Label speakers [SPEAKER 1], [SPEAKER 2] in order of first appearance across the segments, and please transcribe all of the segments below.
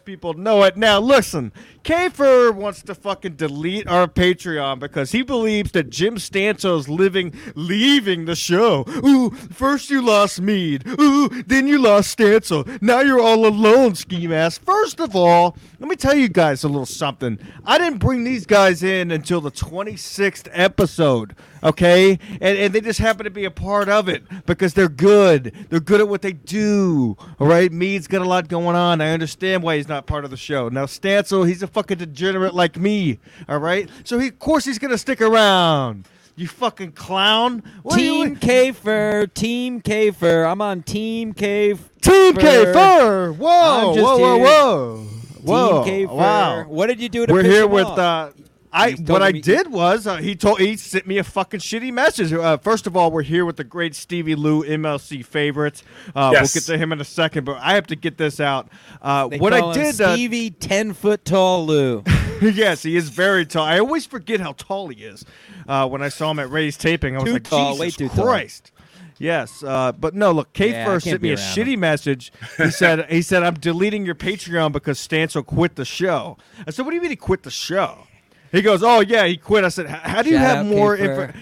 [SPEAKER 1] people know it. Now, listen, Kafer wants to fucking delete our Patreon because he believes that Jim Stanzo's living, leaving the show. Ooh, first you lost Mead. Ooh, then you lost Stanzo. Now you're all alone, ski mask. First of all, let me tell you guys a little something. I didn't bring these guys in until the 26th episode, okay? And, and they just happen to be a part of it because they're good. They're good at what they do, all right? Mead's got a lot going on. I understand why he's not part of the show. Now, Stancil, he's a fucking degenerate like me, all right? So, he, of course, he's going to stick around. You fucking clown. What are you-
[SPEAKER 2] Team Kafer, Team Kafer. I'm on Team Kaf.
[SPEAKER 1] Team K
[SPEAKER 2] Fur.
[SPEAKER 1] Fur. Whoa,
[SPEAKER 2] I'm just
[SPEAKER 1] whoa, whoa,
[SPEAKER 2] here.
[SPEAKER 1] whoa, whoa.
[SPEAKER 2] Team Kafer.
[SPEAKER 1] Wow.
[SPEAKER 2] What did you do to
[SPEAKER 1] We're
[SPEAKER 2] piss
[SPEAKER 1] here
[SPEAKER 2] him
[SPEAKER 1] with
[SPEAKER 2] off?
[SPEAKER 1] uh, I.
[SPEAKER 2] He's
[SPEAKER 1] What
[SPEAKER 2] told
[SPEAKER 1] I
[SPEAKER 2] me-
[SPEAKER 1] did was uh, he told he sent me a fucking shitty message. Uh, first of all, we're here with the great Stevie Lou MLC favorites. Uh,
[SPEAKER 3] Yes.
[SPEAKER 1] We'll get to him in a second, but I have to get this out. Uh,
[SPEAKER 2] They
[SPEAKER 1] what
[SPEAKER 2] call
[SPEAKER 1] I
[SPEAKER 2] him
[SPEAKER 1] did. uh,
[SPEAKER 2] Stevie, ten foot tall Lou.
[SPEAKER 1] yes, he is very tall. I always forget how tall he is. Uh, when I saw him at Ray's taping, I was
[SPEAKER 2] Too
[SPEAKER 1] like,
[SPEAKER 2] tall,
[SPEAKER 1] Jesus
[SPEAKER 2] way too tall."
[SPEAKER 1] Christ. Yes, uh, but no. Look, Kate
[SPEAKER 2] Yeah, I
[SPEAKER 1] first
[SPEAKER 2] can't
[SPEAKER 1] sent me
[SPEAKER 2] be
[SPEAKER 1] a
[SPEAKER 2] around
[SPEAKER 1] shitty message. He said, "He said I'm deleting your Patreon because Stancil quit the show." I said, "What do you mean he quit the show?" He goes, "Oh yeah, he quit." I said, "How how do you
[SPEAKER 2] Shout
[SPEAKER 1] have
[SPEAKER 2] out,
[SPEAKER 1] more
[SPEAKER 2] Kate
[SPEAKER 1] info?"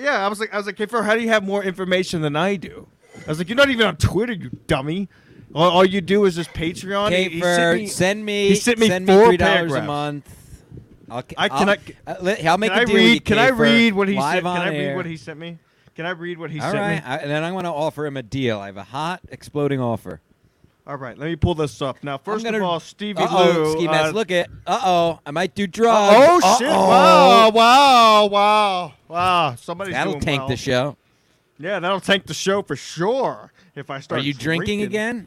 [SPEAKER 1] Yeah, I was like, I was like, "Kate Fur, how do you have more information than I do?" I was like, "You're not even on Twitter, you dummy. All, all you do is just Patreon." He- he sent
[SPEAKER 2] Kafer,
[SPEAKER 1] me-
[SPEAKER 2] send me.
[SPEAKER 1] he sent me
[SPEAKER 2] send
[SPEAKER 1] four
[SPEAKER 2] three dollars a
[SPEAKER 1] paragraphs.
[SPEAKER 2] month. I'll,
[SPEAKER 1] I
[SPEAKER 2] I'll-
[SPEAKER 1] cannot-
[SPEAKER 2] uh, let- I'll make
[SPEAKER 1] can
[SPEAKER 2] a
[SPEAKER 1] I
[SPEAKER 2] deal with you,
[SPEAKER 1] read? Can I
[SPEAKER 2] Kafer,
[SPEAKER 1] read what he
[SPEAKER 2] live
[SPEAKER 1] sent? Can
[SPEAKER 2] on
[SPEAKER 1] I read
[SPEAKER 2] air.
[SPEAKER 1] what he sent me? Can I read what he
[SPEAKER 2] All
[SPEAKER 1] sent
[SPEAKER 2] right,
[SPEAKER 1] me?
[SPEAKER 2] I, and then I'm going to offer him a deal. I have a hot, exploding offer.
[SPEAKER 1] All right, let me pull this up now. 1st
[SPEAKER 2] gonna-
[SPEAKER 1] of all, Stevie
[SPEAKER 2] Uh-oh,
[SPEAKER 1] Lou.
[SPEAKER 2] Ski
[SPEAKER 1] uh,
[SPEAKER 2] Mask, look at. Uh oh, I might do drugs.
[SPEAKER 1] oh shit!
[SPEAKER 2] Uh-oh.
[SPEAKER 1] Wow! Wow! Wow! Wow! Somebody's
[SPEAKER 2] That'll
[SPEAKER 1] doing
[SPEAKER 2] tank
[SPEAKER 1] well.
[SPEAKER 2] the show.
[SPEAKER 1] Yeah, that'll tank the show for sure. If I
[SPEAKER 2] Are
[SPEAKER 1] start.
[SPEAKER 2] you drinking again?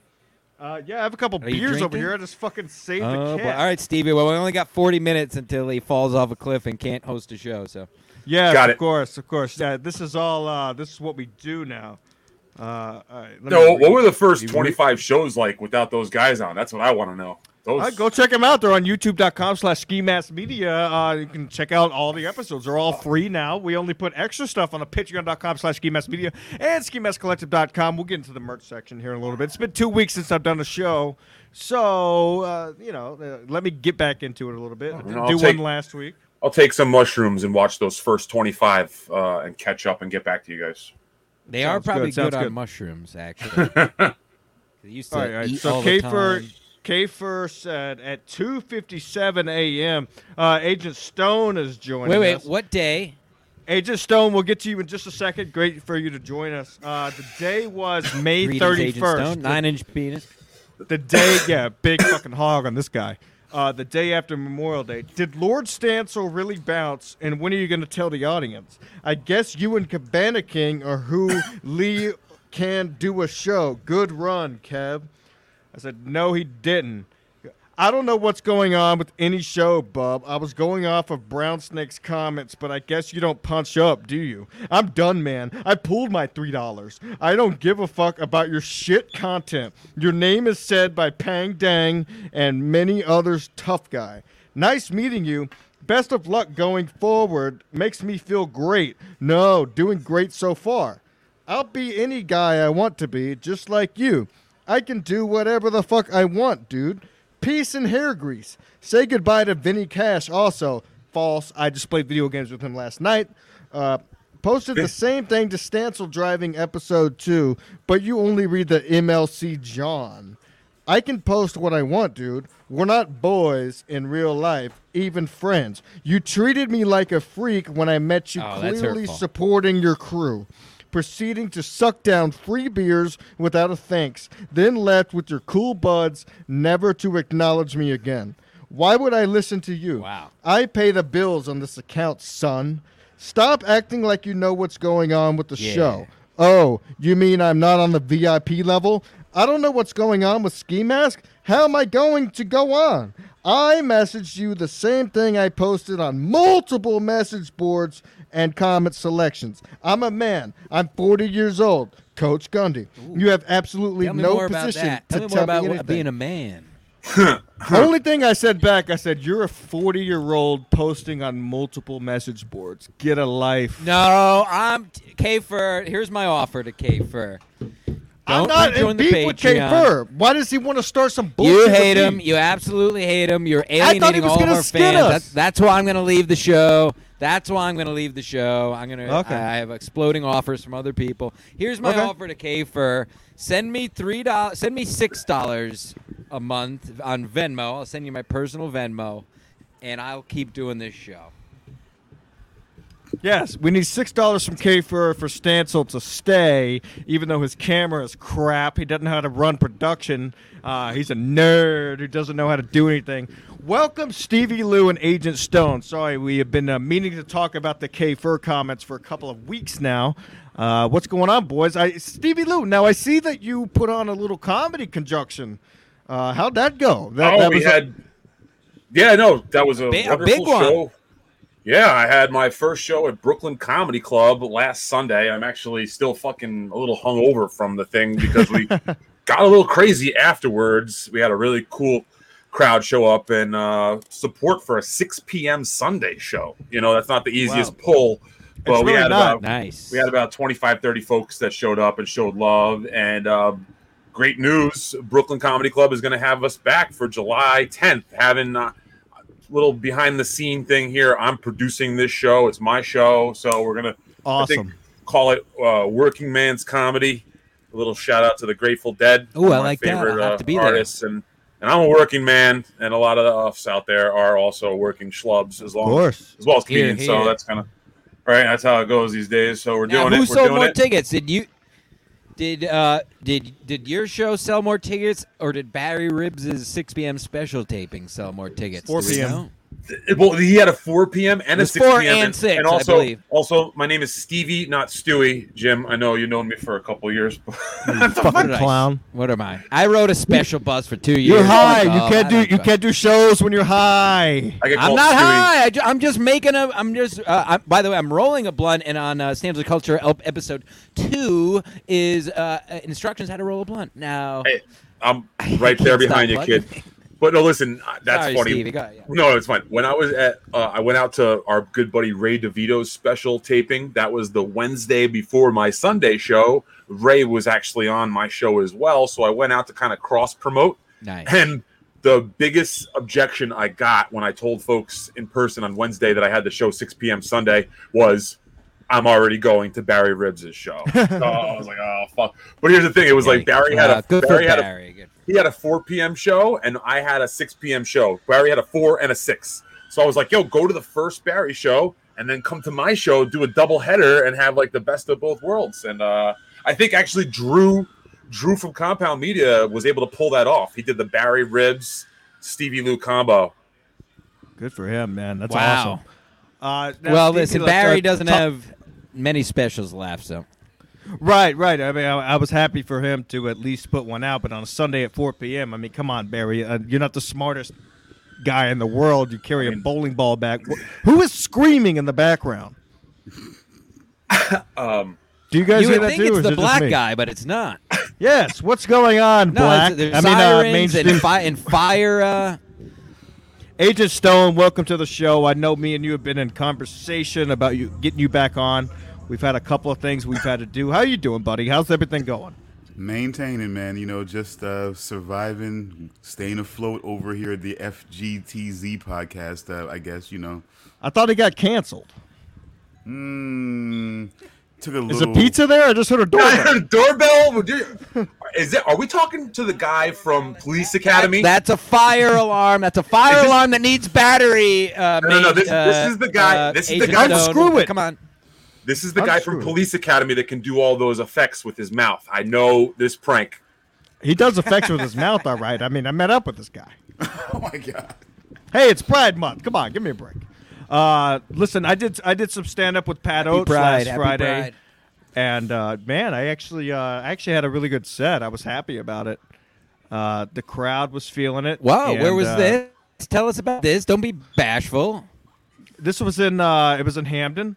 [SPEAKER 1] Uh, yeah, I have a couple
[SPEAKER 2] Are you
[SPEAKER 1] beers over
[SPEAKER 2] drinking?
[SPEAKER 1] here. I just fucking saved
[SPEAKER 2] Oh,
[SPEAKER 1] the
[SPEAKER 2] boy.
[SPEAKER 1] cat.
[SPEAKER 2] All right, Stevie. Well, we only got 40 minutes until he falls off a cliff and can't host a show. So
[SPEAKER 1] Yes,
[SPEAKER 3] Got
[SPEAKER 1] of
[SPEAKER 3] it.
[SPEAKER 1] course, of course. Yeah, this is all. Uh, this is what we do now. Uh, all right. let me
[SPEAKER 3] No,
[SPEAKER 1] read.
[SPEAKER 3] what were the first 25 shows like without those guys on? That's what I want to know. Those
[SPEAKER 1] All right, go check them out. They're on youtube.com slash ski mask media. Uh, you can check out all the episodes. They're all free now. We only put extra stuff on the patreon.com slash ski mask media and ski mask collective.com. We'll get into the merch section here in a little bit. It's been two weeks since I've done a show. So, uh, you know, uh, let me get back into it a little bit. I did
[SPEAKER 3] I'll
[SPEAKER 1] do
[SPEAKER 3] take-
[SPEAKER 1] one last week.
[SPEAKER 3] I'll take some mushrooms and watch those first 25 uh, and catch up and get back to you guys.
[SPEAKER 2] they are
[SPEAKER 1] Sounds
[SPEAKER 2] probably
[SPEAKER 1] good,
[SPEAKER 2] good,
[SPEAKER 1] sounds
[SPEAKER 2] on
[SPEAKER 1] good.
[SPEAKER 2] mushrooms, actually. they used to
[SPEAKER 1] All right, all right.
[SPEAKER 2] eat
[SPEAKER 1] So
[SPEAKER 2] all the
[SPEAKER 1] Kafer
[SPEAKER 2] time.
[SPEAKER 1] Kafer said at 2:57 a.m. Uh, Agent Stone is joining.
[SPEAKER 2] Wait,
[SPEAKER 1] us.
[SPEAKER 2] wait. What day?
[SPEAKER 1] Agent Stone, we'll get to you in just a second. Great for you to join us. Uh, the day was May
[SPEAKER 2] Greetings, Agent Stone.
[SPEAKER 1] 31st.
[SPEAKER 2] Nine inch penis.
[SPEAKER 1] The day, yeah, big fucking hog on this guy. Uh, the day after Memorial Day. Did Lord Stancil really bounce? And when are you going to tell the audience? I guess you and Cabana King are who Lee can do a show. Good run, Kev. I said, no, he didn't. I don't know what's going on with any show, bub. I was going off of Brown Snake's comments, but I guess you don't punch up, do you? I'm done, man. I pulled my $3. I don't give a fuck about your shit content. Your name is said by Pang Dang and many others, tough guy. Nice meeting you. Best of luck going forward. Makes me feel great. No, doing great so far. I'll be any guy I want to be, just like you. I can do whatever the fuck I want, dude. Peace and hair grease. Say goodbye to Vinny Cash, also. False. I just played video games with him last night. Uh, posted the same thing to Stancil Driving Episode 2, but you only read the MLC John. I can post what I want, dude. We're not boys in real life, even friends. You treated me like a freak when I met you,
[SPEAKER 2] Oh, that's
[SPEAKER 1] clearly
[SPEAKER 2] hurtful.
[SPEAKER 1] supporting your crew. Proceeding to suck down free beers without a thanks, then left with your cool buds, never to acknowledge me again. Why would I listen to you?
[SPEAKER 2] Wow.
[SPEAKER 1] I pay the bills on this account, son. Stop acting like you know what's going on with the
[SPEAKER 2] Yeah.
[SPEAKER 1] show. Oh, you mean I'm not on the VIP level? I don't know what's going on with Ski Mask. How am I going to go on? I messaged you the same thing I posted on multiple message boards and comment selections. I'm a man. I'm 40 years old. Coach Gundy, you have absolutely
[SPEAKER 2] Tell me
[SPEAKER 1] no
[SPEAKER 2] more about
[SPEAKER 1] position
[SPEAKER 2] that.
[SPEAKER 1] to
[SPEAKER 2] Tell me more
[SPEAKER 1] tell
[SPEAKER 2] about
[SPEAKER 1] me
[SPEAKER 2] what-
[SPEAKER 1] anything.
[SPEAKER 2] being a man.
[SPEAKER 1] The only thing I said back, I said, "You're a 40 year old posting on multiple message boards. Get a life."
[SPEAKER 2] No, I'm Kafer. Here's my offer to Kafer.
[SPEAKER 1] I'm
[SPEAKER 2] Don't
[SPEAKER 1] not
[SPEAKER 2] join
[SPEAKER 1] in
[SPEAKER 2] the
[SPEAKER 1] beef with K.
[SPEAKER 2] Patreon.
[SPEAKER 1] Verb. Why does he want to start some bullshit?
[SPEAKER 2] You
[SPEAKER 1] with
[SPEAKER 2] hate
[SPEAKER 1] me?
[SPEAKER 2] him. You absolutely hate him. You're
[SPEAKER 1] thought he
[SPEAKER 2] alienating
[SPEAKER 1] was
[SPEAKER 2] all of
[SPEAKER 1] gonna
[SPEAKER 2] our
[SPEAKER 1] skin
[SPEAKER 2] fans.
[SPEAKER 1] us.
[SPEAKER 2] That's, that's why I'm going to leave the show. That's why I'm going to leave the show. I'm going to.
[SPEAKER 1] Okay.
[SPEAKER 2] I have exploding offers from other people. Here's my
[SPEAKER 1] Okay.
[SPEAKER 2] offer to Kafer. Send me three dollars. Send me six dollars a month on Venmo. I'll send you my personal Venmo, and I'll keep doing this show.
[SPEAKER 1] Yes, we need six dollars from K for for Stancil to stay, even though his camera is crap. He doesn't know how to run production. Uh, he's a nerd who doesn't know how to do anything. Welcome Stevie Lou and Agent Stone. Sorry, we have been uh, meaning to talk about the K Fur comments for a couple of weeks now. Uh, what's going on, boys? I Stevie Lou. Now I see that you put on a little comedy conjunction. Uh, how'd that go? That,
[SPEAKER 3] oh,
[SPEAKER 1] that
[SPEAKER 3] we
[SPEAKER 1] a-
[SPEAKER 3] had. yeah, no, that was a,
[SPEAKER 2] Bi- a
[SPEAKER 3] wonderful
[SPEAKER 2] big one.
[SPEAKER 3] show. Yeah, I had my first show at Brooklyn Comedy Club last Sunday. I'm actually still fucking a little hungover from the thing because we got a little crazy afterwards. We had a really cool crowd show up and uh, support for a 6 p.m. Sunday show. You know, that's not the easiest pull, but we
[SPEAKER 1] really
[SPEAKER 3] had uh,
[SPEAKER 1] not.
[SPEAKER 3] about
[SPEAKER 2] Nice.
[SPEAKER 3] we had about 25 30 folks that showed up and showed love and um, great news brooklyn comedy club is going to have us back for july 10th having uh, a little behind the scene thing here i'm producing this show it's my show so we're going to
[SPEAKER 1] awesome.
[SPEAKER 3] call it uh, working man's comedy a little shout out to the grateful dead
[SPEAKER 2] Ooh,
[SPEAKER 3] one
[SPEAKER 2] I
[SPEAKER 3] of my uh,
[SPEAKER 2] like that. I'll have to be there.
[SPEAKER 3] artists and and I'm a working man, and a lot of the offs out there are also working schlubs as
[SPEAKER 1] of
[SPEAKER 3] long as,
[SPEAKER 1] course.
[SPEAKER 3] well as
[SPEAKER 2] Here,
[SPEAKER 3] comedians.
[SPEAKER 2] here.
[SPEAKER 3] So that's kind of right. That's how it goes these days. So we're
[SPEAKER 2] Now,
[SPEAKER 3] doing
[SPEAKER 2] who
[SPEAKER 3] it. We're
[SPEAKER 2] sold
[SPEAKER 3] doing
[SPEAKER 2] more
[SPEAKER 3] it.
[SPEAKER 2] tickets? Did you? Did uh did did your show sell more tickets, or did Barry Ribs' 6 p.m. special taping sell more tickets? Do
[SPEAKER 1] 4
[SPEAKER 2] we
[SPEAKER 1] p.m..
[SPEAKER 2] know?
[SPEAKER 3] Well, he had a 4 p.m.
[SPEAKER 2] It
[SPEAKER 3] and a
[SPEAKER 2] was
[SPEAKER 3] 6
[SPEAKER 2] 4
[SPEAKER 3] p.m.
[SPEAKER 2] and 6,
[SPEAKER 3] and
[SPEAKER 2] I
[SPEAKER 3] also,
[SPEAKER 2] believe.
[SPEAKER 3] also, my name is Stevie, not Stewie. Jim, I know you've known me for a couple years. but-
[SPEAKER 2] What
[SPEAKER 1] Fucking
[SPEAKER 2] did I-
[SPEAKER 1] clown.
[SPEAKER 2] What am I? I rode a special bus for two years.
[SPEAKER 1] You're high.
[SPEAKER 2] Oh,
[SPEAKER 1] You can't
[SPEAKER 2] I
[SPEAKER 1] do
[SPEAKER 2] don't
[SPEAKER 1] you
[SPEAKER 2] know.
[SPEAKER 1] can't do shows when you're high.
[SPEAKER 3] I
[SPEAKER 2] I'm
[SPEAKER 3] get called
[SPEAKER 2] not
[SPEAKER 3] Stewie.
[SPEAKER 2] high. I ju- I'm just making a. I'm just. Uh, I'm, by the way, I'm rolling a blunt, and on uh, Stamps of Culture el- episode two is uh, uh, instructions how to roll a blunt. Now,
[SPEAKER 3] Hey, I'm
[SPEAKER 2] I
[SPEAKER 3] right
[SPEAKER 2] can't
[SPEAKER 3] there behind you,
[SPEAKER 2] stop
[SPEAKER 3] kid.
[SPEAKER 2] bugging.
[SPEAKER 3] But no, listen, uh, that's
[SPEAKER 2] Sorry,
[SPEAKER 3] funny.
[SPEAKER 2] Stevie, go ahead, yeah.
[SPEAKER 3] No, it's fine. When I was at, uh, I went out to our good buddy Ray DeVito's special taping. That was the Wednesday before my Sunday show. Ray was actually on my show as well, so I went out to kind of cross promote.
[SPEAKER 2] nice.
[SPEAKER 3] And the biggest objection I got when I told folks in person on Wednesday that I had the show 6 p.m. Sunday was, I'm already going to Barry Ribbs' show. so I was like, oh fuck. But here's the thing: it was like Barry had
[SPEAKER 2] Uh,
[SPEAKER 3] a
[SPEAKER 2] good
[SPEAKER 3] Barry
[SPEAKER 2] for
[SPEAKER 3] had a
[SPEAKER 2] Barry. Good for-
[SPEAKER 3] he had a 4 p.m. show and I had a 6 p.m. show. Barry had a 4 and a 6. So I was like, yo, go to the first Barry show and then come to my show, do a double header and have like the best of both worlds. And uh, I think actually Drew Drew from Compound Media was able to pull that off. He did the Barry Ribs Stevie Lou combo.
[SPEAKER 1] Good for him, man. That's
[SPEAKER 2] Wow.
[SPEAKER 1] awesome. Uh, now,
[SPEAKER 2] Well,
[SPEAKER 1] Stevie
[SPEAKER 2] listen,
[SPEAKER 1] left
[SPEAKER 2] Barry
[SPEAKER 1] our
[SPEAKER 2] doesn't
[SPEAKER 1] top-
[SPEAKER 2] have many specials left, so
[SPEAKER 1] Right, right. I mean, I, I was happy for him to at least put one out, but on a Sunday at 4 p.m., I mean, come on, Barry. Uh, you're not the smartest guy in the world. You carry a bowling ball back. Wh- Who is screaming in the background?
[SPEAKER 3] Um,
[SPEAKER 1] Do you guys
[SPEAKER 2] you
[SPEAKER 1] hear
[SPEAKER 2] would
[SPEAKER 1] that
[SPEAKER 2] think
[SPEAKER 1] too? or
[SPEAKER 2] it's
[SPEAKER 1] is
[SPEAKER 2] the
[SPEAKER 1] it just
[SPEAKER 2] black
[SPEAKER 1] me?
[SPEAKER 2] guy, but it's not.
[SPEAKER 1] Yes. What's going on,
[SPEAKER 2] No,
[SPEAKER 1] Black?
[SPEAKER 2] it's, there's
[SPEAKER 1] I mean, uh, Main
[SPEAKER 2] sirens
[SPEAKER 1] Street.
[SPEAKER 2] and, fi- and fire. Uh,
[SPEAKER 1] Agent Stone, welcome to the show. I know me and you have been in conversation about you getting you back on. We've had a couple of things we've had to do. How you doing, buddy? How's everything going?
[SPEAKER 4] Maintaining, man. You know, just uh, surviving, staying afloat over here at the FGTZ podcast. Uh, I guess you know.
[SPEAKER 1] I thought it got canceled.
[SPEAKER 4] Mm, took a
[SPEAKER 1] Is
[SPEAKER 4] little.
[SPEAKER 1] a pizza there? I just heard a doorbell.
[SPEAKER 3] doorbell? Would you- Is it? Are we talking to the guy from Police Academy?
[SPEAKER 2] that's a fire alarm. That's a fire
[SPEAKER 3] Is this-
[SPEAKER 2] alarm that needs battery. Uh,
[SPEAKER 3] No, no, no,
[SPEAKER 2] made,
[SPEAKER 3] this- this
[SPEAKER 2] uh,
[SPEAKER 3] is the guy-
[SPEAKER 2] uh,
[SPEAKER 3] this is the
[SPEAKER 2] Agent
[SPEAKER 3] guy-
[SPEAKER 2] Stone.
[SPEAKER 1] Unscrew it.
[SPEAKER 2] Come on.
[SPEAKER 3] This is the guy
[SPEAKER 1] Unscrew
[SPEAKER 3] from
[SPEAKER 1] it.
[SPEAKER 3] Police Academy that can do all those effects with his mouth. I know this prank.
[SPEAKER 1] He does effects with his mouth, all right. I mean, I met up with this guy.
[SPEAKER 4] oh my god.
[SPEAKER 1] Hey, it's Pride Month. Come on, give me a break. Uh, listen, I did I did some stand up with Pat Oates
[SPEAKER 2] Pride,
[SPEAKER 1] last
[SPEAKER 2] happy
[SPEAKER 1] Friday,
[SPEAKER 2] Pride.
[SPEAKER 1] and uh, man, I actually uh, I actually had a really good set. I was happy about it. Uh, the crowd was feeling it.
[SPEAKER 2] Wow, where
[SPEAKER 1] and,
[SPEAKER 2] was
[SPEAKER 1] uh,
[SPEAKER 2] this? Tell us about this. Don't be bashful.
[SPEAKER 1] This was in uh, it was in Hamden.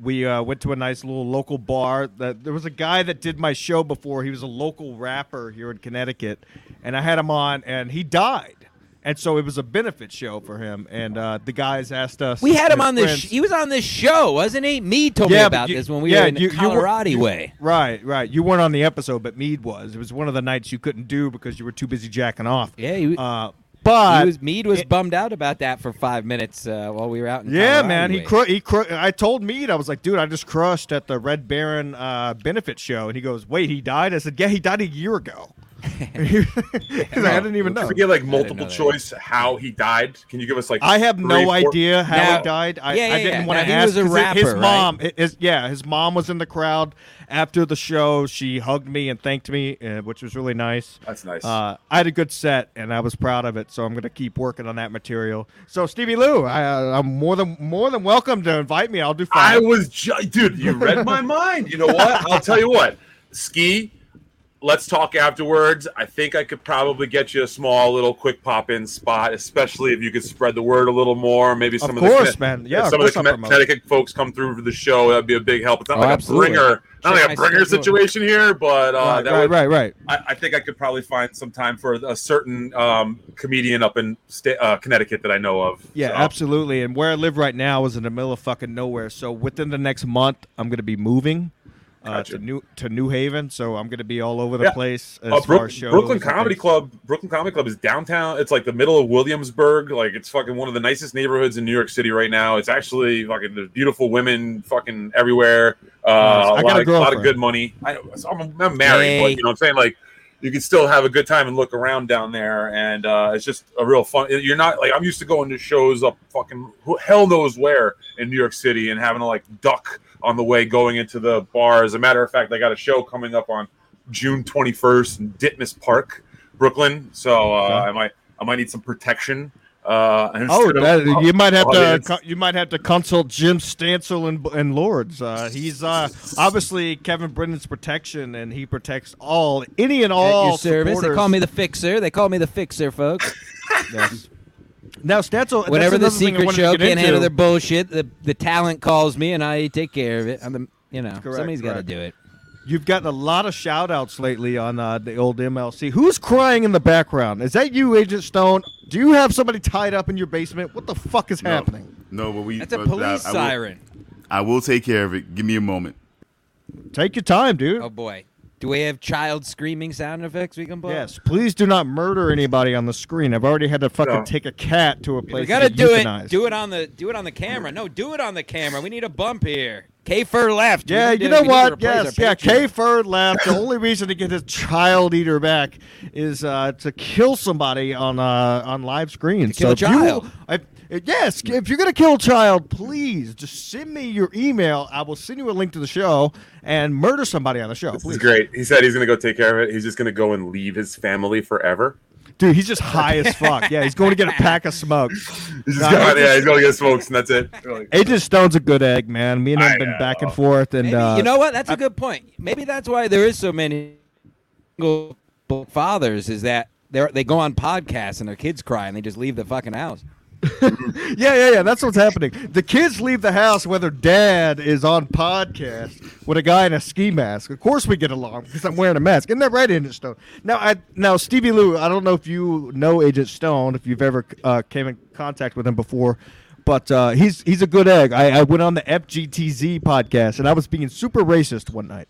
[SPEAKER 1] We uh, went to a nice little local bar. That there was a guy that did my show before. He was a local rapper here in Connecticut, and I had him on, and he died. and so it was a benefit show for him. And uh, the guys asked us.
[SPEAKER 2] We had him
[SPEAKER 1] his
[SPEAKER 2] on this.
[SPEAKER 1] friends-
[SPEAKER 2] Sh- he was on this show, wasn't he? Mead told me
[SPEAKER 1] Yeah, but
[SPEAKER 2] about
[SPEAKER 1] you-
[SPEAKER 2] this when we
[SPEAKER 1] yeah,
[SPEAKER 2] were in
[SPEAKER 1] you- you were-
[SPEAKER 2] Colorado way.
[SPEAKER 1] Right, right. You weren't on the episode, but Mead was. It was one of the nights you couldn't do because you were too busy jacking off.
[SPEAKER 2] Yeah, he,
[SPEAKER 1] Uh, but
[SPEAKER 2] he was. Mead was bummed out about that for five minutes uh, while we were out in.
[SPEAKER 1] Yeah,
[SPEAKER 2] Colorado
[SPEAKER 1] man. He
[SPEAKER 2] way.
[SPEAKER 1] cru- he cru- I told Mead, I was like, dude, I just crushed at the Red Baron uh, benefit show, and he goes, wait, he died? I said, yeah, he died a year ago. He's like, I didn't even know.
[SPEAKER 3] Can we get like multiple
[SPEAKER 2] that.
[SPEAKER 3] choice how he died? Can you give us like?
[SPEAKER 1] I have
[SPEAKER 3] three,
[SPEAKER 1] no
[SPEAKER 3] four-
[SPEAKER 1] idea how
[SPEAKER 2] Now-
[SPEAKER 1] he died. I,
[SPEAKER 2] Yeah,
[SPEAKER 1] I
[SPEAKER 2] yeah,
[SPEAKER 1] didn't
[SPEAKER 2] yeah.
[SPEAKER 1] want
[SPEAKER 2] Now,
[SPEAKER 1] to
[SPEAKER 2] he
[SPEAKER 1] ask
[SPEAKER 2] was a
[SPEAKER 1] 'cause it- his
[SPEAKER 2] rapper,
[SPEAKER 1] mom. it- his- yeah, his mom was in the crowd after the show. She hugged me and thanked me, uh, which was really nice.
[SPEAKER 3] That's nice.
[SPEAKER 1] Uh, I had a good set, and I was proud of it. So I'm going to keep working on that material. So Stevie Lou, I, uh, I'm more than more than welcome to invite me. I'll do five.
[SPEAKER 3] I was, ju- dude. You read my mind. You know what? I'll tell you what. Ski. Let's talk afterwards. I think I could probably get you a small little quick pop in spot, especially if you could spread the word a little more. Maybe some of,
[SPEAKER 1] course,
[SPEAKER 3] the
[SPEAKER 1] man. Yeah,
[SPEAKER 3] if
[SPEAKER 1] of
[SPEAKER 3] some of
[SPEAKER 1] course
[SPEAKER 3] the
[SPEAKER 1] I'll
[SPEAKER 3] Conne-
[SPEAKER 1] promote.
[SPEAKER 3] Connecticut folks come through for the show. That'd be a big help. It's not
[SPEAKER 2] Oh,
[SPEAKER 3] like
[SPEAKER 2] absolutely.
[SPEAKER 3] a bringer, not
[SPEAKER 2] Check
[SPEAKER 3] like
[SPEAKER 2] my
[SPEAKER 3] a bringer
[SPEAKER 2] schedule.
[SPEAKER 3] situation here, but uh,
[SPEAKER 1] right,
[SPEAKER 3] that
[SPEAKER 1] right,
[SPEAKER 3] would,
[SPEAKER 1] right, right.
[SPEAKER 3] I, I think I could probably find some time for a certain um, comedian up in sta- uh, Connecticut that I know of.
[SPEAKER 1] Yeah,
[SPEAKER 3] So,
[SPEAKER 1] absolutely. And where I live right now is in the middle of fucking nowhere. So within the next month, I'm going to be moving uh, to
[SPEAKER 3] Gotcha.
[SPEAKER 1] New to New Haven. So I'm going to be all over the
[SPEAKER 3] Yeah.
[SPEAKER 1] place as
[SPEAKER 3] uh, Brook-
[SPEAKER 1] far as shows.
[SPEAKER 3] Brooklyn
[SPEAKER 1] and
[SPEAKER 3] Comedy
[SPEAKER 1] things.
[SPEAKER 3] Club. Brooklyn Comedy Club is downtown. It's like the middle of Williamsburg. Like it's fucking one of the nicest neighborhoods in New York City right now. It's actually fucking there's beautiful women fucking everywhere. Uh,
[SPEAKER 1] Nice. I got a
[SPEAKER 3] a lot of, lot of
[SPEAKER 1] girlfriend.
[SPEAKER 3] good money. I, so I'm, I'm married, but
[SPEAKER 2] Yay.
[SPEAKER 3] you know what I'm saying like. You can still have a good time and look around down there, and uh, it's just a real fun. You're not like I'm used to going to shows up fucking who, hell knows where in New York City and having to like duck on the way going into the bar. As a matter of fact, I got a show coming up on June 21st in Ditmas Park, Brooklyn. So uh,
[SPEAKER 1] Okay.
[SPEAKER 3] I might I might need some protection. Uh, and
[SPEAKER 1] Oh,
[SPEAKER 3] instead of-
[SPEAKER 1] that, you might have
[SPEAKER 3] Oh, yeah,
[SPEAKER 1] to
[SPEAKER 3] it's-
[SPEAKER 1] co- you might have to consult Jim Stancil and, and Lords. Uh, he's uh, obviously Kevin Brennan's protection, and he protects all any and
[SPEAKER 2] At
[SPEAKER 1] all
[SPEAKER 2] your service. They
[SPEAKER 1] supporters.
[SPEAKER 2] call me the fixer. They call me the fixer, folks.
[SPEAKER 1] Yes. Now Stancil,
[SPEAKER 2] Whenever the
[SPEAKER 1] that's another thing I
[SPEAKER 2] secret
[SPEAKER 1] wanted to
[SPEAKER 2] show
[SPEAKER 1] get
[SPEAKER 2] can't handle
[SPEAKER 1] into.
[SPEAKER 2] their bullshit, the the talent calls me and I take care of it. I'm the you know
[SPEAKER 1] Correct,
[SPEAKER 2] somebody's got to
[SPEAKER 1] correct.
[SPEAKER 2] do it.
[SPEAKER 1] You've gotten a lot of shout outs lately on uh, the old MLC. Who's crying in the background? Is that you, Agent Stone? Do you have somebody tied up in your basement? What the fuck is
[SPEAKER 4] No.
[SPEAKER 1] happening?
[SPEAKER 4] No, but we.
[SPEAKER 2] That's a
[SPEAKER 4] but I-
[SPEAKER 2] police
[SPEAKER 4] I will-
[SPEAKER 2] siren.
[SPEAKER 4] I will take care of it. Give me a moment.
[SPEAKER 1] Take your time, dude.
[SPEAKER 2] Oh boy, do we have child screaming sound effects we can play?
[SPEAKER 1] Yes, please do not murder anybody on the screen. I've already had to fucking
[SPEAKER 3] No.
[SPEAKER 1] take a cat to a place.
[SPEAKER 2] we
[SPEAKER 1] to
[SPEAKER 2] gotta
[SPEAKER 1] get
[SPEAKER 2] do
[SPEAKER 1] euthanized.
[SPEAKER 2] it. Do it on the do it on the camera. No, do it on the camera. We need a bump here. Kafer left. We
[SPEAKER 1] Yeah,
[SPEAKER 2] need
[SPEAKER 1] you
[SPEAKER 2] to-
[SPEAKER 1] know
[SPEAKER 2] we need to
[SPEAKER 1] what?
[SPEAKER 2] replace our
[SPEAKER 1] Yes, yeah.
[SPEAKER 2] picture.
[SPEAKER 1] K. Ferd left. The only reason to get his child eater back is uh, to kill somebody on uh, on live screen.
[SPEAKER 2] kill
[SPEAKER 1] so
[SPEAKER 2] a
[SPEAKER 1] if you-
[SPEAKER 2] child.
[SPEAKER 1] if- yes, if you're gonna kill a child, please just send me your email. I will send you a link to the show and murder somebody on the show.
[SPEAKER 3] This is
[SPEAKER 1] Please,
[SPEAKER 3] great. He said he's gonna go take care of it. He's just gonna go and leave his family forever.
[SPEAKER 1] dude, he's just high as fuck. Yeah, he's going to get a pack of smokes.
[SPEAKER 3] He's
[SPEAKER 1] Nah,
[SPEAKER 3] just gonna, yeah, he's gonna get smokes and that's it. Really.
[SPEAKER 1] Agent Stone's a good egg, man. Me and him
[SPEAKER 3] I
[SPEAKER 1] have been
[SPEAKER 3] know.
[SPEAKER 1] back and forth, and
[SPEAKER 2] Maybe,
[SPEAKER 1] uh,
[SPEAKER 2] you know what? That's a good point. Maybe that's why there is so many single fathers is that they they go on podcasts and their kids cry and they just leave the fucking house.
[SPEAKER 1] Yeah, yeah, yeah. That's what's happening. The kids leave the house whether dad is on podcast with a guy in a ski mask. Of course, we get along because I'm wearing a mask. Isn't that right, Agent Stone? Now, I now Stevie Lou. I don't know if you know Agent Stone, if you've ever uh, came in contact with him before, but uh, he's he's a good egg. I, I went on the FGTZ podcast and I was being super racist one night,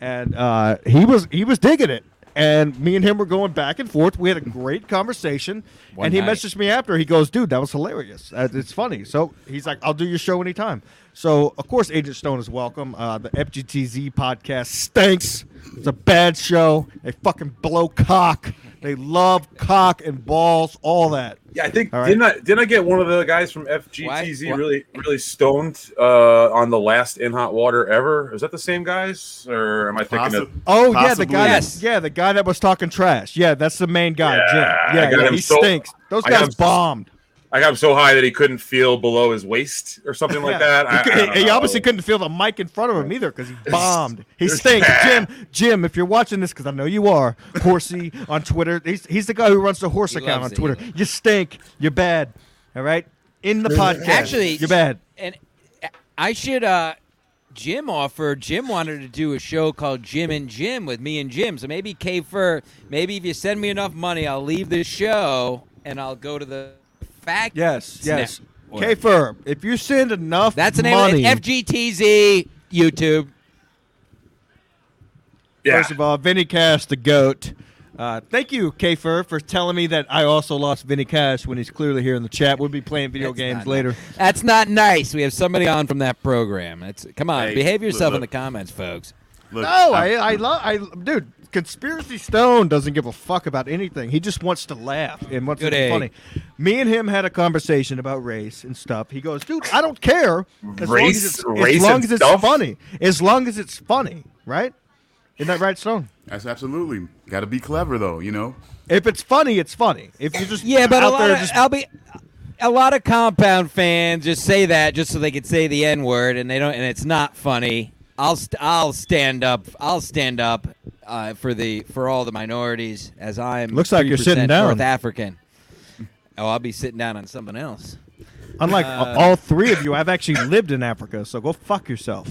[SPEAKER 1] and uh, he was he was digging it. And me and him were going back and forth. We had a great conversation,
[SPEAKER 2] One
[SPEAKER 1] and he
[SPEAKER 2] night.
[SPEAKER 1] messaged messaged me after. He goes, "Dude, that was hilarious. Uh, It's funny." So he's like, "I'll do your show anytime." So of course, Agent Stone is welcome. Uh, the FGTZ podcast stinks. It's a bad show. They fucking blow cock. They love cock and balls, all that.
[SPEAKER 3] Yeah, I think
[SPEAKER 1] All right.
[SPEAKER 3] didn't I didn't I get one of the guys from FGTZ
[SPEAKER 2] Why- why-
[SPEAKER 3] really really stoned uh, on the last in hot water ever? Is that the same guys or am I thinking
[SPEAKER 4] Possi-
[SPEAKER 3] of?
[SPEAKER 1] Oh yeah, the
[SPEAKER 4] Possibly.
[SPEAKER 1] guy.
[SPEAKER 2] Yes.
[SPEAKER 1] Yeah, the guy that was talking trash. Yeah, that's the main guy. Jim.
[SPEAKER 3] Yeah, I
[SPEAKER 1] Yeah,
[SPEAKER 3] got
[SPEAKER 1] yeah
[SPEAKER 3] him
[SPEAKER 1] he
[SPEAKER 3] so-
[SPEAKER 1] stinks. Those
[SPEAKER 3] I got
[SPEAKER 1] guys
[SPEAKER 3] him-
[SPEAKER 1] bombed.
[SPEAKER 3] I got him so high that he couldn't feel below his waist or something like
[SPEAKER 1] Yeah.
[SPEAKER 3] that. I-
[SPEAKER 1] He,
[SPEAKER 3] I
[SPEAKER 1] cou-
[SPEAKER 3] don't
[SPEAKER 1] he- he obviously
[SPEAKER 3] know.
[SPEAKER 1] couldn't feel the mic in front of him either because he bombed. He stinks. Jim, Jim, if you're watching this, because I know you are, Horsey on Twitter. He's, he's the guy who runs the horse
[SPEAKER 2] He
[SPEAKER 1] account on
[SPEAKER 2] loves it.
[SPEAKER 1] Twitter.
[SPEAKER 2] He
[SPEAKER 1] You stink. You're bad. All right? In the podcast.
[SPEAKER 2] Actually,
[SPEAKER 1] you're bad.
[SPEAKER 2] And I should uh Jim offered Jim wanted to do a show called Jim and Jim with me and Jim. So maybe K Fur, maybe if you send me enough money, I'll leave this show and I'll go to the fact.
[SPEAKER 1] Yes, yes.
[SPEAKER 2] Or-
[SPEAKER 1] K Firm, if you send enough
[SPEAKER 2] That's the name
[SPEAKER 1] money,
[SPEAKER 2] of it. FGTZ YouTube.
[SPEAKER 3] Yeah.
[SPEAKER 1] First of all, Vinny Cash, the goat. Uh, thank you, Kafer, for telling me that I also lost Vinny Cash when he's clearly here in the chat. We'll be playing video
[SPEAKER 2] That's
[SPEAKER 1] games
[SPEAKER 2] not-
[SPEAKER 1] later.
[SPEAKER 2] That's not nice. We have somebody on from that program. It's come on,
[SPEAKER 4] Hey,
[SPEAKER 2] behave
[SPEAKER 4] look,
[SPEAKER 2] yourself in the
[SPEAKER 4] look.
[SPEAKER 2] comments, folks.
[SPEAKER 4] Look,
[SPEAKER 1] No, I, uh,
[SPEAKER 4] I'm-
[SPEAKER 1] I love, I, dude. Conspiracy Stone doesn't give a fuck about anything. He just wants to laugh and wants
[SPEAKER 2] Good
[SPEAKER 1] to be
[SPEAKER 2] egg.
[SPEAKER 1] funny. Me and him had a conversation about race and stuff. He goes, "Dude, I don't care as long
[SPEAKER 3] Race-
[SPEAKER 1] as it's,
[SPEAKER 3] race
[SPEAKER 1] as long
[SPEAKER 3] and
[SPEAKER 1] as it's
[SPEAKER 3] stuff?
[SPEAKER 1] funny. As long as it's funny, right? Isn't that right, Stone?
[SPEAKER 4] That's absolutely got to be clever though. You know,
[SPEAKER 1] If it's funny, it's funny. If you're just
[SPEAKER 2] Yeah, but a
[SPEAKER 1] out
[SPEAKER 2] lot
[SPEAKER 1] there
[SPEAKER 2] of,
[SPEAKER 1] just
[SPEAKER 2] I'll be a lot of compound fans just say that just so they could say the n word and they don't and it's not funny. I'll st- I'll stand up. I'll stand up uh, for the for all the minorities as I'm
[SPEAKER 1] Looks like you're sitting
[SPEAKER 2] 3%
[SPEAKER 1] down.
[SPEAKER 2] North African. Oh, I'll be sitting down on something else.
[SPEAKER 1] Unlike
[SPEAKER 2] Uh,
[SPEAKER 1] a- all three of you, I've actually lived in Africa, so go fuck yourself.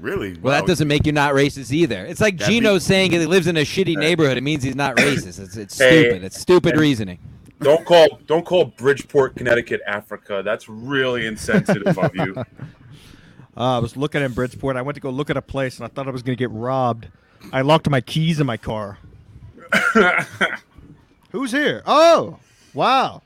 [SPEAKER 4] really?
[SPEAKER 2] Well,
[SPEAKER 4] Wow.
[SPEAKER 2] that doesn't make you not racist either. It's like
[SPEAKER 4] That'd be-
[SPEAKER 2] Gino saying he lives in a shitty neighborhood. It means he's not racist. It's, it's
[SPEAKER 3] Hey.
[SPEAKER 2] stupid. It's stupid reasoning.
[SPEAKER 3] Don't call don't call Bridgeport, Connecticut, Africa. That's really insensitive of you.
[SPEAKER 1] Uh, I was looking in Bridgeport. I went to go look at a place, and I thought I was going to get robbed. I locked my keys in my car. Who's here? Oh, wow.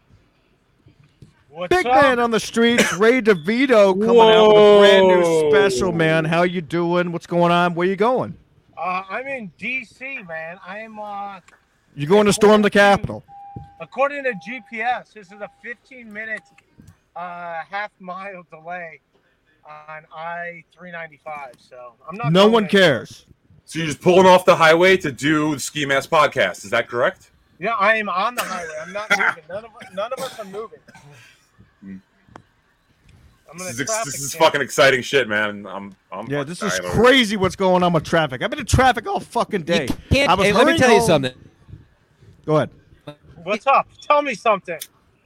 [SPEAKER 5] What's
[SPEAKER 1] Big
[SPEAKER 5] up?
[SPEAKER 1] man on the streets, Ray DeVito coming out with a
[SPEAKER 3] Whoa.
[SPEAKER 1] brand new special, man. How you doing? What's going on? Where you going?
[SPEAKER 5] Uh, I'm in D.C., man. I am, uh,
[SPEAKER 1] You going to storm the Capitol?
[SPEAKER 5] according to GPS, this is a 15 minute, uh, half mile delay on I 395. So I'm not.
[SPEAKER 1] No
[SPEAKER 5] going
[SPEAKER 1] one
[SPEAKER 5] anywhere.
[SPEAKER 1] cares.
[SPEAKER 3] So you're just pulling off the highway to do the Ski Mask podcast. Is that correct?
[SPEAKER 5] Yeah, I am on the highway. I'm not moving. None of none of us are moving. I'm
[SPEAKER 3] Mm. This
[SPEAKER 5] gonna
[SPEAKER 3] is, ex-
[SPEAKER 5] traffic
[SPEAKER 3] this is
[SPEAKER 5] jam.
[SPEAKER 3] fucking exciting shit, man. I'm I'm
[SPEAKER 1] Yeah,
[SPEAKER 3] fucking
[SPEAKER 1] this is
[SPEAKER 3] dying over it.
[SPEAKER 1] crazy what's going on with traffic. I've been in traffic all fucking
[SPEAKER 2] You
[SPEAKER 1] day.
[SPEAKER 2] can't-
[SPEAKER 1] I was
[SPEAKER 2] hey, let me
[SPEAKER 1] hurrying
[SPEAKER 2] tell you
[SPEAKER 1] home-
[SPEAKER 2] something.
[SPEAKER 1] Go ahead.
[SPEAKER 5] What's up? Tell me something.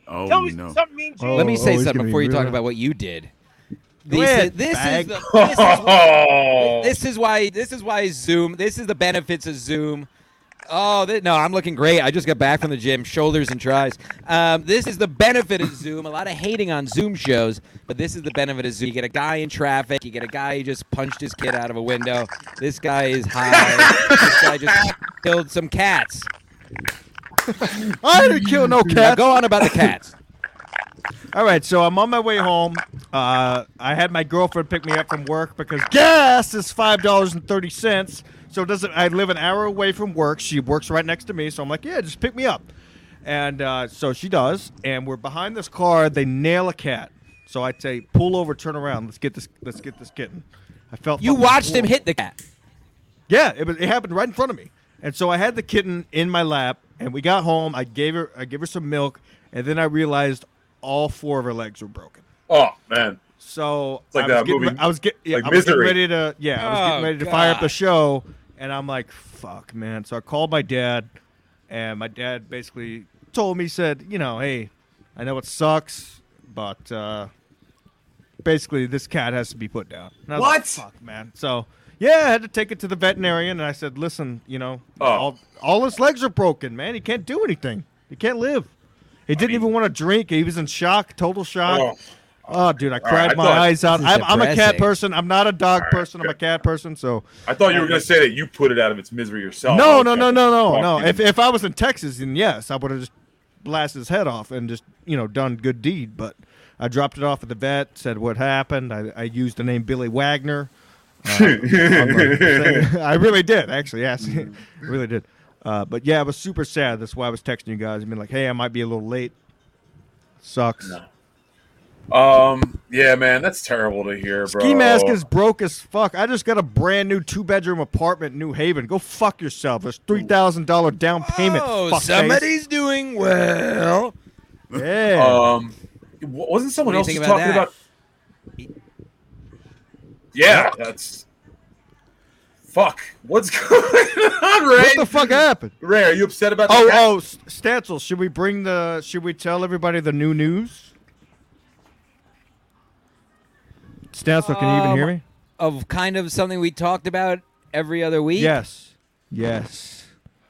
[SPEAKER 4] Oh
[SPEAKER 5] Tell me
[SPEAKER 4] no.
[SPEAKER 5] something mean to
[SPEAKER 1] Oh,
[SPEAKER 2] Let me
[SPEAKER 1] oh,
[SPEAKER 2] say
[SPEAKER 1] he's
[SPEAKER 2] something
[SPEAKER 1] gonna be
[SPEAKER 2] before you
[SPEAKER 1] rude.
[SPEAKER 2] talk about what you did.
[SPEAKER 1] Go
[SPEAKER 2] This
[SPEAKER 1] ahead,
[SPEAKER 2] is, this is
[SPEAKER 1] bag.
[SPEAKER 2] the, this, is why,
[SPEAKER 1] Oh.
[SPEAKER 2] this is why this is why Zoom. This is the benefits of Zoom. Oh th- no, I'm looking great. I just got back from the gym, shoulders and tries. Um, this is the benefit of Zoom. A lot of hating on Zoom shows, but this is the benefit of Zoom. You get a guy in traffic. You get a guy who just punched his kid out of a window. This guy is high. this guy just killed some cats.
[SPEAKER 1] I didn't kill no cats.
[SPEAKER 2] Now go on about the cats.
[SPEAKER 1] All right, so I'm on my way home. Uh, I had my girlfriend pick me up from work because gas is five dollars and thirty cents. So it doesn't. I live an hour away from work. She works right next to me, so I'm like, yeah, just pick me up. And uh, so she does, and we're behind this car. They nail a cat, so I say, pull over, turn around, let's get this, let's get this kitten. I felt
[SPEAKER 2] You
[SPEAKER 1] fucking
[SPEAKER 2] watched him
[SPEAKER 1] cool.
[SPEAKER 2] hit the cat.
[SPEAKER 1] Yeah, it, was- it happened right in front of me. And so I had the kitten in my lap, and we got home. I gave her, I gave her some milk, and then I realized all four of her legs were broken.
[SPEAKER 3] Oh man,
[SPEAKER 1] So
[SPEAKER 3] like
[SPEAKER 1] I,
[SPEAKER 3] that
[SPEAKER 1] was getting,
[SPEAKER 3] movie,
[SPEAKER 1] I was get- yeah,
[SPEAKER 3] like
[SPEAKER 1] I was getting
[SPEAKER 3] Misery.
[SPEAKER 1] ready to yeah, I was getting
[SPEAKER 2] Oh,
[SPEAKER 1] ready to fire up the
[SPEAKER 2] God.
[SPEAKER 1] show, and I'm like, fuck, man. So I called my dad, and my dad basically told me, said, you know, hey, I know it sucks, but uh, basically this cat has to be put down. And I was like,
[SPEAKER 3] What?
[SPEAKER 1] fuck, man. So yeah, I had to take it to the veterinarian, and I said, listen, you know,
[SPEAKER 3] Oh.
[SPEAKER 1] all all his legs are broken, man. He can't do anything. He can't live. He didn't even want to drink. He was in shock, total shock.
[SPEAKER 3] Oh.
[SPEAKER 1] Oh, dude, I
[SPEAKER 3] right,
[SPEAKER 1] cried
[SPEAKER 3] I
[SPEAKER 1] my
[SPEAKER 3] thought-
[SPEAKER 1] eyes out.
[SPEAKER 2] This is
[SPEAKER 1] I'm, I'm a cat
[SPEAKER 2] depressing.
[SPEAKER 1] person. I'm not a dog person. I'm a
[SPEAKER 3] good.
[SPEAKER 1] cat person. So
[SPEAKER 3] I thought you were gonna say that you put it out of its misery yourself.
[SPEAKER 1] no,
[SPEAKER 3] Oh,
[SPEAKER 1] no,
[SPEAKER 3] okay.
[SPEAKER 1] no, no, no,
[SPEAKER 3] Fuck
[SPEAKER 1] no.
[SPEAKER 3] you.
[SPEAKER 1] If if I was in Texas, then yes, I would have just blasted his head off and just you know done good deed. But I dropped it off at the vet. Said what happened. I, I used the name Billy Wagner. Uh, I really did, actually. Yes, I really did. Uh, but yeah, I was super sad. That's why I was texting you guys. I mean, like, hey, I might be a little late. Sucks.
[SPEAKER 3] um, yeah, man, that's terrible to hear, bro.
[SPEAKER 1] Ski mask is broke as fuck. I just got a brand new two bedroom apartment in New Haven. Go fuck yourself. There's three thousand dollar down payment.
[SPEAKER 2] Oh,
[SPEAKER 1] fuckface.
[SPEAKER 2] somebody's doing well.
[SPEAKER 1] Yeah.
[SPEAKER 3] Um, w- wasn't someone
[SPEAKER 2] What
[SPEAKER 3] else
[SPEAKER 2] do you
[SPEAKER 3] just
[SPEAKER 2] think about that?
[SPEAKER 3] talking about? Yeah, that's fuck. What's going on, Ray?
[SPEAKER 1] what the fuck happened?
[SPEAKER 3] Ray, are you upset about?
[SPEAKER 1] Oh,
[SPEAKER 3] that?
[SPEAKER 1] oh, S- Stancil, should we bring the? Should we tell everybody the new news? Stancil, can you even hear
[SPEAKER 2] Um,
[SPEAKER 1] me?
[SPEAKER 2] of kind of something we talked about every other week.
[SPEAKER 1] Yes. Yes.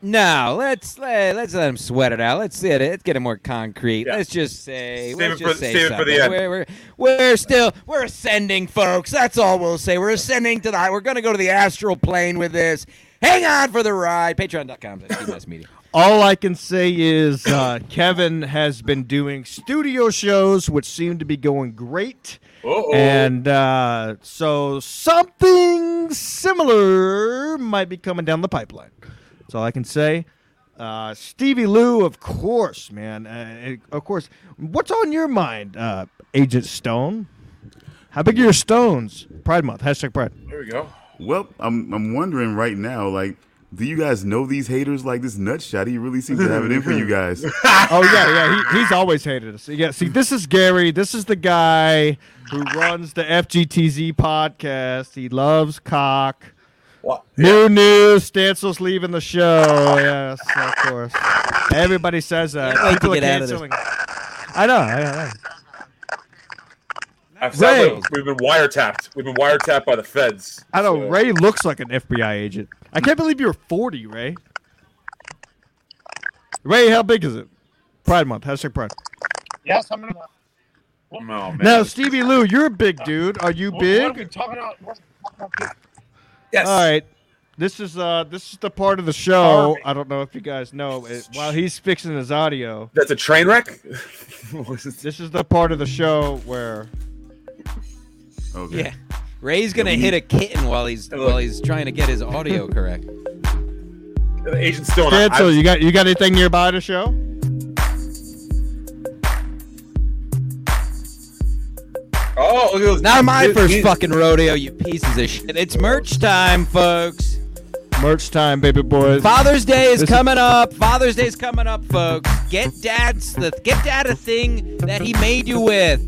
[SPEAKER 2] No, let's let, let's let him sweat it out. Let's see it. Let's get it more concrete.
[SPEAKER 3] Yeah.
[SPEAKER 2] Let's just say.
[SPEAKER 3] Save
[SPEAKER 2] let's
[SPEAKER 3] it for-
[SPEAKER 2] just say
[SPEAKER 3] save it for the
[SPEAKER 2] something.
[SPEAKER 3] end.
[SPEAKER 2] We're, we're, we're still we're ascending, folks. That's all we'll say. We're ascending to the. We're gonna go to the astral plane with this. Hang on for the ride. Patreon.com. slash media.
[SPEAKER 1] All I can say is uh, Kevin has been doing studio shows, which seem to be going great.
[SPEAKER 3] Uh-oh.
[SPEAKER 1] And uh, so something similar might be coming down the pipeline. That's all I can say. Uh, Stevie Lou, of course, man. Uh, of course. What's on your mind, uh, Agent Stone? How big are your stones? Pride Month. Hashtag Pride.
[SPEAKER 3] There we go.
[SPEAKER 4] Well, I'm I'm wondering right now, like, do you guys know these haters? Like this nutshot, he really seems to have it in for you guys.
[SPEAKER 1] Oh yeah, yeah. He, he's always hated us. Yeah. See, this is Gary. This is the guy who runs the FGTZ podcast. He loves cock.
[SPEAKER 3] What?
[SPEAKER 1] New news. Stancil's leaving the show. Yes, of course. Everybody says that.
[SPEAKER 2] Can't wait to
[SPEAKER 1] People are
[SPEAKER 2] get out of this.
[SPEAKER 1] canceling. I know. I know. I know.
[SPEAKER 3] I've said
[SPEAKER 1] Ray.
[SPEAKER 3] that we've been wiretapped. We've been wiretapped by the feds.
[SPEAKER 1] I know.
[SPEAKER 3] So-
[SPEAKER 1] Ray looks like an FBI agent. I can't believe you're 40, Ray. Ray, how big is it? Pride Month. Hashtag Pride.
[SPEAKER 5] Yes, I'm gonna.
[SPEAKER 3] Oh, man.
[SPEAKER 1] Now, Stevie Lou, you're a big dude. Are you
[SPEAKER 5] What,
[SPEAKER 1] big?
[SPEAKER 5] what are we talking about? What, what-
[SPEAKER 3] yes.
[SPEAKER 1] All right. This is uh this is the part of the show.
[SPEAKER 5] Sorry.
[SPEAKER 1] I don't know if you guys know. It, while he's fixing his audio,
[SPEAKER 3] That's a train wreck. What is this?
[SPEAKER 1] this is the part of the show where
[SPEAKER 4] Okay.
[SPEAKER 2] Yeah. Ray's gonna hit a kitten while he's while he's trying to get his audio correct.
[SPEAKER 3] the agent's still on.
[SPEAKER 1] cancel. You got you got anything nearby to show?
[SPEAKER 3] oh, look at those.
[SPEAKER 2] Not my
[SPEAKER 3] Dude,
[SPEAKER 2] first
[SPEAKER 3] he's-
[SPEAKER 2] fucking rodeo, you pieces of shit. It's merch time, folks.
[SPEAKER 1] Merch time, baby boys.
[SPEAKER 2] Father's Day is
[SPEAKER 1] This-
[SPEAKER 2] coming up. Father's Day is coming up, folks. Get dad's the get dad a thing that he made you with.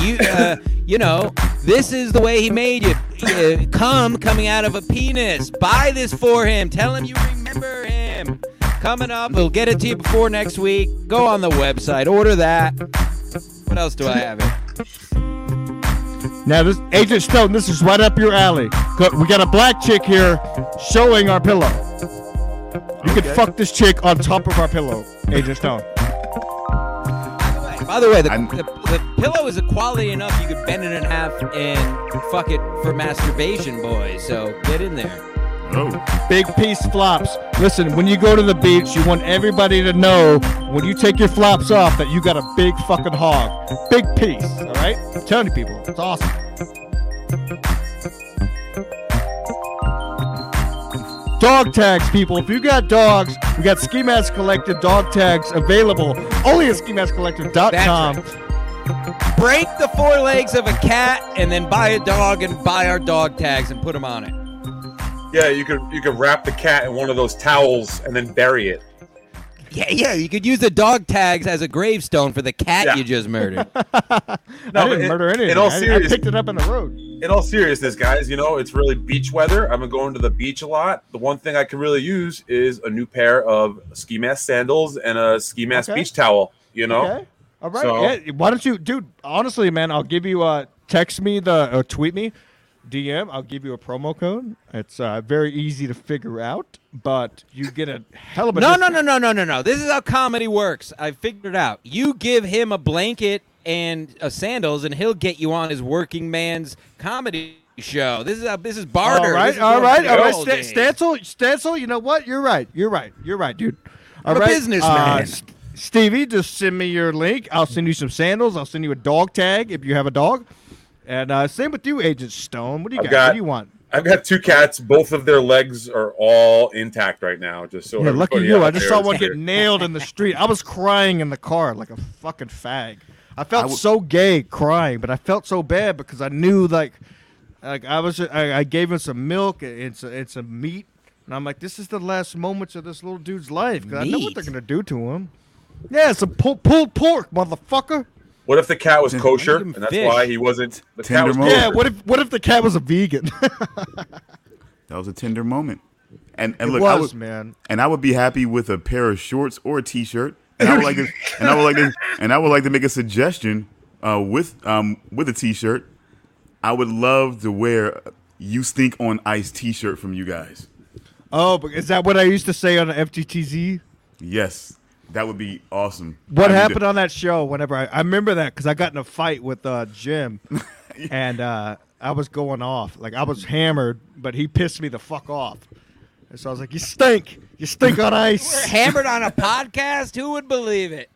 [SPEAKER 2] You uh, you know this is the way he made you. Uh, come coming out of a penis. Buy this for him. Tell him you remember him. Coming up, we'll get it to you before next week. Go on the website, order that. What else do I have? Here?
[SPEAKER 1] Now this Agent Stone, this is right up your alley. Go- We got a black chick here showing our pillow. You can fuck this chick on top of our pillow, Agent Stone.
[SPEAKER 2] By the way, the,
[SPEAKER 4] I'm-
[SPEAKER 2] the, the pillow is a quality enough you could bend it in half and fuck it for masturbation, boys. So get in there.
[SPEAKER 4] Oh,
[SPEAKER 1] Big piece flops. Listen, when you go to the beach, you want everybody to know when you take your flops off that you got a big fucking hog. Big piece, all right? I'm telling you people, it's awesome. Dog tags, people. If you got dogs, we got Ski Mask Collective dog tags available only at skimaskcollective.com.
[SPEAKER 2] Break the four legs of a cat and then buy a dog and buy our dog tags and put them on it.
[SPEAKER 3] Yeah, you could you could wrap the cat in one of those towels and then bury it.
[SPEAKER 2] Yeah, yeah. You could use the dog tags as a gravestone for the cat
[SPEAKER 3] Yeah.
[SPEAKER 2] you just murdered.
[SPEAKER 1] I
[SPEAKER 3] but
[SPEAKER 1] didn't
[SPEAKER 3] in-
[SPEAKER 1] murder anything.
[SPEAKER 3] In all
[SPEAKER 1] I- I
[SPEAKER 3] seriousness,
[SPEAKER 1] picked it up on the road.
[SPEAKER 3] in all seriousness, guys, you know it's really beach weather. I've been going to the beach a lot. The one thing I can really use is a new pair of ski mask sandals and a ski mask
[SPEAKER 1] Okay.
[SPEAKER 3] beach towel. You know,
[SPEAKER 1] Okay. All right.
[SPEAKER 3] So-
[SPEAKER 1] yeah. Why don't you, dude? Honestly, man, I'll give you uh text me the or tweet me, DM. I'll give you a promo code. It's uh, very easy to figure out, but you get a hell of a
[SPEAKER 2] no, no,
[SPEAKER 1] discount.
[SPEAKER 2] no, no, no, no, no. This is how comedy works. I figured it out. You give him a blanket and a sandals, and he'll get you on his working man's comedy show. This is how, this is barter.
[SPEAKER 1] All
[SPEAKER 2] This
[SPEAKER 1] right,
[SPEAKER 2] is
[SPEAKER 1] all
[SPEAKER 2] going
[SPEAKER 1] right,
[SPEAKER 2] back
[SPEAKER 1] all right.
[SPEAKER 2] to the
[SPEAKER 1] Sta-
[SPEAKER 2] old days.
[SPEAKER 1] Stancil, Stancil, you know what? You're right. You're right. You're right, dude. All
[SPEAKER 2] I'm a
[SPEAKER 1] right,
[SPEAKER 2] businessman.
[SPEAKER 1] S- Stevie, just send me your link. I'll send you some sandals. I'll send you a dog tag if you have a dog. And uh, same with you, Agent Stone. What do you
[SPEAKER 3] I've
[SPEAKER 1] got? What
[SPEAKER 3] got-
[SPEAKER 1] do you want?
[SPEAKER 3] I've got two cats. Both of their legs are all intact right now. Just so
[SPEAKER 1] Yeah, lucky
[SPEAKER 3] everybody
[SPEAKER 1] you.
[SPEAKER 3] out
[SPEAKER 1] I just
[SPEAKER 3] there
[SPEAKER 1] saw
[SPEAKER 3] is
[SPEAKER 1] one
[SPEAKER 3] clear.
[SPEAKER 1] get nailed in the street. I was crying in the car like a fucking fag. I felt
[SPEAKER 4] I w-
[SPEAKER 1] so gay crying, but I felt so bad because I knew like, like I was. I, I gave him some milk and and some, and some meat, and I'm like, this is the last moments of this little dude's life because I know what
[SPEAKER 2] Meat?
[SPEAKER 1] they're gonna do to him. Yeah, some pulled pulled pork, motherfucker.
[SPEAKER 3] What if the cat was
[SPEAKER 4] Then
[SPEAKER 3] kosher
[SPEAKER 2] give him
[SPEAKER 3] and that's
[SPEAKER 2] fish.
[SPEAKER 3] why he wasn't? The cat
[SPEAKER 4] Tender
[SPEAKER 3] was
[SPEAKER 4] moment.
[SPEAKER 3] kosher.
[SPEAKER 1] Yeah, what if what if the cat was a vegan?
[SPEAKER 4] that was a tender moment. And and
[SPEAKER 1] it
[SPEAKER 4] look, I
[SPEAKER 1] was
[SPEAKER 4] was,
[SPEAKER 1] man.
[SPEAKER 4] and I would be happy with a pair of shorts or a t-shirt. And I would like to, and I would like to, and I would like to make a suggestion uh, with um with a t-shirt. I would love to wear a "You Stink on Ice" t-shirt from you guys.
[SPEAKER 1] Oh, but is that what I used to say on FGTZ?
[SPEAKER 4] Yes, that would be awesome.
[SPEAKER 1] What
[SPEAKER 4] I need
[SPEAKER 1] happened
[SPEAKER 4] to-
[SPEAKER 1] on that show? Whenever I, I remember that because I got in a fight with uh, Jim, and uh, I was going off like I was hammered, but he pissed me the fuck off, and so I was like, "You stink! You stink on
[SPEAKER 2] We're
[SPEAKER 1] ice!"
[SPEAKER 2] hammered on a podcast. Who would believe it?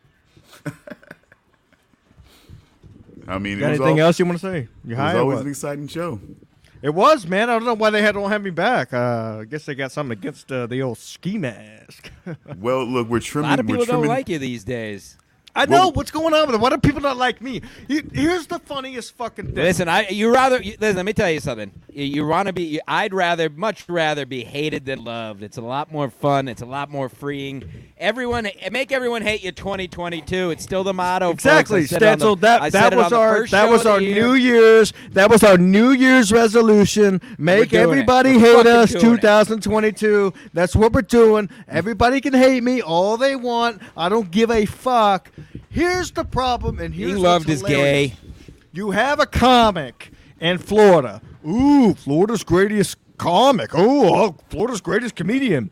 [SPEAKER 4] I mean, it
[SPEAKER 1] Got
[SPEAKER 4] was
[SPEAKER 1] anything
[SPEAKER 4] al-
[SPEAKER 1] else you want to say? You
[SPEAKER 4] It
[SPEAKER 1] high
[SPEAKER 4] was
[SPEAKER 1] or
[SPEAKER 4] always
[SPEAKER 1] what?
[SPEAKER 4] an exciting show.
[SPEAKER 1] It was, man. I don't know why they had don't have me back. Uh, I guess they got something against uh, the old ski mask.
[SPEAKER 4] Well, look, we're
[SPEAKER 2] A
[SPEAKER 4] trimming.
[SPEAKER 2] lot of
[SPEAKER 4] we're
[SPEAKER 2] people
[SPEAKER 4] trimming,
[SPEAKER 2] don't like you these days.
[SPEAKER 1] I know
[SPEAKER 4] Well-
[SPEAKER 1] what's going on with it. Why do people not like me? You- Here's the funniest fucking thing.
[SPEAKER 2] Listen, I you rather you, listen. Let me tell you something. You, you want to be. You, I'd rather, much rather, be hated than loved. It's a lot more fun. It's a lot more freeing. Everyone, make everyone hate you. Twenty twenty two. It's still the motto. folks. I
[SPEAKER 1] Exactly,
[SPEAKER 2] said it on the-
[SPEAKER 1] Stancil.
[SPEAKER 2] I
[SPEAKER 1] That
[SPEAKER 2] said
[SPEAKER 1] that
[SPEAKER 2] it on
[SPEAKER 1] was
[SPEAKER 2] the
[SPEAKER 1] our
[SPEAKER 2] first
[SPEAKER 1] that
[SPEAKER 2] show
[SPEAKER 1] was
[SPEAKER 2] of the
[SPEAKER 1] our
[SPEAKER 2] year.
[SPEAKER 1] New Year's that was our New Year's resolution. Make
[SPEAKER 2] doing it.
[SPEAKER 1] everybody
[SPEAKER 2] We're
[SPEAKER 1] hate
[SPEAKER 2] fucking
[SPEAKER 1] us.
[SPEAKER 2] doing it.
[SPEAKER 1] 2022. That's what we're doing. Everybody can hate me all they want. I don't give a fuck. Here's the problem, and here's
[SPEAKER 2] Being loved
[SPEAKER 1] what's
[SPEAKER 2] is gay.
[SPEAKER 1] hilarious. You have a comic in Florida. Ooh, Florida's greatest comic. Ooh, oh, Florida's greatest comedian.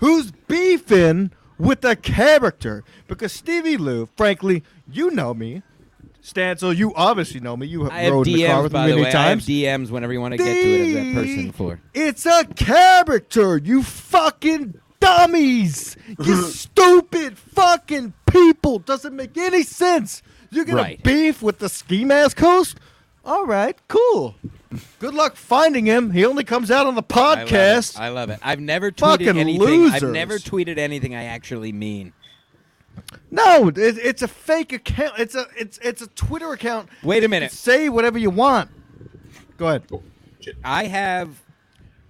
[SPEAKER 1] Who's beefing with a character? Because Stevie Lou, frankly, you know me. Stancil, you obviously know me. You have
[SPEAKER 2] I have
[SPEAKER 1] rode in the car
[SPEAKER 2] DMs
[SPEAKER 1] with
[SPEAKER 2] by
[SPEAKER 1] me
[SPEAKER 2] the
[SPEAKER 1] many
[SPEAKER 2] way. I have
[SPEAKER 1] times.
[SPEAKER 2] DMs whenever you want to get to it of that person on the floor.
[SPEAKER 1] It's a character, you fucking dummies. You stupid fucking people. Doesn't make any sense. You're gonna
[SPEAKER 2] Right.
[SPEAKER 1] beef with the ski mask host? All right, cool. Good luck finding him. He only comes out on the
[SPEAKER 2] I love it.
[SPEAKER 1] podcast.
[SPEAKER 2] I love it. I've never tweeted
[SPEAKER 1] Fucking
[SPEAKER 2] anything. I've
[SPEAKER 1] losers.
[SPEAKER 2] never tweeted anything I actually mean.
[SPEAKER 1] no, it, it's a fake account. It's a it's it's a Twitter account.
[SPEAKER 2] Wait a minute.
[SPEAKER 1] Say whatever you want. Go ahead.
[SPEAKER 2] I have.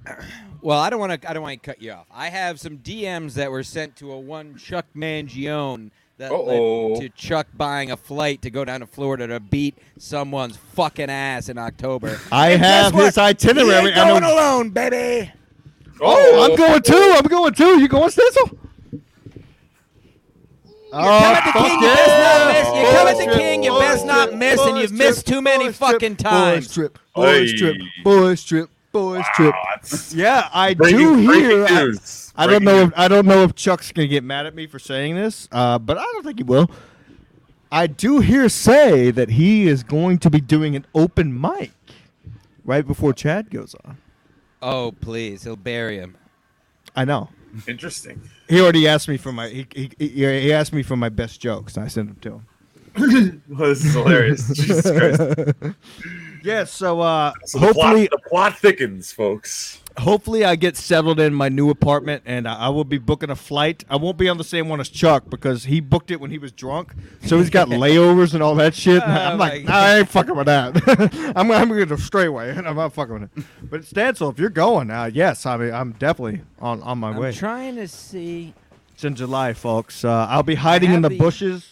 [SPEAKER 2] Well, I don't want to. I don't want to cut you off. I have some DMs that were sent to a one Chuck Mangione that
[SPEAKER 3] Uh-oh.
[SPEAKER 2] led to Chuck buying a flight to go down to Florida to beat someone's fucking ass in October.
[SPEAKER 1] I
[SPEAKER 2] And guess
[SPEAKER 1] have
[SPEAKER 2] what?
[SPEAKER 1] his itinerary.
[SPEAKER 2] He ain't
[SPEAKER 1] I know-
[SPEAKER 2] going alone, baby.
[SPEAKER 1] Oh, I'm going too. I'm going too. You going, Stencil? Oh,
[SPEAKER 2] Come at the
[SPEAKER 1] fuck
[SPEAKER 2] king, you best not
[SPEAKER 1] yeah.
[SPEAKER 2] miss. You come at the
[SPEAKER 3] Bullshit,
[SPEAKER 2] king, you best not
[SPEAKER 1] Bullshit,
[SPEAKER 2] miss, and you've
[SPEAKER 1] bullshit,
[SPEAKER 2] missed too many
[SPEAKER 1] bullshit,
[SPEAKER 2] fucking times.
[SPEAKER 1] Boys trip, boys
[SPEAKER 3] Hey.
[SPEAKER 1] trip, boys trip, boys trip.
[SPEAKER 3] that's
[SPEAKER 1] Yeah, I do
[SPEAKER 3] breaking-
[SPEAKER 1] hear.
[SPEAKER 3] breaking
[SPEAKER 1] I,
[SPEAKER 3] news.
[SPEAKER 1] I don't
[SPEAKER 3] Breaking
[SPEAKER 1] know.
[SPEAKER 3] news.
[SPEAKER 1] If, I don't know if Chuck's gonna get mad at me for saying this, uh, but I don't think he will. I do hear say that he is going to be doing an open mic right before Chad goes on.
[SPEAKER 2] Oh please, he'll bury him.
[SPEAKER 1] I know.
[SPEAKER 3] Interesting.
[SPEAKER 1] He already asked me for my he, he, he he asked me for my best jokes, and I sent them to him.
[SPEAKER 3] Well, this is hilarious. Jesus Christ.
[SPEAKER 1] Yeah, so uh,
[SPEAKER 3] So the plot,
[SPEAKER 1] hopefully,
[SPEAKER 3] the plot thickens, folks.
[SPEAKER 1] hopefully I get settled in my new apartment, and I I will be booking a flight. I won't be on the same one as Chuck because he booked it when he was drunk, so he's got layovers and all that shit. and
[SPEAKER 2] Oh,
[SPEAKER 1] I'm like,
[SPEAKER 2] my
[SPEAKER 1] nah, I ain't fucking with that. I'm I'm gonna go straightway, and I'm not fucking with it. But Stancil, if you're going, uh, yes, I mean I'm definitely on on my way.
[SPEAKER 2] I'm trying to see.
[SPEAKER 1] it's in July, folks. Uh, I'll be hiding in the
[SPEAKER 2] Happy-
[SPEAKER 1] bushes.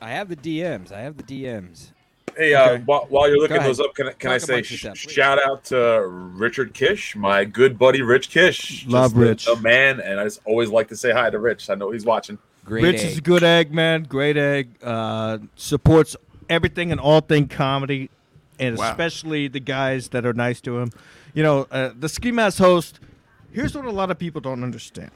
[SPEAKER 2] I have the DMs. I have the DMs.
[SPEAKER 3] Hey, uh, while, while you're looking
[SPEAKER 2] ahead.
[SPEAKER 3] those up, can, I- can I
[SPEAKER 2] Talk
[SPEAKER 3] say
[SPEAKER 2] amongst
[SPEAKER 3] sh-
[SPEAKER 2] yourself, please.
[SPEAKER 3] shout out to Richard Kish, my good buddy Rich Kish.
[SPEAKER 1] Love
[SPEAKER 3] the-
[SPEAKER 1] Rich.
[SPEAKER 3] the man, and I just always like to say hi to Rich. I know he's watching.
[SPEAKER 2] Great.
[SPEAKER 1] Rich is a good egg, man. Great egg. Uh, supports everything and all thing comedy, and
[SPEAKER 4] Wow.
[SPEAKER 1] especially the guys that are nice to him. You know, uh, the Ski Mask host. Here's what a lot of people don't understand,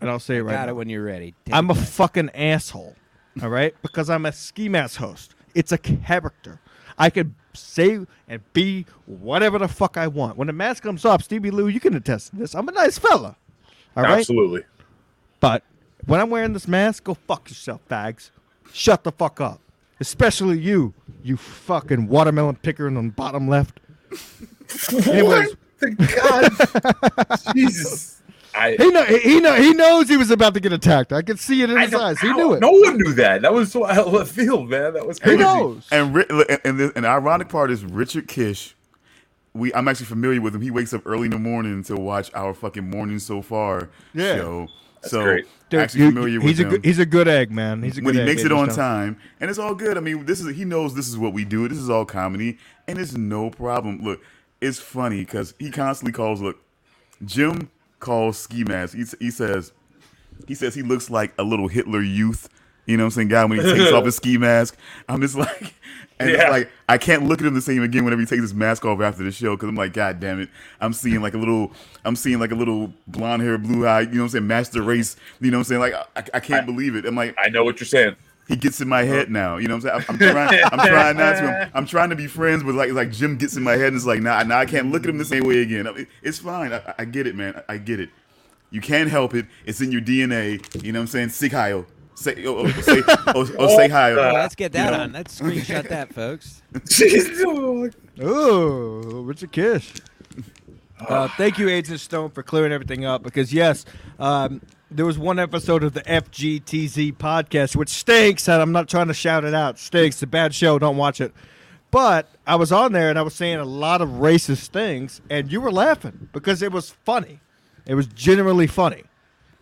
[SPEAKER 1] and I'll say it right
[SPEAKER 2] Got
[SPEAKER 1] now.
[SPEAKER 2] it when you're ready. Take
[SPEAKER 1] I'm
[SPEAKER 2] it
[SPEAKER 1] a
[SPEAKER 2] back.
[SPEAKER 1] fucking asshole. All right, because I'm a ski mask host. It's a character. I can say and be whatever the fuck I want. When the mask comes off, Stevie Lou, you can attest to this. I'm a nice fella. All right,
[SPEAKER 3] Absolutely.
[SPEAKER 1] but when I'm wearing this mask, go fuck yourself, fags. Shut the fuck up. Especially you, you fucking watermelon picker in the bottom left. Anyways.
[SPEAKER 3] What the God? Jesus. I,
[SPEAKER 1] He know, he know, he knows he was about to get attacked. I could see it in
[SPEAKER 3] I
[SPEAKER 1] his
[SPEAKER 3] don't-
[SPEAKER 1] eyes. He
[SPEAKER 3] how-
[SPEAKER 1] knew it.
[SPEAKER 3] No one knew that. That was so out of left field, man. That was crazy.
[SPEAKER 1] knows?
[SPEAKER 4] And ri- and, and the, and the ironic part is Richard Kish. We I'm actually familiar with him. He wakes up early in the morning to watch our fucking morning so far
[SPEAKER 1] Yeah.
[SPEAKER 4] show. so
[SPEAKER 3] great.
[SPEAKER 1] Dude,
[SPEAKER 4] actually
[SPEAKER 1] you-
[SPEAKER 4] familiar
[SPEAKER 1] he's
[SPEAKER 4] with
[SPEAKER 1] a
[SPEAKER 4] him.
[SPEAKER 1] good, he's a good egg, man. He's a good
[SPEAKER 4] when he
[SPEAKER 1] egg,
[SPEAKER 4] makes it
[SPEAKER 1] baby
[SPEAKER 4] on
[SPEAKER 1] stuff.
[SPEAKER 4] time, and it's all good. I mean, this is he knows this is what we do. This is all comedy, and it's no problem. Look, it's funny because he constantly calls. Look, Jim calls ski mask. He, s- he says, he says he looks like a little Hitler youth. You know what I'm saying? Guy, when he takes off his ski mask, I'm just like, and it's
[SPEAKER 3] Yeah.
[SPEAKER 4] like, I can't look at him the same again whenever he takes his mask off after the show because I'm like, God damn it. I'm seeing like a little, I'm seeing like a little blonde hair, blue eye, you know what I'm saying? Master race, you know what I'm saying? Like, I, I can't believe it. I'm like,
[SPEAKER 3] I know what you're saying.
[SPEAKER 4] he gets in my head now. You know what I'm saying? I'm, I'm trying, I'm trying not to. I'm, I'm trying to be friends, but like, like Jim gets in my head and it's like, nah, nah, I can't look at him the same way again. I mean, it's fine. I, I get it, man. I, I get it. You can't help it. It's in your DNA. You know what I'm saying? Sick Hayo. Say, oh, oh, say, oh, oh, say hi.
[SPEAKER 2] Oh,
[SPEAKER 3] Uh,
[SPEAKER 2] let's get that
[SPEAKER 4] you know.
[SPEAKER 2] on. Let's screenshot that, folks.
[SPEAKER 1] Ooh, Richard Kish. Uh, thank you, Agent Stone, for clearing everything up. Because yes, um, there was one episode of the FGTZ podcast which stinks, and I'm not trying to shout it out. Stinks, it's a bad show. Don't watch it. But I was on there and I was saying a lot of racist things, and you were laughing because it was funny. It was genuinely funny,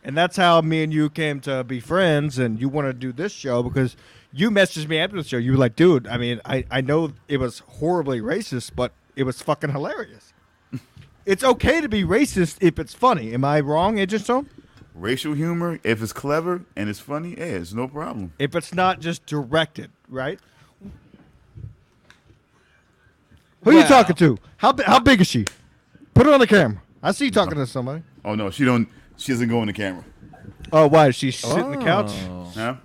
[SPEAKER 1] and that's how me and you came to be friends. And you want to do this show because you messaged me after the show. You were like, "Dude, I mean, I I know it was horribly racist, but it was fucking hilarious." It's okay to be racist if it's funny. Am I wrong, Agent Stone?
[SPEAKER 4] Racial humor, if it's clever and it's funny, yeah, it's no problem.
[SPEAKER 1] If it's not just directed, right? Who you
[SPEAKER 2] Well-
[SPEAKER 1] talking to? How bi- how big is she? Put her on the camera. I see you talking to somebody.
[SPEAKER 4] Oh no, she don't. She doesn't go in the camera.
[SPEAKER 1] Oh, why is she sitting on the couch?
[SPEAKER 4] Huh?
[SPEAKER 1] Oh.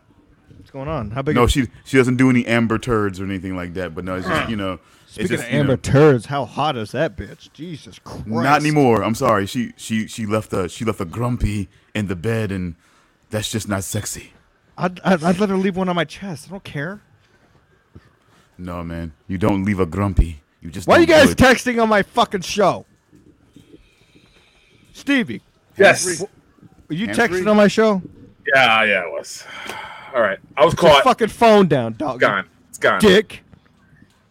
[SPEAKER 1] What's going on? How big?
[SPEAKER 4] No,
[SPEAKER 1] is
[SPEAKER 4] she she doesn't do any amber turds or anything like that. But no, it's just you know. it's
[SPEAKER 1] Speaking
[SPEAKER 4] just,
[SPEAKER 1] of
[SPEAKER 4] you know,
[SPEAKER 1] Amber turds, how hot is that bitch? Jesus Christ!
[SPEAKER 4] Not anymore. I'm sorry. She she she left a she left a grumpy in the bed, and that's just not sexy.
[SPEAKER 1] I'd, I'd, I'd let her leave one on my chest. I don't care.
[SPEAKER 4] No, man, you don't leave a grumpy. You just
[SPEAKER 1] Why are you
[SPEAKER 4] don't
[SPEAKER 1] guys
[SPEAKER 4] do it.
[SPEAKER 1] texting on my fucking show? Stevie,
[SPEAKER 3] Yes.
[SPEAKER 1] are you
[SPEAKER 4] Hands-free?
[SPEAKER 1] texting on my show?
[SPEAKER 3] Yeah, yeah, it was. All right. I was
[SPEAKER 1] Put your
[SPEAKER 3] caught.
[SPEAKER 1] fucking phone down, dog.
[SPEAKER 3] It's gone. It's gone.
[SPEAKER 1] Dick.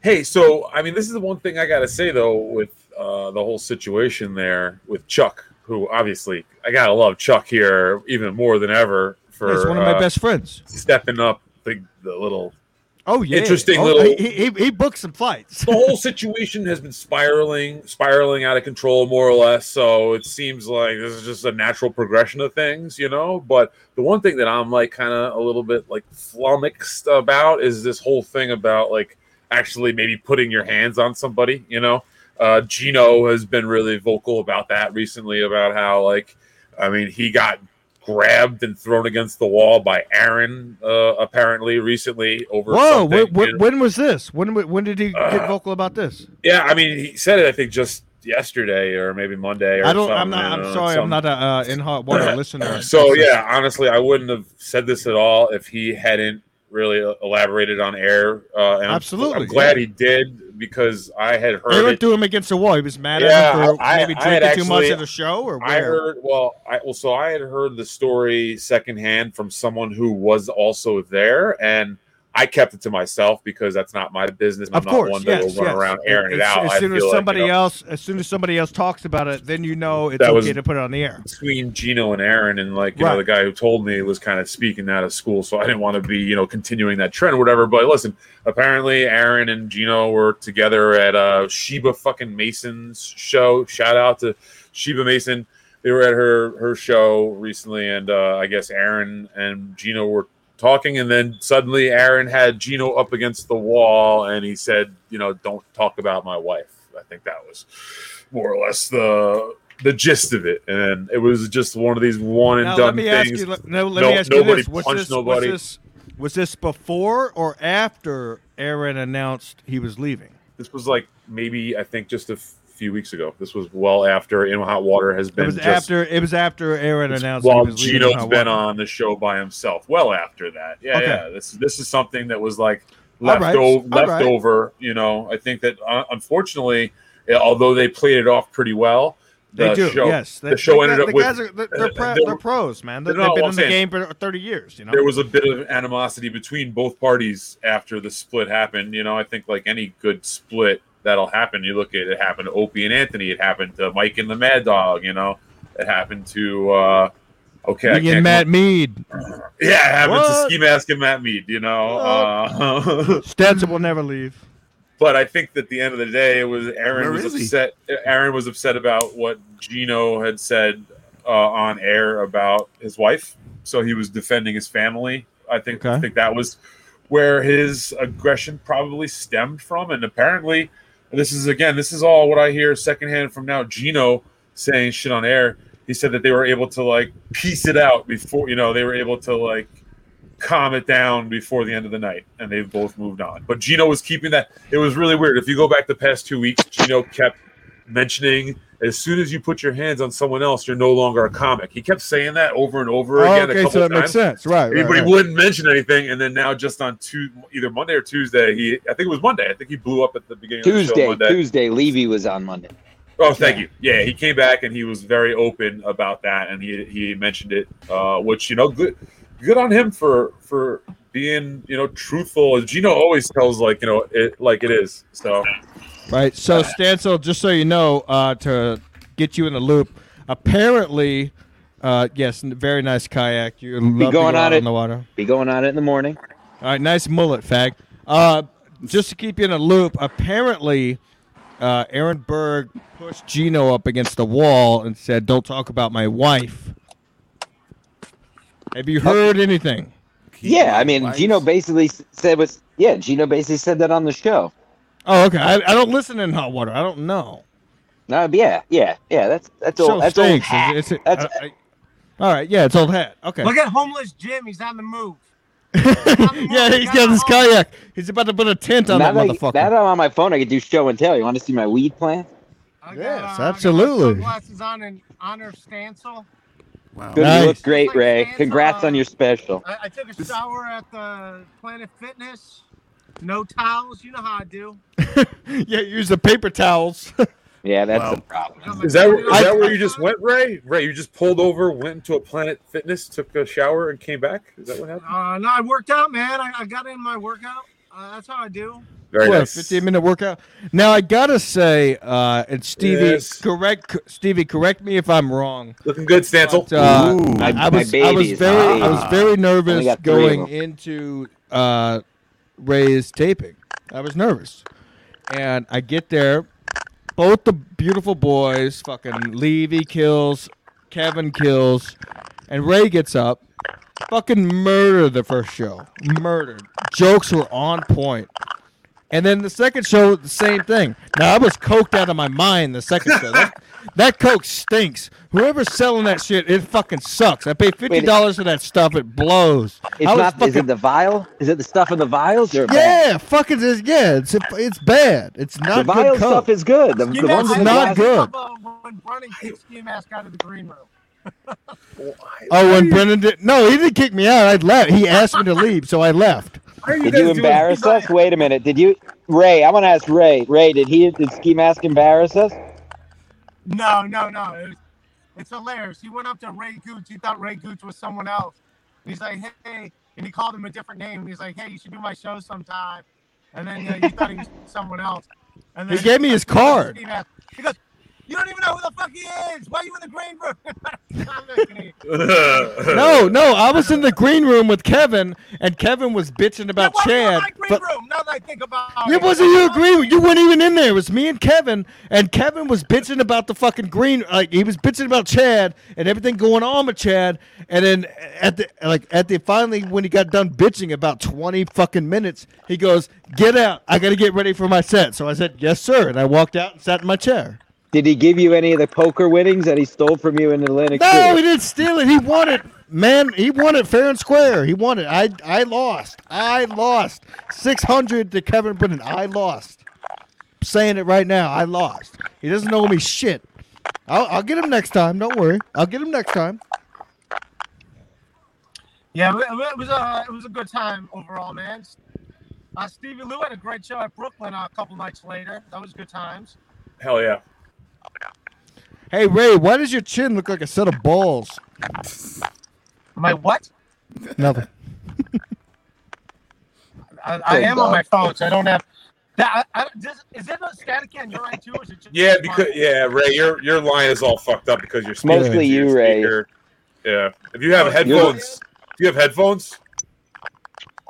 [SPEAKER 3] Hey, so I mean, this is the one thing I got to say though with uh, the whole situation there with Chuck, who obviously I gotta love Chuck here even more than ever for
[SPEAKER 1] He's one of my
[SPEAKER 3] uh,
[SPEAKER 1] best friends.
[SPEAKER 3] stepping up the, the little.
[SPEAKER 1] Oh yeah.
[SPEAKER 3] interesting
[SPEAKER 1] Oh,
[SPEAKER 3] little-
[SPEAKER 1] He, he, he booked some flights.
[SPEAKER 3] The whole situation has been spiraling, spiraling out of control more or less. So it seems like this is just a natural progression of things, you know. But the one thing that I'm like kind of a little bit like flummoxed about is this whole thing about like actually maybe putting your hands on somebody, you know. Uh, Gino has been really vocal about that recently, about how, like, I mean, he got grabbed and thrown against the wall by Aaron, uh, apparently, recently over.
[SPEAKER 1] Whoa!
[SPEAKER 3] something,
[SPEAKER 1] When, when,
[SPEAKER 3] you know?
[SPEAKER 1] when was this? When w- when did he get
[SPEAKER 3] Uh,
[SPEAKER 1] vocal about this?
[SPEAKER 3] yeah, I mean, he said it, I think, just yesterday or maybe Monday or
[SPEAKER 1] I don't. I'm
[SPEAKER 3] something,
[SPEAKER 1] not.
[SPEAKER 3] you know,
[SPEAKER 1] I'm sorry.
[SPEAKER 3] some-
[SPEAKER 1] I'm not a uh, in hot water listener. uh,
[SPEAKER 3] So, yeah, honestly, I wouldn't have said this at all if he hadn't really uh, elaborated on air. Uh, and I'm- I'm,
[SPEAKER 1] Absolutely,
[SPEAKER 3] glad
[SPEAKER 1] yeah.
[SPEAKER 3] he did because I had heard
[SPEAKER 1] They
[SPEAKER 3] it
[SPEAKER 1] went through him against the wall. He was mad at
[SPEAKER 3] Yeah,
[SPEAKER 1] him for
[SPEAKER 3] I-
[SPEAKER 1] maybe
[SPEAKER 3] I had
[SPEAKER 1] drinking too much
[SPEAKER 3] actually-
[SPEAKER 1] at a show or where.
[SPEAKER 3] I heard well, I well, so I had heard the story secondhand from someone who was also there, and I kept it to myself because that's not my business.
[SPEAKER 1] of
[SPEAKER 3] I'm
[SPEAKER 1] course,
[SPEAKER 3] not one that
[SPEAKER 1] yes,
[SPEAKER 3] will run
[SPEAKER 1] yes.
[SPEAKER 3] around airing
[SPEAKER 1] As-
[SPEAKER 3] it out.
[SPEAKER 1] As,
[SPEAKER 3] I
[SPEAKER 1] soon as
[SPEAKER 3] feel like, you
[SPEAKER 1] somebody
[SPEAKER 3] know,
[SPEAKER 1] else, as soon as somebody else talks about it, then you know it's
[SPEAKER 3] That
[SPEAKER 1] okay
[SPEAKER 3] was-
[SPEAKER 1] to put it on the air.
[SPEAKER 3] between Gino and Aaron, and like you
[SPEAKER 1] Right.
[SPEAKER 3] know, the guy who told me was kind of speaking out of school, so I didn't want to be you know continuing that trend or whatever. But listen, apparently Aaron and Gino were together at uh Sheba fucking Mason's show. Shout out to Sheba Mason. They were at her her show recently, and uh, I guess Aaron and Gino were talking, and then suddenly Aaron had Gino up against the wall, and he said, "You know, don't talk about my wife." I think that was more or less the the gist of it, and it was just one of these one and
[SPEAKER 1] Now
[SPEAKER 3] done
[SPEAKER 1] let me
[SPEAKER 3] things.
[SPEAKER 1] ask you. Let, no, let
[SPEAKER 3] No-
[SPEAKER 1] me ask you
[SPEAKER 3] nobody
[SPEAKER 1] this. Was
[SPEAKER 3] punched
[SPEAKER 1] this, was
[SPEAKER 3] nobody.
[SPEAKER 1] this was this before or after Aaron announced he was leaving?
[SPEAKER 3] this was like maybe I think just a f- few weeks ago. This was well after In Hot Water has
[SPEAKER 1] It
[SPEAKER 3] been
[SPEAKER 1] was
[SPEAKER 3] just
[SPEAKER 1] after. It was after Aaron
[SPEAKER 3] It's
[SPEAKER 1] announced
[SPEAKER 3] while
[SPEAKER 1] he was leaving.
[SPEAKER 3] Gino's
[SPEAKER 1] Huh,
[SPEAKER 3] been
[SPEAKER 1] wow.
[SPEAKER 3] on the show by himself. Well, after that, yeah,
[SPEAKER 1] Okay.
[SPEAKER 3] yeah. This this is something that was like
[SPEAKER 1] All
[SPEAKER 3] left,
[SPEAKER 1] right,
[SPEAKER 3] o-
[SPEAKER 1] all
[SPEAKER 3] left
[SPEAKER 1] right.
[SPEAKER 3] over. You know, I think that uh, unfortunately, uh, although they played it off pretty well, the
[SPEAKER 1] They do.
[SPEAKER 3] show,
[SPEAKER 1] yes,
[SPEAKER 3] the show ended
[SPEAKER 1] guy-
[SPEAKER 3] up
[SPEAKER 1] the
[SPEAKER 3] with-
[SPEAKER 1] guys are, they're, they're, pro,
[SPEAKER 3] there
[SPEAKER 1] they're
[SPEAKER 3] were-
[SPEAKER 1] pros, man. They,
[SPEAKER 3] No,
[SPEAKER 1] have been
[SPEAKER 3] I'm
[SPEAKER 1] in the
[SPEAKER 3] saying-
[SPEAKER 1] game for thirty years. You know,
[SPEAKER 3] there was a bit of animosity between both parties after the split happened. You know, I think like any good split that'll happen. You look at it happened to Opie and Anthony. It happened to Mike and the Mad Dog. You know, it happened to. uh Okay, I
[SPEAKER 1] Me
[SPEAKER 3] can't
[SPEAKER 1] and Matt Mead.
[SPEAKER 3] Yeah, it happened
[SPEAKER 1] What?
[SPEAKER 3] to Ski Mask and Matt Mead, you know. Uh,
[SPEAKER 1] Stetson will never leave.
[SPEAKER 3] but I think that at the end of the day, it was Aaron
[SPEAKER 4] Where
[SPEAKER 3] was
[SPEAKER 4] is he?
[SPEAKER 3] upset. Aaron was upset about what Gino had said uh, on air about his wife, so he was defending his family I think I
[SPEAKER 1] Okay.
[SPEAKER 3] think that was where his aggression probably stemmed from. And apparently, this is again, this is all what I hear secondhand from now. Gino saying shit on air. He said that they were able to like piece it out before you know they were able to like calm it down before the end of the night, and they've both moved on. But Gino was keeping that. It was really weird. If you go back the past two weeks, Gino kept mentioning. As soon as you put your hands on someone else, you're no longer a comic. He kept saying that over and over
[SPEAKER 1] Oh,
[SPEAKER 3] again. a
[SPEAKER 1] okay,
[SPEAKER 3] couple
[SPEAKER 1] so that
[SPEAKER 3] times
[SPEAKER 1] makes sense, right? right,
[SPEAKER 3] but he
[SPEAKER 1] right.
[SPEAKER 3] wouldn't mention anything, and then now just on two, either Monday or Tuesday, he I think it was Monday. I think he blew up at the beginning of the show
[SPEAKER 2] Tuesday,
[SPEAKER 3] Monday.
[SPEAKER 2] Tuesday. Levy was on Monday.
[SPEAKER 3] Oh, thank you. Yeah, he came back and he was very open about that, and he he mentioned it, uh, which you know, good good on him for for being you know truthful. Gino always tells like you know it like it is. So
[SPEAKER 1] Right. So Stancil, just so you know, uh, to get you in the loop, apparently, uh, yes, n- very nice kayak. You're lovely
[SPEAKER 2] going
[SPEAKER 1] out
[SPEAKER 2] on
[SPEAKER 1] on
[SPEAKER 2] it.
[SPEAKER 1] the water.
[SPEAKER 2] Be going on it in the morning.
[SPEAKER 1] All right, nice mullet, fag. Uh, just to keep you in a loop, apparently, uh, Aaron Berg pushed Gino up against the wall and said, "Don't talk about my wife." Have you heard anything?
[SPEAKER 2] yeah, I mean, Gino basically s- said was yeah. Gino basically said that on the show.
[SPEAKER 1] Oh, okay. I, I don't listen in hot water. I don't know.
[SPEAKER 2] No, but yeah, yeah, yeah. That's that's
[SPEAKER 1] Show
[SPEAKER 2] old. That's old
[SPEAKER 1] stinks.
[SPEAKER 2] hat.
[SPEAKER 1] It's- it's-
[SPEAKER 2] That's
[SPEAKER 1] I- I- all right. Yeah, it's old hat. Okay.
[SPEAKER 6] Look at homeless Jim. He's on the move.
[SPEAKER 1] yeah, he's got his kayak. He's about to put a tent on
[SPEAKER 2] now
[SPEAKER 1] that
[SPEAKER 2] that, I-
[SPEAKER 1] motherfucker.
[SPEAKER 2] now that I'm on my phone, I can do show and tell. You want to see my weed plant?
[SPEAKER 6] I
[SPEAKER 1] Yes,
[SPEAKER 6] I got my
[SPEAKER 1] absolutely.
[SPEAKER 6] Sunglasses on and honor Stancil.
[SPEAKER 4] Wow.
[SPEAKER 2] Good,
[SPEAKER 1] Nice.
[SPEAKER 2] You look great, Ray. Congrats on your special.
[SPEAKER 6] I, I took a
[SPEAKER 4] This-
[SPEAKER 6] shower at the Planet Fitness. No towels. You know how I do.
[SPEAKER 1] yeah, use the paper towels.
[SPEAKER 2] Yeah, that's
[SPEAKER 4] Wow.
[SPEAKER 2] the problem.
[SPEAKER 6] Got my
[SPEAKER 3] is that is
[SPEAKER 6] Planet
[SPEAKER 3] that
[SPEAKER 6] Fitness
[SPEAKER 3] where you just
[SPEAKER 6] on.
[SPEAKER 3] went, Ray? Ray, you just pulled over, went into a Planet Fitness, took a shower, and came back. Is that what happened?
[SPEAKER 6] Uh, no, I worked out, man. I, I got in my workout. Uh, that's how I do.
[SPEAKER 3] Very
[SPEAKER 1] What,
[SPEAKER 3] nice.
[SPEAKER 1] 15 minute workout. Now I gotta say, uh, and Stevie,
[SPEAKER 3] Yes.
[SPEAKER 1] correct, Stevie, correct me if I'm wrong.
[SPEAKER 3] Looking good, Stancil.
[SPEAKER 1] But, uh,
[SPEAKER 4] Ooh.
[SPEAKER 2] My-
[SPEAKER 1] I was,
[SPEAKER 2] my
[SPEAKER 1] I was
[SPEAKER 2] babies.
[SPEAKER 1] very, I was
[SPEAKER 4] Ah.
[SPEAKER 1] very nervous
[SPEAKER 2] Only got three of
[SPEAKER 1] going
[SPEAKER 2] them.
[SPEAKER 1] into uh, Ray's taping. I was nervous, and I get there. Both the beautiful boys, fucking Levy kills, Kevin kills, and Ray gets up, fucking murdered the first show, murdered. Jokes were on point. And then the second show, the same thing. Now I was coked out of my mind the second show. That, that coke stinks. Whoever's selling that shit, it fucking sucks. I paid fifty dollars for that stuff. It blows.
[SPEAKER 2] It's
[SPEAKER 1] I was
[SPEAKER 2] not. Is it
[SPEAKER 1] fucking-
[SPEAKER 2] the vial? Is it the stuff in the vials or
[SPEAKER 1] yeah, fucking is yeah. It's it's bad. It's
[SPEAKER 2] The
[SPEAKER 1] not
[SPEAKER 2] vial
[SPEAKER 1] good coke.
[SPEAKER 2] stuff is good. The, the
[SPEAKER 1] know,
[SPEAKER 2] ones in
[SPEAKER 1] I
[SPEAKER 2] the
[SPEAKER 1] not
[SPEAKER 2] glass.
[SPEAKER 1] good.
[SPEAKER 6] When Brennan kicks ski mask out of the green room.
[SPEAKER 1] oh, when Brennan did no, he didn't kick me out. I left. He asked me to leave, so I left.
[SPEAKER 3] Why are
[SPEAKER 2] Did
[SPEAKER 3] guys
[SPEAKER 2] you
[SPEAKER 3] doing-
[SPEAKER 2] embarrass us? Wait a minute. Did you, Ray? I want to ask Ray. Ray, did he did Ski Mask embarrass us?
[SPEAKER 6] No, no, no. It was, it's hilarious. He went up to Ray Gooch. He thought Ray Gooch was someone else. He's like, hey, and he called him a different name. He's like, hey, you should do my show sometime. And then uh, he thought he was someone else. And
[SPEAKER 1] He
[SPEAKER 6] then
[SPEAKER 1] gave me his card.
[SPEAKER 6] He goes, you don't even know who the fuck he is. Why are you in the green room? I'm looking at you.
[SPEAKER 1] No, no, I was in the green room with Kevin, and Kevin was bitching about
[SPEAKER 6] Why are you in
[SPEAKER 1] Chad.
[SPEAKER 6] my green
[SPEAKER 1] but-
[SPEAKER 6] room. Now that I think about
[SPEAKER 1] It wasn't you agreeing. You weren't even in there. It was me and Kevin, and Kevin was bitching about the fucking green. Like he was bitching about Chad and everything going on with Chad. And then at the like at the finally when he got done bitching about twenty fucking minutes, he goes, "Get out! I got to get ready for my set." So I said, "Yes, sir," and I walked out and sat in my chair.
[SPEAKER 2] Did he give you any of the poker winnings that he stole from you in Atlantic
[SPEAKER 1] No, he
[SPEAKER 2] City?
[SPEAKER 1] didn't steal it. He won it, man. He won it fair and square. He won it. I I lost. I lost six hundred to Kevin Brennan. I lost. Saying it right now, I lost. He doesn't owe me shit. I'll, I'll get him next time. Don't worry. I'll get him next time.
[SPEAKER 6] Yeah, it wa- it was a it was a good time overall, man. Uh, Stevie Lou had a great show at Brooklyn uh, a couple nights later. That was good times.
[SPEAKER 3] Hell yeah.
[SPEAKER 1] Hey Ray, why does your chin look like a set of balls?
[SPEAKER 6] My what?
[SPEAKER 1] Nothing.
[SPEAKER 6] I, I
[SPEAKER 2] Hey,
[SPEAKER 6] am on
[SPEAKER 2] Bob.
[SPEAKER 6] my phone, so I don't have. That, I, I, does, is it a static on your end too, or is it just
[SPEAKER 3] Yeah,
[SPEAKER 6] mine?
[SPEAKER 3] because yeah, Ray, your your line is all fucked up because you're speaking.
[SPEAKER 2] Mostly
[SPEAKER 3] into your
[SPEAKER 2] you, Ray.
[SPEAKER 3] speaker. Yeah. If you have headphones, do you have headphones?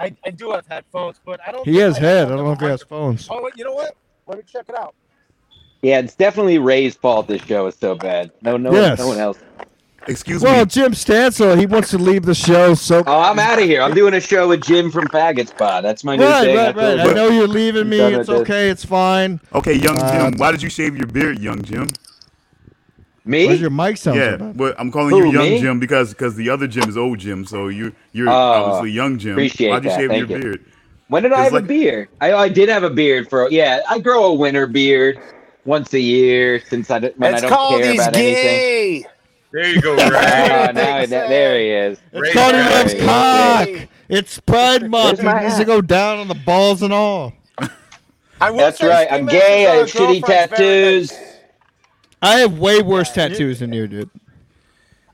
[SPEAKER 6] I, I do have headphones, but I don't.
[SPEAKER 1] He
[SPEAKER 6] think
[SPEAKER 1] has
[SPEAKER 6] I
[SPEAKER 1] head. I
[SPEAKER 6] have
[SPEAKER 1] don't know if he
[SPEAKER 6] them.
[SPEAKER 1] has phones.
[SPEAKER 6] Oh, wait, you know what? Let me check it out.
[SPEAKER 2] Yeah, it's definitely Ray's fault. This show is so bad. No, no,
[SPEAKER 1] Yes.
[SPEAKER 2] no one else.
[SPEAKER 4] Excuse
[SPEAKER 1] Well,
[SPEAKER 4] me.
[SPEAKER 1] Jim Stansel, he wants to leave the show. So
[SPEAKER 2] Oh, I'm out of here. I'm doing a show with Jim from Faggot Spot. That's my new
[SPEAKER 1] right,
[SPEAKER 2] thing.
[SPEAKER 1] right, right. I
[SPEAKER 4] But-
[SPEAKER 1] know you're leaving me.
[SPEAKER 2] Done
[SPEAKER 1] It's
[SPEAKER 2] it, dude.
[SPEAKER 1] okay. It's fine.
[SPEAKER 4] Okay, young
[SPEAKER 1] Uh,
[SPEAKER 4] Jim, why did you shave your beard, young Jim?
[SPEAKER 2] Me?
[SPEAKER 1] Where's your mic sound?
[SPEAKER 4] Yeah,
[SPEAKER 1] so bad?
[SPEAKER 4] but I'm calling
[SPEAKER 2] Who,
[SPEAKER 4] you young
[SPEAKER 2] me?
[SPEAKER 4] Jim because because the other Jim is old Jim, so you you're
[SPEAKER 2] Oh,
[SPEAKER 4] obviously young Jim.
[SPEAKER 2] appreciate
[SPEAKER 4] Why'd you
[SPEAKER 2] that.
[SPEAKER 4] shave
[SPEAKER 2] Thank
[SPEAKER 4] your
[SPEAKER 2] you.
[SPEAKER 4] beard?
[SPEAKER 2] When did I
[SPEAKER 4] It's
[SPEAKER 2] have a
[SPEAKER 4] like-
[SPEAKER 2] beard? I, I did have a beard for yeah. I grow a winter beard once a year since I don't- when I
[SPEAKER 6] it's
[SPEAKER 2] don't
[SPEAKER 6] called
[SPEAKER 2] care
[SPEAKER 6] he's
[SPEAKER 2] about anything.
[SPEAKER 6] gay.
[SPEAKER 3] There you go, Ray.
[SPEAKER 2] Ah, now, now- there he is.
[SPEAKER 1] It's
[SPEAKER 3] Ray
[SPEAKER 1] called
[SPEAKER 3] Ray.
[SPEAKER 1] loves
[SPEAKER 2] Ray.
[SPEAKER 1] cock. It's Pride Month.
[SPEAKER 2] Where's
[SPEAKER 1] It
[SPEAKER 2] my
[SPEAKER 1] needs
[SPEAKER 2] hat?
[SPEAKER 1] to go down on the balls and all.
[SPEAKER 6] I will
[SPEAKER 2] That's
[SPEAKER 6] say
[SPEAKER 2] right.
[SPEAKER 6] Steve
[SPEAKER 2] I'm
[SPEAKER 6] Madden's
[SPEAKER 2] gay. I
[SPEAKER 6] other
[SPEAKER 2] have shitty
[SPEAKER 6] girlfriend's very nice.
[SPEAKER 2] tattoos.
[SPEAKER 1] I have way worse tattoos than you, dude.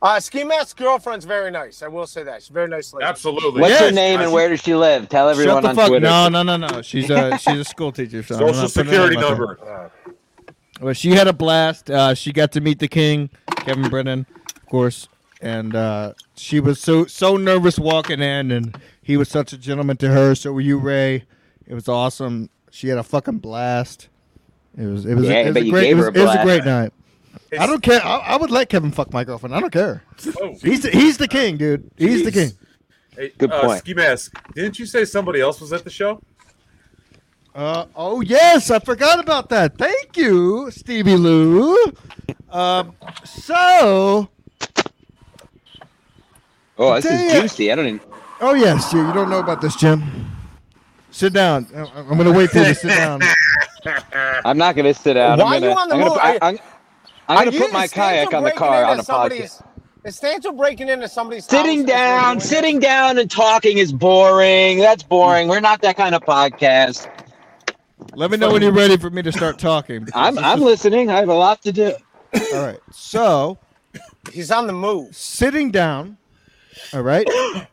[SPEAKER 6] Uh, Ski Mask's girlfriend's very nice. I will say that. She's a very nice lady.
[SPEAKER 3] Absolutely.
[SPEAKER 2] What's her
[SPEAKER 1] Yes,
[SPEAKER 2] name
[SPEAKER 3] I
[SPEAKER 2] and
[SPEAKER 3] see-
[SPEAKER 2] where does she live? Tell everyone
[SPEAKER 1] Shut the
[SPEAKER 2] on
[SPEAKER 1] fuck.
[SPEAKER 2] Twitter.
[SPEAKER 1] No, no, no, no. She's a she's a school teacher. So I'm not
[SPEAKER 3] Social
[SPEAKER 1] putting her
[SPEAKER 3] security
[SPEAKER 1] name out there.
[SPEAKER 3] number.
[SPEAKER 1] Well, she had a blast. Uh, she got to meet the king, Kevin Brennan, of course, and uh, she was so so nervous walking in, and he was such a gentleman to her. So were you, Ray? It was awesome. She had a fucking blast. It was it was,
[SPEAKER 2] Yeah, I
[SPEAKER 1] it was
[SPEAKER 2] bet
[SPEAKER 1] a
[SPEAKER 2] you
[SPEAKER 1] great it
[SPEAKER 2] gave
[SPEAKER 1] was,
[SPEAKER 2] her a
[SPEAKER 1] it was a
[SPEAKER 2] blast.
[SPEAKER 1] great night. I don't care. I, I would let Kevin fuck my girlfriend. I don't care.
[SPEAKER 3] Oh,
[SPEAKER 1] He's the, he's the king, dude. He's the
[SPEAKER 3] Jeez.
[SPEAKER 1] king.
[SPEAKER 3] hey,
[SPEAKER 2] Good
[SPEAKER 3] uh,
[SPEAKER 2] point.
[SPEAKER 3] Ski mask. Didn't you say somebody else was at the show?
[SPEAKER 1] Uh, oh yes, I forgot about that. Thank you, Stevie Lou. Um, so
[SPEAKER 2] Oh, this
[SPEAKER 1] Damn.
[SPEAKER 2] is juicy. I don't even.
[SPEAKER 1] Oh yes, you, you don't know about this, Jim. Sit down. I- I- I'm gonna wait for you to sit down.
[SPEAKER 2] I'm not gonna sit out.
[SPEAKER 6] Why
[SPEAKER 2] I'm
[SPEAKER 6] you
[SPEAKER 2] gonna,
[SPEAKER 6] on the
[SPEAKER 2] I'm gonna,
[SPEAKER 6] move?
[SPEAKER 2] I, I'm, I'm
[SPEAKER 6] Are
[SPEAKER 2] gonna
[SPEAKER 6] you-
[SPEAKER 2] put my
[SPEAKER 6] is Stancil
[SPEAKER 2] kayak on the
[SPEAKER 6] breaking
[SPEAKER 2] car
[SPEAKER 6] into
[SPEAKER 2] on a podcast.
[SPEAKER 6] somebody's- Is Stancil breaking into somebody's
[SPEAKER 2] Sitting
[SPEAKER 6] house as we're
[SPEAKER 2] down,
[SPEAKER 6] doing
[SPEAKER 2] sitting down and talking is boring. That's boring. We're not that kind of podcast.
[SPEAKER 1] Let me know when you're ready for me to start talking. because
[SPEAKER 2] I'm,
[SPEAKER 1] this
[SPEAKER 2] I'm
[SPEAKER 1] is-
[SPEAKER 2] listening. I have a lot to do.
[SPEAKER 1] all right. So
[SPEAKER 6] it? He's on the move.
[SPEAKER 1] sitting down. All right.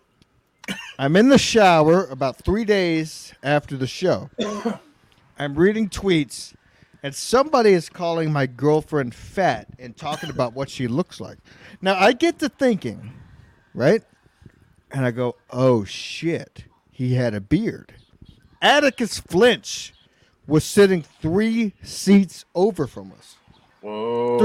[SPEAKER 1] I'm in the shower about three days after the show. I'm reading tweets, and somebody is calling my girlfriend fat and talking about what she looks like. Now I get to thinking, right? And I go, oh shit, he had a beard. Atticus Flinch was sitting three seats over from us.
[SPEAKER 3] Whoa.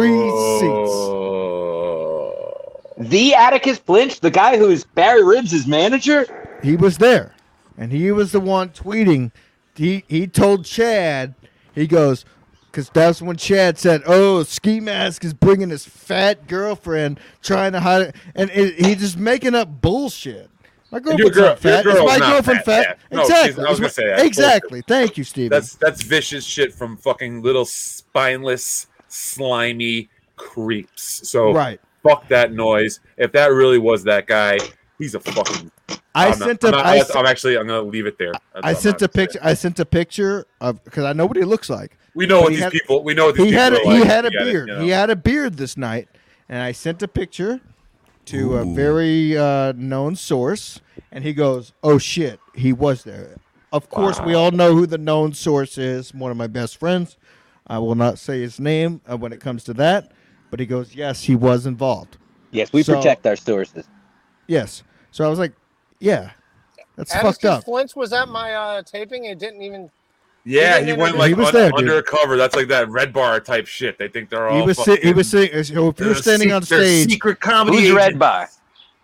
[SPEAKER 2] The Atticus Blinch, the guy who's Barry Ribs' manager.
[SPEAKER 1] he was there and he was the one tweeting he he told chad he goes because that's when chad said oh ski mask is bringing his fat girlfriend trying to hide it and it, he's just making up bullshit my
[SPEAKER 3] your
[SPEAKER 1] girlfriend's
[SPEAKER 3] girl-
[SPEAKER 1] not fat.
[SPEAKER 3] your
[SPEAKER 1] Is
[SPEAKER 3] girl's
[SPEAKER 1] my
[SPEAKER 3] not
[SPEAKER 1] girlfriend
[SPEAKER 3] fat,
[SPEAKER 1] fat?
[SPEAKER 3] yeah. No, she's- I
[SPEAKER 1] exactly.
[SPEAKER 3] was gonna
[SPEAKER 1] It's-
[SPEAKER 3] say that.
[SPEAKER 1] exactly. Thank you, Steven.
[SPEAKER 3] That's that's vicious shit from fucking little spineless, slimy creeps. So
[SPEAKER 1] right.
[SPEAKER 3] fuck that noise. If that really was that guy, he's a fucking.
[SPEAKER 1] I
[SPEAKER 3] I'm not-
[SPEAKER 1] sent
[SPEAKER 3] I'm
[SPEAKER 1] a
[SPEAKER 3] not-
[SPEAKER 1] I
[SPEAKER 3] I'm
[SPEAKER 1] sent-
[SPEAKER 3] actually. I'm gonna leave it there.
[SPEAKER 1] I sent a picture. I sent a picture of because I know what he looks like.
[SPEAKER 3] We know
[SPEAKER 1] but
[SPEAKER 3] what
[SPEAKER 1] he
[SPEAKER 3] these
[SPEAKER 1] had-
[SPEAKER 3] people. We know what these
[SPEAKER 1] he
[SPEAKER 3] people
[SPEAKER 1] had a,
[SPEAKER 3] are like.
[SPEAKER 1] he had a
[SPEAKER 3] We get it,
[SPEAKER 1] beard.
[SPEAKER 3] you know?
[SPEAKER 1] He had a beard this night, and I sent a picture to a
[SPEAKER 4] Ooh.
[SPEAKER 1] very uh, known source, and he goes, "Oh shit, he was there." Of course, we all know who the known source is. One of my best friends. I will not say his name uh, when it comes to that, but he goes, "Yes, he was involved."
[SPEAKER 2] Yes, we
[SPEAKER 1] So-
[SPEAKER 2] protect our sources.
[SPEAKER 1] Yes. So I was like, "Yeah, that's
[SPEAKER 6] Atticus
[SPEAKER 1] fucked up."
[SPEAKER 6] Flinch was at my uh, taping and didn't even.
[SPEAKER 3] Yeah,
[SPEAKER 6] He
[SPEAKER 3] he
[SPEAKER 6] didn't
[SPEAKER 3] went
[SPEAKER 6] interview-
[SPEAKER 3] like
[SPEAKER 1] He was
[SPEAKER 3] un-
[SPEAKER 1] there, dude.
[SPEAKER 3] undercover. That's like that red bar type shit. They think they're all.
[SPEAKER 1] He was si- he
[SPEAKER 3] fucking-
[SPEAKER 1] was sitting. So if
[SPEAKER 3] they're
[SPEAKER 1] you're standing
[SPEAKER 3] se-
[SPEAKER 1] on
[SPEAKER 3] they're
[SPEAKER 1] stage,
[SPEAKER 3] secret comedy.
[SPEAKER 2] Who's Red
[SPEAKER 3] agents.
[SPEAKER 2] Bar?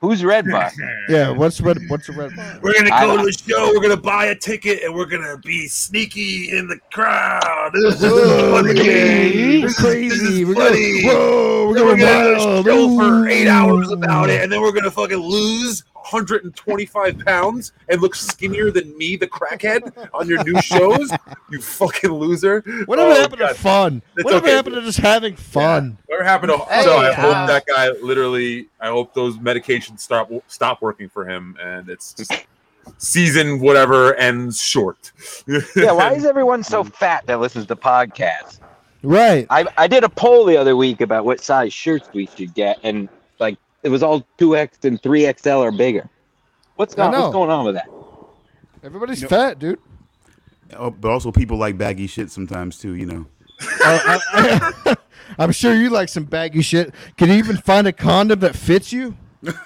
[SPEAKER 2] Who's Red Bar?
[SPEAKER 1] yeah. What's red? What's a red bar?
[SPEAKER 3] We're gonna
[SPEAKER 2] I-
[SPEAKER 3] go to the show. We're gonna buy a ticket, and we're gonna be sneaky in the crowd. This is
[SPEAKER 1] Whoa,
[SPEAKER 3] funny. This is- this is
[SPEAKER 1] crazy. We're gonna,
[SPEAKER 3] funny.
[SPEAKER 1] whoa, we're
[SPEAKER 3] Then we're
[SPEAKER 1] going
[SPEAKER 3] gonna
[SPEAKER 1] wild.
[SPEAKER 3] show for eight
[SPEAKER 1] Ooh.
[SPEAKER 3] hours about it, and then we're gonna fucking lose 125 pounds and look skinnier than me, the crackhead, on your new shows. you fucking loser.
[SPEAKER 1] Whatever
[SPEAKER 3] Oh,
[SPEAKER 1] happened
[SPEAKER 3] God.
[SPEAKER 1] to fun?
[SPEAKER 3] It's
[SPEAKER 1] Whatever
[SPEAKER 3] okay.
[SPEAKER 1] happened to just having fun?
[SPEAKER 3] Whatever happened to
[SPEAKER 6] Hey,
[SPEAKER 3] so I hope
[SPEAKER 6] uh,
[SPEAKER 3] that guy literally I hope those medications stop stop working for him and it's just season whatever ends short.
[SPEAKER 2] yeah, why is everyone
[SPEAKER 6] Hmm.
[SPEAKER 2] so fat that listens to podcasts?
[SPEAKER 1] Right.
[SPEAKER 2] I, I did a poll the other week about what size shirts we should get, and like it was all 2X and 3XL or bigger. What's,
[SPEAKER 1] I
[SPEAKER 2] going?
[SPEAKER 1] know.
[SPEAKER 2] what's going on with that?
[SPEAKER 1] Everybody's
[SPEAKER 4] You know-
[SPEAKER 1] fat, dude.
[SPEAKER 4] Oh, but also people like baggy shit sometimes too, you know.
[SPEAKER 1] Uh, I, am sure you like some baggy shit. Can you even find a condom that fits you?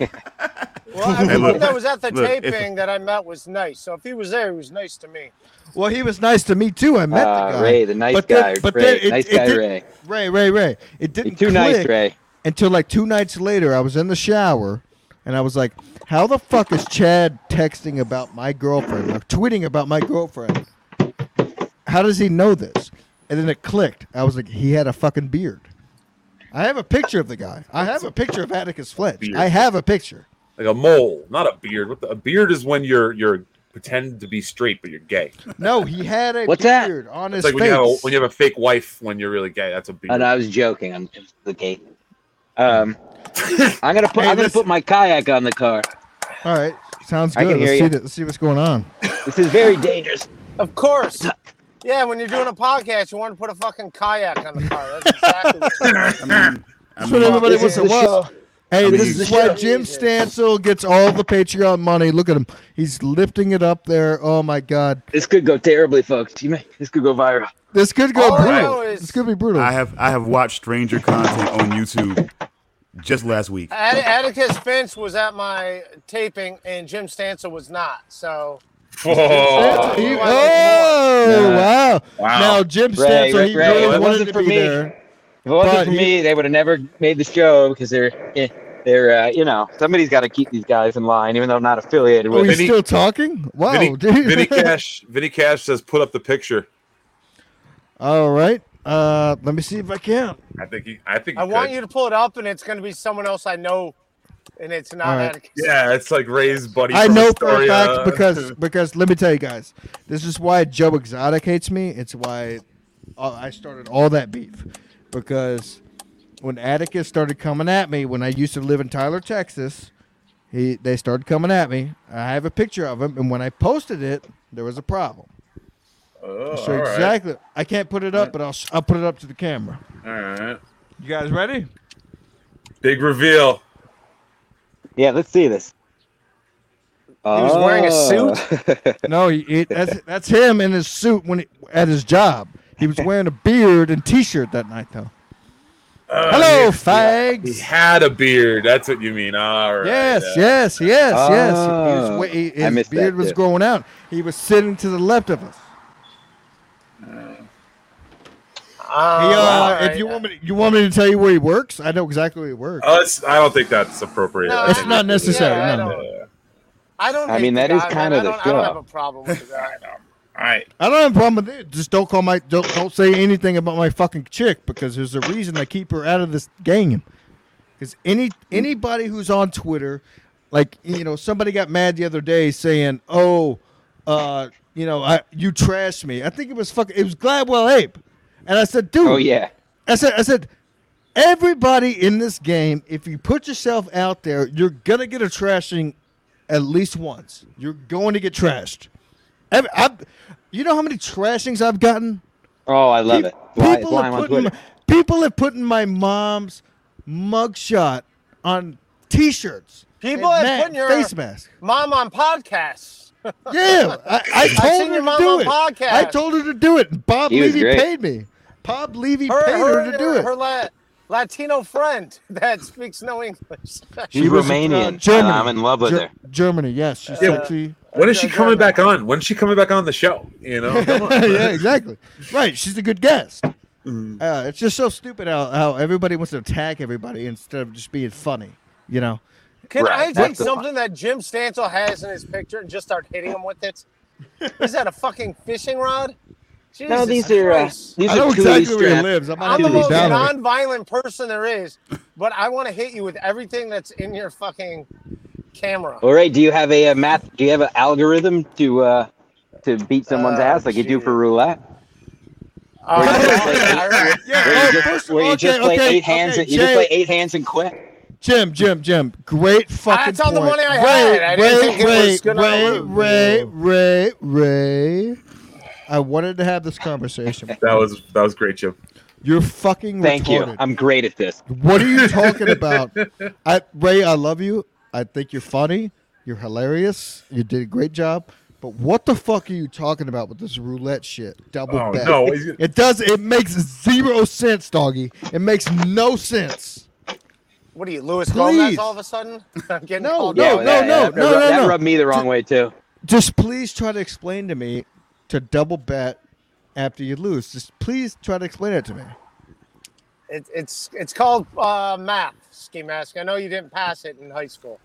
[SPEAKER 6] Well, I
[SPEAKER 4] Hey, look.
[SPEAKER 6] that was at the
[SPEAKER 4] Look, if-
[SPEAKER 6] taping that I met was nice. So if he was there, he was nice to me.
[SPEAKER 1] Well, he was nice to me too. I met
[SPEAKER 2] Uh,
[SPEAKER 1] the guy.
[SPEAKER 2] Ray, the nice
[SPEAKER 1] But then-
[SPEAKER 2] guy.
[SPEAKER 1] but
[SPEAKER 2] Ray,
[SPEAKER 1] then it-
[SPEAKER 2] nice
[SPEAKER 1] it
[SPEAKER 2] guy,
[SPEAKER 1] did-
[SPEAKER 2] Ray.
[SPEAKER 1] Ray, Ray, Ray. It
[SPEAKER 2] You're
[SPEAKER 1] didn't
[SPEAKER 2] too
[SPEAKER 1] click
[SPEAKER 2] nice, Ray.
[SPEAKER 1] until like two nights later, I was in the shower and I was like, how the fuck is Chad texting about my girlfriend, or tweeting about my girlfriend? How does he know this? And then it clicked. I was like, he had a fucking beard. I have a picture of the guy. I have a picture of Atticus Fletch. I have a picture.
[SPEAKER 3] Like a mole, not a beard. What the, a beard is when you're you're pretend to be straight but you're gay.
[SPEAKER 1] No, he had a
[SPEAKER 7] What's that?
[SPEAKER 1] beard on his
[SPEAKER 3] It's like
[SPEAKER 1] face.
[SPEAKER 3] when you, have a, when you have a fake wife when you're really gay. That's a beard.
[SPEAKER 7] And Oh, I was joking. I'm just the gate. Um, I'm gonna put
[SPEAKER 1] Hey,
[SPEAKER 7] I'm gonna
[SPEAKER 1] listen.
[SPEAKER 7] put my kayak on the car.
[SPEAKER 1] All right, sounds
[SPEAKER 7] I
[SPEAKER 1] good.
[SPEAKER 7] can
[SPEAKER 1] Let's
[SPEAKER 7] hear
[SPEAKER 1] see,
[SPEAKER 7] ya.
[SPEAKER 1] th- let's see what's going on.
[SPEAKER 7] This is very dangerous.
[SPEAKER 6] Of course. Yeah, when you're doing a podcast, you want to put a fucking kayak on the car. That's exactly what you
[SPEAKER 4] I mean, I
[SPEAKER 1] That's
[SPEAKER 4] mean,
[SPEAKER 1] what everybody wants
[SPEAKER 7] This is
[SPEAKER 1] to
[SPEAKER 7] the show.
[SPEAKER 1] watch. Hey,
[SPEAKER 4] I mean,
[SPEAKER 1] this
[SPEAKER 4] you-
[SPEAKER 1] is why
[SPEAKER 7] Yeah.
[SPEAKER 1] Jim Stansel gets all the Patreon money. Look at him. He's lifting it up there. Oh my god.
[SPEAKER 7] This could go terribly, folks. You may this could go viral.
[SPEAKER 1] This could go
[SPEAKER 6] All I
[SPEAKER 1] brutal.
[SPEAKER 6] know is-
[SPEAKER 1] This could be brutal.
[SPEAKER 4] I have I have watched stranger content on YouTube just last week.
[SPEAKER 6] Att- Atticus Finch was at my taping and Jim Stansel was not. So
[SPEAKER 3] Whoa.
[SPEAKER 1] Oh, He-
[SPEAKER 7] Oh,
[SPEAKER 6] Yeah.
[SPEAKER 1] oh wow.
[SPEAKER 3] Wow.
[SPEAKER 1] Now Jim
[SPEAKER 7] Ray,
[SPEAKER 1] Stansel he
[SPEAKER 7] Ray,
[SPEAKER 1] really
[SPEAKER 7] it
[SPEAKER 1] wanted
[SPEAKER 7] wasn't
[SPEAKER 1] to
[SPEAKER 7] for
[SPEAKER 1] be
[SPEAKER 7] me.
[SPEAKER 1] there.
[SPEAKER 7] If it wasn't
[SPEAKER 1] But
[SPEAKER 7] for
[SPEAKER 1] you-
[SPEAKER 7] me, they would have never made the show because they're eh, they're uh, you know somebody's got to keep these guys in line, even though I'm not affiliated
[SPEAKER 1] Oh,
[SPEAKER 7] with.
[SPEAKER 1] he's
[SPEAKER 3] Vinny-
[SPEAKER 1] still talking? Wow,
[SPEAKER 3] Vinny,
[SPEAKER 1] dude.
[SPEAKER 3] Vinny Cash. Vinny Cash says, "Put up the picture."
[SPEAKER 1] all right. Uh let me see if I can.
[SPEAKER 3] I think he. I think.
[SPEAKER 6] I
[SPEAKER 3] he
[SPEAKER 6] want
[SPEAKER 3] could.
[SPEAKER 6] you to pull it up and it's going to be someone else I know and it's not
[SPEAKER 1] All right.
[SPEAKER 6] Atticus.
[SPEAKER 3] Yeah, it's like Ray's buddy.
[SPEAKER 1] I
[SPEAKER 3] from
[SPEAKER 1] know for a
[SPEAKER 3] Astoria.
[SPEAKER 1] fact because because let me tell you guys, this is why Joe Exotic hates me. It's why uh, I started all that beef because when Atticus started coming at me when I used to live in Tyler, Texas, he they started coming at me. I have a picture of him, and when I posted it, there was a problem.
[SPEAKER 3] Oh,
[SPEAKER 1] so
[SPEAKER 3] all right,
[SPEAKER 1] exactly, I can't put it up, but I'll s- I'll put it up to the camera.
[SPEAKER 3] All right.
[SPEAKER 1] You guys ready?
[SPEAKER 3] Big reveal.
[SPEAKER 7] Yeah, let's see this.
[SPEAKER 6] He was wearing a
[SPEAKER 7] suit.
[SPEAKER 1] No, he, he- that's that's him in his suit when he, at his job. He was wearing a beard and t-shirt that night though.
[SPEAKER 3] Uh,
[SPEAKER 1] Hello,
[SPEAKER 3] He, he
[SPEAKER 1] fags.
[SPEAKER 3] had a beard. That's what you mean. All right.
[SPEAKER 1] Yes,
[SPEAKER 3] yeah.
[SPEAKER 1] yes, yes, yes. He was,
[SPEAKER 7] Oh,
[SPEAKER 1] wa- he,
[SPEAKER 7] I
[SPEAKER 1] his
[SPEAKER 7] missed that
[SPEAKER 1] beard was
[SPEAKER 7] too.
[SPEAKER 1] growing out. He was sitting to the left of us.
[SPEAKER 6] Oh,
[SPEAKER 1] He, uh,
[SPEAKER 6] Ah, all
[SPEAKER 1] if
[SPEAKER 6] right.
[SPEAKER 1] you want me, to, you want me to tell you where he works? I know exactly where he works.
[SPEAKER 3] Uh, it's- I don't think that's appropriate.
[SPEAKER 6] No,
[SPEAKER 3] I
[SPEAKER 1] it's
[SPEAKER 3] think
[SPEAKER 1] not
[SPEAKER 3] it's-
[SPEAKER 1] necessary.
[SPEAKER 6] yeah, I
[SPEAKER 1] no,
[SPEAKER 6] don't-
[SPEAKER 1] no.
[SPEAKER 6] I don't.
[SPEAKER 7] I
[SPEAKER 6] hate
[SPEAKER 7] mean,
[SPEAKER 6] the
[SPEAKER 7] that is
[SPEAKER 6] guy,
[SPEAKER 7] kinda
[SPEAKER 6] man. I
[SPEAKER 7] the
[SPEAKER 6] don't- I don't
[SPEAKER 7] job.
[SPEAKER 6] have a problem with that.
[SPEAKER 3] All right.
[SPEAKER 1] I don't have a problem with it. Just don't call my don't, don't say anything about my fucking chick because there's a reason I keep her out of this gang. Because any anybody who's on Twitter, like you know, somebody got mad the other day saying, "Oh, uh, you know, I you trashed me." I think it was fucking it was Gladwell Ape, and I said, "Dude,
[SPEAKER 7] oh yeah.
[SPEAKER 1] I said, I said, everybody in this game, if you put yourself out there, you're gonna get a trashing at least once. You're going to get trashed. Ev- I've- you know how many trashings I've gotten?
[SPEAKER 7] Oh, I love
[SPEAKER 1] Pe-
[SPEAKER 7] it. Fly,
[SPEAKER 1] people,
[SPEAKER 7] flying
[SPEAKER 1] have
[SPEAKER 7] on
[SPEAKER 1] put in
[SPEAKER 7] Twitter.
[SPEAKER 1] my- people have put in my mom's mugshot on T-shirts.
[SPEAKER 6] People
[SPEAKER 1] and
[SPEAKER 6] have
[SPEAKER 1] ma-
[SPEAKER 6] put in your-
[SPEAKER 1] face mask.
[SPEAKER 6] Mom on podcasts.
[SPEAKER 1] Yeah, I, I told
[SPEAKER 6] seen
[SPEAKER 1] her
[SPEAKER 6] your
[SPEAKER 1] to
[SPEAKER 6] mom
[SPEAKER 1] do
[SPEAKER 6] on
[SPEAKER 1] it.
[SPEAKER 6] podcast.
[SPEAKER 1] I told her to do it. and Bob
[SPEAKER 7] He was
[SPEAKER 1] Levy
[SPEAKER 7] great.
[SPEAKER 1] paid me. Bob Levy
[SPEAKER 6] Her,
[SPEAKER 1] paid
[SPEAKER 6] her,
[SPEAKER 1] her, to do
[SPEAKER 6] her,
[SPEAKER 1] it.
[SPEAKER 6] la- Latino friend that speaks no English.
[SPEAKER 7] She's
[SPEAKER 1] She was, uh,
[SPEAKER 7] Romanian.
[SPEAKER 1] Germany.
[SPEAKER 7] and I'm in love with
[SPEAKER 1] Ger-
[SPEAKER 7] her.
[SPEAKER 1] Germany, yes, she's
[SPEAKER 3] Yeah.
[SPEAKER 1] sexy.
[SPEAKER 3] When is she
[SPEAKER 6] Yeah,
[SPEAKER 3] coming
[SPEAKER 6] yeah.
[SPEAKER 3] back on? When's she coming back on the show? You know. Come on.
[SPEAKER 1] yeah, exactly. Right, she's a good guest.
[SPEAKER 6] Mm.
[SPEAKER 1] Uh, it's just so stupid how, how everybody wants to attack everybody instead of just being funny. You know,
[SPEAKER 6] Can
[SPEAKER 7] Right,
[SPEAKER 6] I take
[SPEAKER 7] that's the-
[SPEAKER 6] something that Jim Stansel has in his picture and just start hitting him with it? Is that a fucking fishing rod? Jesus
[SPEAKER 7] No, these are uh,
[SPEAKER 6] Christ.
[SPEAKER 7] these
[SPEAKER 1] I know
[SPEAKER 7] are two
[SPEAKER 1] exactly where he
[SPEAKER 7] straps.
[SPEAKER 1] lives. I'm not
[SPEAKER 6] I'm the
[SPEAKER 1] even
[SPEAKER 7] Dude,
[SPEAKER 6] most
[SPEAKER 1] down there.
[SPEAKER 6] non-violent person there is, but I want to hit you with everything that's in your fucking camera.
[SPEAKER 7] All right. Do you have a, uh math? Do you have an algorithm to uh, to beat someone's
[SPEAKER 1] Uh,
[SPEAKER 6] Oh,
[SPEAKER 7] ass like you do
[SPEAKER 6] gee.
[SPEAKER 7] for roulette?
[SPEAKER 6] All
[SPEAKER 7] Where you just
[SPEAKER 6] right,
[SPEAKER 7] play-
[SPEAKER 6] all right.
[SPEAKER 7] Where you
[SPEAKER 1] oh,
[SPEAKER 7] just,
[SPEAKER 1] first-
[SPEAKER 7] where you
[SPEAKER 1] okay,
[SPEAKER 7] just play
[SPEAKER 1] okay,
[SPEAKER 7] eight hands.
[SPEAKER 1] okay,
[SPEAKER 7] and, you just
[SPEAKER 1] Jay-
[SPEAKER 7] play eight hands and quit.
[SPEAKER 1] Jim, Jim, Jim. Great fucking.
[SPEAKER 6] That's all the
[SPEAKER 1] point.
[SPEAKER 6] money I had. I didn't think it was
[SPEAKER 1] Ray,
[SPEAKER 6] gonna
[SPEAKER 1] Ray,
[SPEAKER 6] move.
[SPEAKER 1] Ray, Ray, Ray, Ray. I wanted to have this conversation.
[SPEAKER 3] That was that was great, Jim.
[SPEAKER 1] You're fucking
[SPEAKER 7] Thank
[SPEAKER 1] retarded.
[SPEAKER 7] you. I'm great at this.
[SPEAKER 1] What are you talking about? I, Ray, I love you. I think you're funny. You're hilarious. You did a great job. But what the fuck are you talking about with this roulette shit? Double
[SPEAKER 3] Oh,
[SPEAKER 1] bet.
[SPEAKER 3] no, he's-
[SPEAKER 1] It does. It makes zero sense, doggy. It makes no sense.
[SPEAKER 6] What are you, Luis
[SPEAKER 1] Please.
[SPEAKER 6] Gomez? All of a sudden, I'm getting
[SPEAKER 1] No,
[SPEAKER 6] called.
[SPEAKER 1] no, no,
[SPEAKER 6] out.
[SPEAKER 7] Yeah, that,
[SPEAKER 1] no,
[SPEAKER 7] that,
[SPEAKER 1] no,
[SPEAKER 7] that,
[SPEAKER 1] no, no.
[SPEAKER 7] rubbed me the wrong way too.
[SPEAKER 1] Just please try to explain to me to double bet after you lose. Just please try to explain it to me.
[SPEAKER 6] It, it's it's called uh, math ski mask. I know you didn't pass it in high school.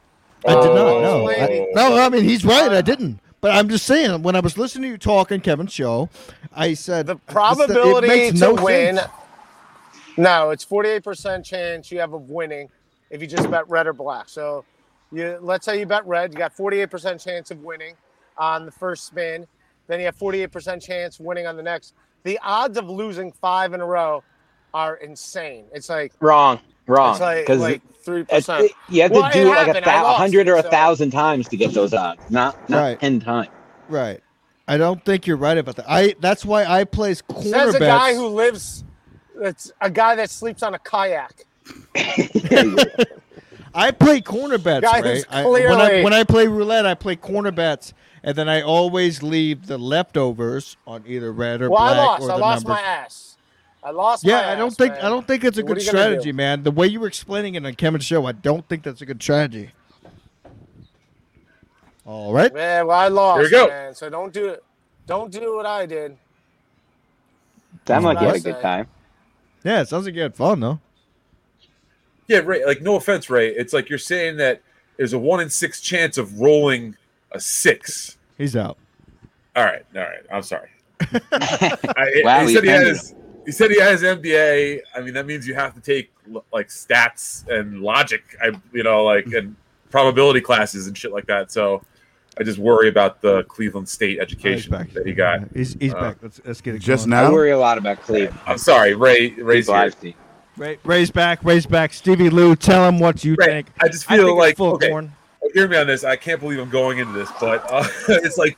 [SPEAKER 1] I did not
[SPEAKER 6] Oh, Uh,
[SPEAKER 1] know.
[SPEAKER 6] lady.
[SPEAKER 1] I, no, I mean he's right. I didn't. But I'm just saying, when I was listening to you talk on Kevin's show, I said the
[SPEAKER 6] Probability to win.
[SPEAKER 1] Sense.
[SPEAKER 6] No, it's forty-eight percent chance you have of winning if you just bet red or black. So, you let's say you bet red, you got forty-eight percent chance of winning on the first spin. Then you have forty-eight percent chance of winning on the next. The odds of losing five in a row are insane. It's like
[SPEAKER 7] Wrong, wrong.
[SPEAKER 6] it's like
[SPEAKER 7] Because
[SPEAKER 6] like three
[SPEAKER 7] That's
[SPEAKER 6] percent.
[SPEAKER 7] it. you have to
[SPEAKER 6] Well, it
[SPEAKER 7] do like a
[SPEAKER 6] happened. I
[SPEAKER 7] thou-
[SPEAKER 6] lost,
[SPEAKER 7] a hundred or a
[SPEAKER 6] so-
[SPEAKER 7] thousand times to get those odds, not not
[SPEAKER 1] Right.
[SPEAKER 7] ten times.
[SPEAKER 1] Right. I don't think you're right about that. I that's why I place corner
[SPEAKER 6] Says a
[SPEAKER 1] bets.
[SPEAKER 6] guy who lives. That's a guy that sleeps on a kayak.
[SPEAKER 1] I play corner bets,
[SPEAKER 6] Guys,
[SPEAKER 1] right? I, when, I,
[SPEAKER 6] clearly-
[SPEAKER 1] when I play roulette, I play corner bets, and then I always leave the leftovers on either red or
[SPEAKER 6] Well, I
[SPEAKER 1] black
[SPEAKER 6] lost.
[SPEAKER 1] or
[SPEAKER 6] I
[SPEAKER 1] the
[SPEAKER 6] lost
[SPEAKER 1] numbers.
[SPEAKER 6] my ass. I lost.
[SPEAKER 1] yeah,
[SPEAKER 6] my
[SPEAKER 1] I don't
[SPEAKER 6] ass,
[SPEAKER 1] think
[SPEAKER 6] man.
[SPEAKER 1] I don't think it's a
[SPEAKER 6] What are
[SPEAKER 1] good
[SPEAKER 6] you gonna do?
[SPEAKER 1] strategy, man. The way you were explaining it on Kevin's show, I don't think that's a good strategy. All right.
[SPEAKER 6] Man, well, I lost.
[SPEAKER 3] There you go.
[SPEAKER 6] Man. So don't do it. Don't do what I did.
[SPEAKER 1] Mm,
[SPEAKER 7] Sound like you had a
[SPEAKER 6] Nice.
[SPEAKER 7] good time.
[SPEAKER 1] Yeah, it sounds like you had fun though.
[SPEAKER 3] Yeah, Ray. Like, no offense, Ray. It's like you're saying that there's a one in six chance of rolling a six.
[SPEAKER 1] He's out. Oh,
[SPEAKER 3] All right, all right. I'm sorry. I,
[SPEAKER 7] Wow,
[SPEAKER 3] he
[SPEAKER 7] he
[SPEAKER 3] said he
[SPEAKER 7] offended
[SPEAKER 3] has. He said he has MBA. I mean, that means you have to take l- like stats and logic. I, you know, like and probability classes and shit like that. So, I just worry about the Cleveland State education
[SPEAKER 1] back.
[SPEAKER 3] that he got.
[SPEAKER 1] He's he's
[SPEAKER 3] Uh,
[SPEAKER 1] back. Let's let's get it.
[SPEAKER 4] Just
[SPEAKER 1] going.
[SPEAKER 7] I
[SPEAKER 4] now,
[SPEAKER 7] worry a lot about Cleveland.
[SPEAKER 3] I'm sorry, Ray. Ray's
[SPEAKER 7] people
[SPEAKER 3] here.
[SPEAKER 7] I've seen.
[SPEAKER 1] Ray, Ray's back. Ray's back. Stevie Lou, tell him what you
[SPEAKER 3] Ray,
[SPEAKER 1] think.
[SPEAKER 3] I just
[SPEAKER 1] I think
[SPEAKER 3] feel
[SPEAKER 1] it's
[SPEAKER 3] like
[SPEAKER 1] full
[SPEAKER 3] okay.
[SPEAKER 1] corn.
[SPEAKER 3] hear me on this. I can't believe I'm going into this, but uh, it's like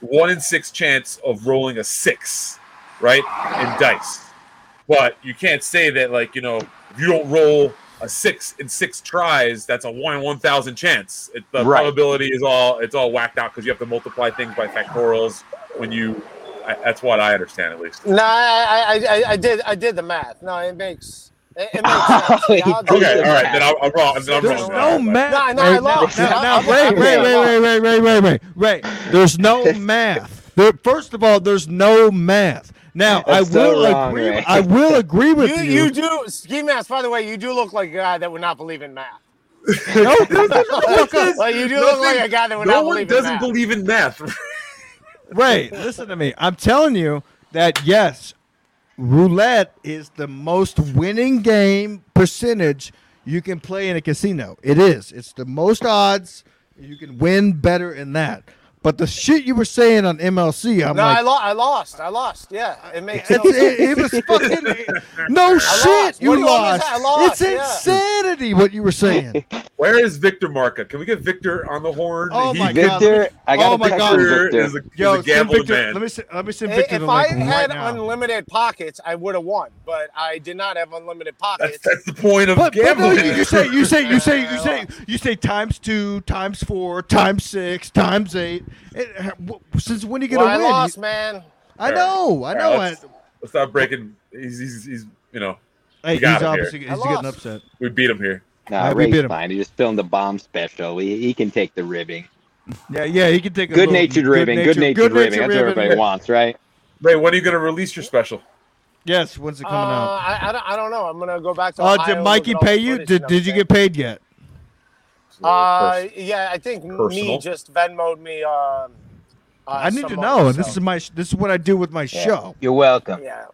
[SPEAKER 3] one in six chance of rolling a six, right, in dice. But you can't say that, like you know, if you don't roll a six in six tries, that's a one in one thousand chance. It, the
[SPEAKER 7] Right.
[SPEAKER 3] probability is all it's all whacked out because you have to multiply things by factorials when you. I, that's what I understand at least.
[SPEAKER 6] No, I, I, I, I did. I did the math. No, it makes. It, it makes sense. The
[SPEAKER 7] He
[SPEAKER 6] odds are-
[SPEAKER 7] did
[SPEAKER 3] Okay, all right, then I'm, I'm wrong. Then I'm
[SPEAKER 1] There's
[SPEAKER 3] wrong.
[SPEAKER 1] no math.
[SPEAKER 6] No, no,
[SPEAKER 1] Ray.
[SPEAKER 6] I lost.
[SPEAKER 1] Now,
[SPEAKER 6] I-
[SPEAKER 1] now,
[SPEAKER 6] I'm-
[SPEAKER 1] Ray,
[SPEAKER 6] I'm
[SPEAKER 1] Ray,
[SPEAKER 6] saying I
[SPEAKER 1] Ray, Ray, Ray, Ray, Ray, Ray, Ray. There's no math. There, first of all, there's no math. Now, I
[SPEAKER 7] That's so
[SPEAKER 1] will
[SPEAKER 7] wrong,
[SPEAKER 1] agree.
[SPEAKER 7] Ray.
[SPEAKER 1] I will agree with
[SPEAKER 6] You,
[SPEAKER 1] you.
[SPEAKER 6] you do ski mask. By the way, you do look like a guy that would not believe in math.
[SPEAKER 1] No, no, no, no, no.
[SPEAKER 6] Like you do
[SPEAKER 3] Nothing-
[SPEAKER 6] look like a guy that would
[SPEAKER 3] No
[SPEAKER 6] not
[SPEAKER 3] one
[SPEAKER 6] believe in
[SPEAKER 3] doesn't
[SPEAKER 6] math.
[SPEAKER 3] believe in math.
[SPEAKER 1] Ray, listen to me. I'm telling you that yes, roulette is the most winning game percentage you can play in a casino. It is. It's the most odds. You can win better in that. But the shit you were saying on MLC, I'm
[SPEAKER 6] no,
[SPEAKER 1] like,
[SPEAKER 6] I, lo- I lost. I lost. Yeah, it makes no
[SPEAKER 1] It's, it,
[SPEAKER 6] sense.
[SPEAKER 1] it was fucking no shit.
[SPEAKER 6] lost.
[SPEAKER 1] You
[SPEAKER 6] What do you want me to
[SPEAKER 1] lost.
[SPEAKER 6] say? I lost,
[SPEAKER 1] It's
[SPEAKER 6] yeah.
[SPEAKER 1] insanity what you were saying.
[SPEAKER 3] Where is Victor Marca? Can we get Victor on the horn?
[SPEAKER 1] Oh my God,
[SPEAKER 7] Victor, I got
[SPEAKER 1] Oh
[SPEAKER 7] a
[SPEAKER 1] my
[SPEAKER 7] text
[SPEAKER 1] God.
[SPEAKER 7] from
[SPEAKER 3] Victor
[SPEAKER 7] Victor.
[SPEAKER 3] is a, is
[SPEAKER 1] Yo,
[SPEAKER 3] a gambling
[SPEAKER 1] send Victor,
[SPEAKER 3] man.
[SPEAKER 1] let me send, let me send Victor
[SPEAKER 6] If
[SPEAKER 1] the
[SPEAKER 6] I
[SPEAKER 1] link right
[SPEAKER 6] had
[SPEAKER 1] now.
[SPEAKER 6] unlimited pockets, I would have won. But I did not have unlimited
[SPEAKER 3] that's,
[SPEAKER 6] pockets.
[SPEAKER 3] that's the point of
[SPEAKER 1] but, but no,
[SPEAKER 3] gambling.
[SPEAKER 1] you, you say you say you say you say you say times two, times four, times six, times eight. It- uh, w- since when are you gonna
[SPEAKER 6] well, I
[SPEAKER 1] win?
[SPEAKER 6] lost, man.
[SPEAKER 1] I know, I know.
[SPEAKER 3] All right,
[SPEAKER 1] I,
[SPEAKER 3] let's, let's stop breaking. He's, he's, he's, you know,
[SPEAKER 1] hey,
[SPEAKER 3] got
[SPEAKER 1] he's
[SPEAKER 3] him here.
[SPEAKER 1] obviously he's
[SPEAKER 6] I
[SPEAKER 1] getting
[SPEAKER 6] lost.
[SPEAKER 1] upset.
[SPEAKER 3] we beat him here.
[SPEAKER 1] All
[SPEAKER 7] No,
[SPEAKER 1] right, we beat
[SPEAKER 7] Ray's
[SPEAKER 1] him.
[SPEAKER 7] fine. He just filmed the bomb special. He, he can take the ribbing.
[SPEAKER 1] Yeah, yeah, he can take a
[SPEAKER 7] Good natured ribbing. Good natured ribbing. That's what everybody wants, right?
[SPEAKER 3] Ray, when are you going to release your special?
[SPEAKER 1] Yes, when's it
[SPEAKER 6] Uh,
[SPEAKER 1] coming out?
[SPEAKER 6] I, I, don't, I don't know. I'm gonna go back to.
[SPEAKER 1] Uh,
[SPEAKER 6] Ohio
[SPEAKER 1] did
[SPEAKER 6] and
[SPEAKER 1] Mikey
[SPEAKER 6] look at all
[SPEAKER 1] pay
[SPEAKER 6] the
[SPEAKER 1] you?
[SPEAKER 6] footage
[SPEAKER 1] Did
[SPEAKER 6] and
[SPEAKER 1] did you
[SPEAKER 6] everything.
[SPEAKER 1] get paid yet?
[SPEAKER 6] Uh, yeah, I think
[SPEAKER 3] Personal.
[SPEAKER 6] me just Venmoed me. Um, uh,
[SPEAKER 1] I need
[SPEAKER 6] some
[SPEAKER 1] to
[SPEAKER 6] money,
[SPEAKER 1] know. And
[SPEAKER 6] so-
[SPEAKER 1] this is my this is what I do with my show.
[SPEAKER 7] You're welcome.
[SPEAKER 6] Yeah,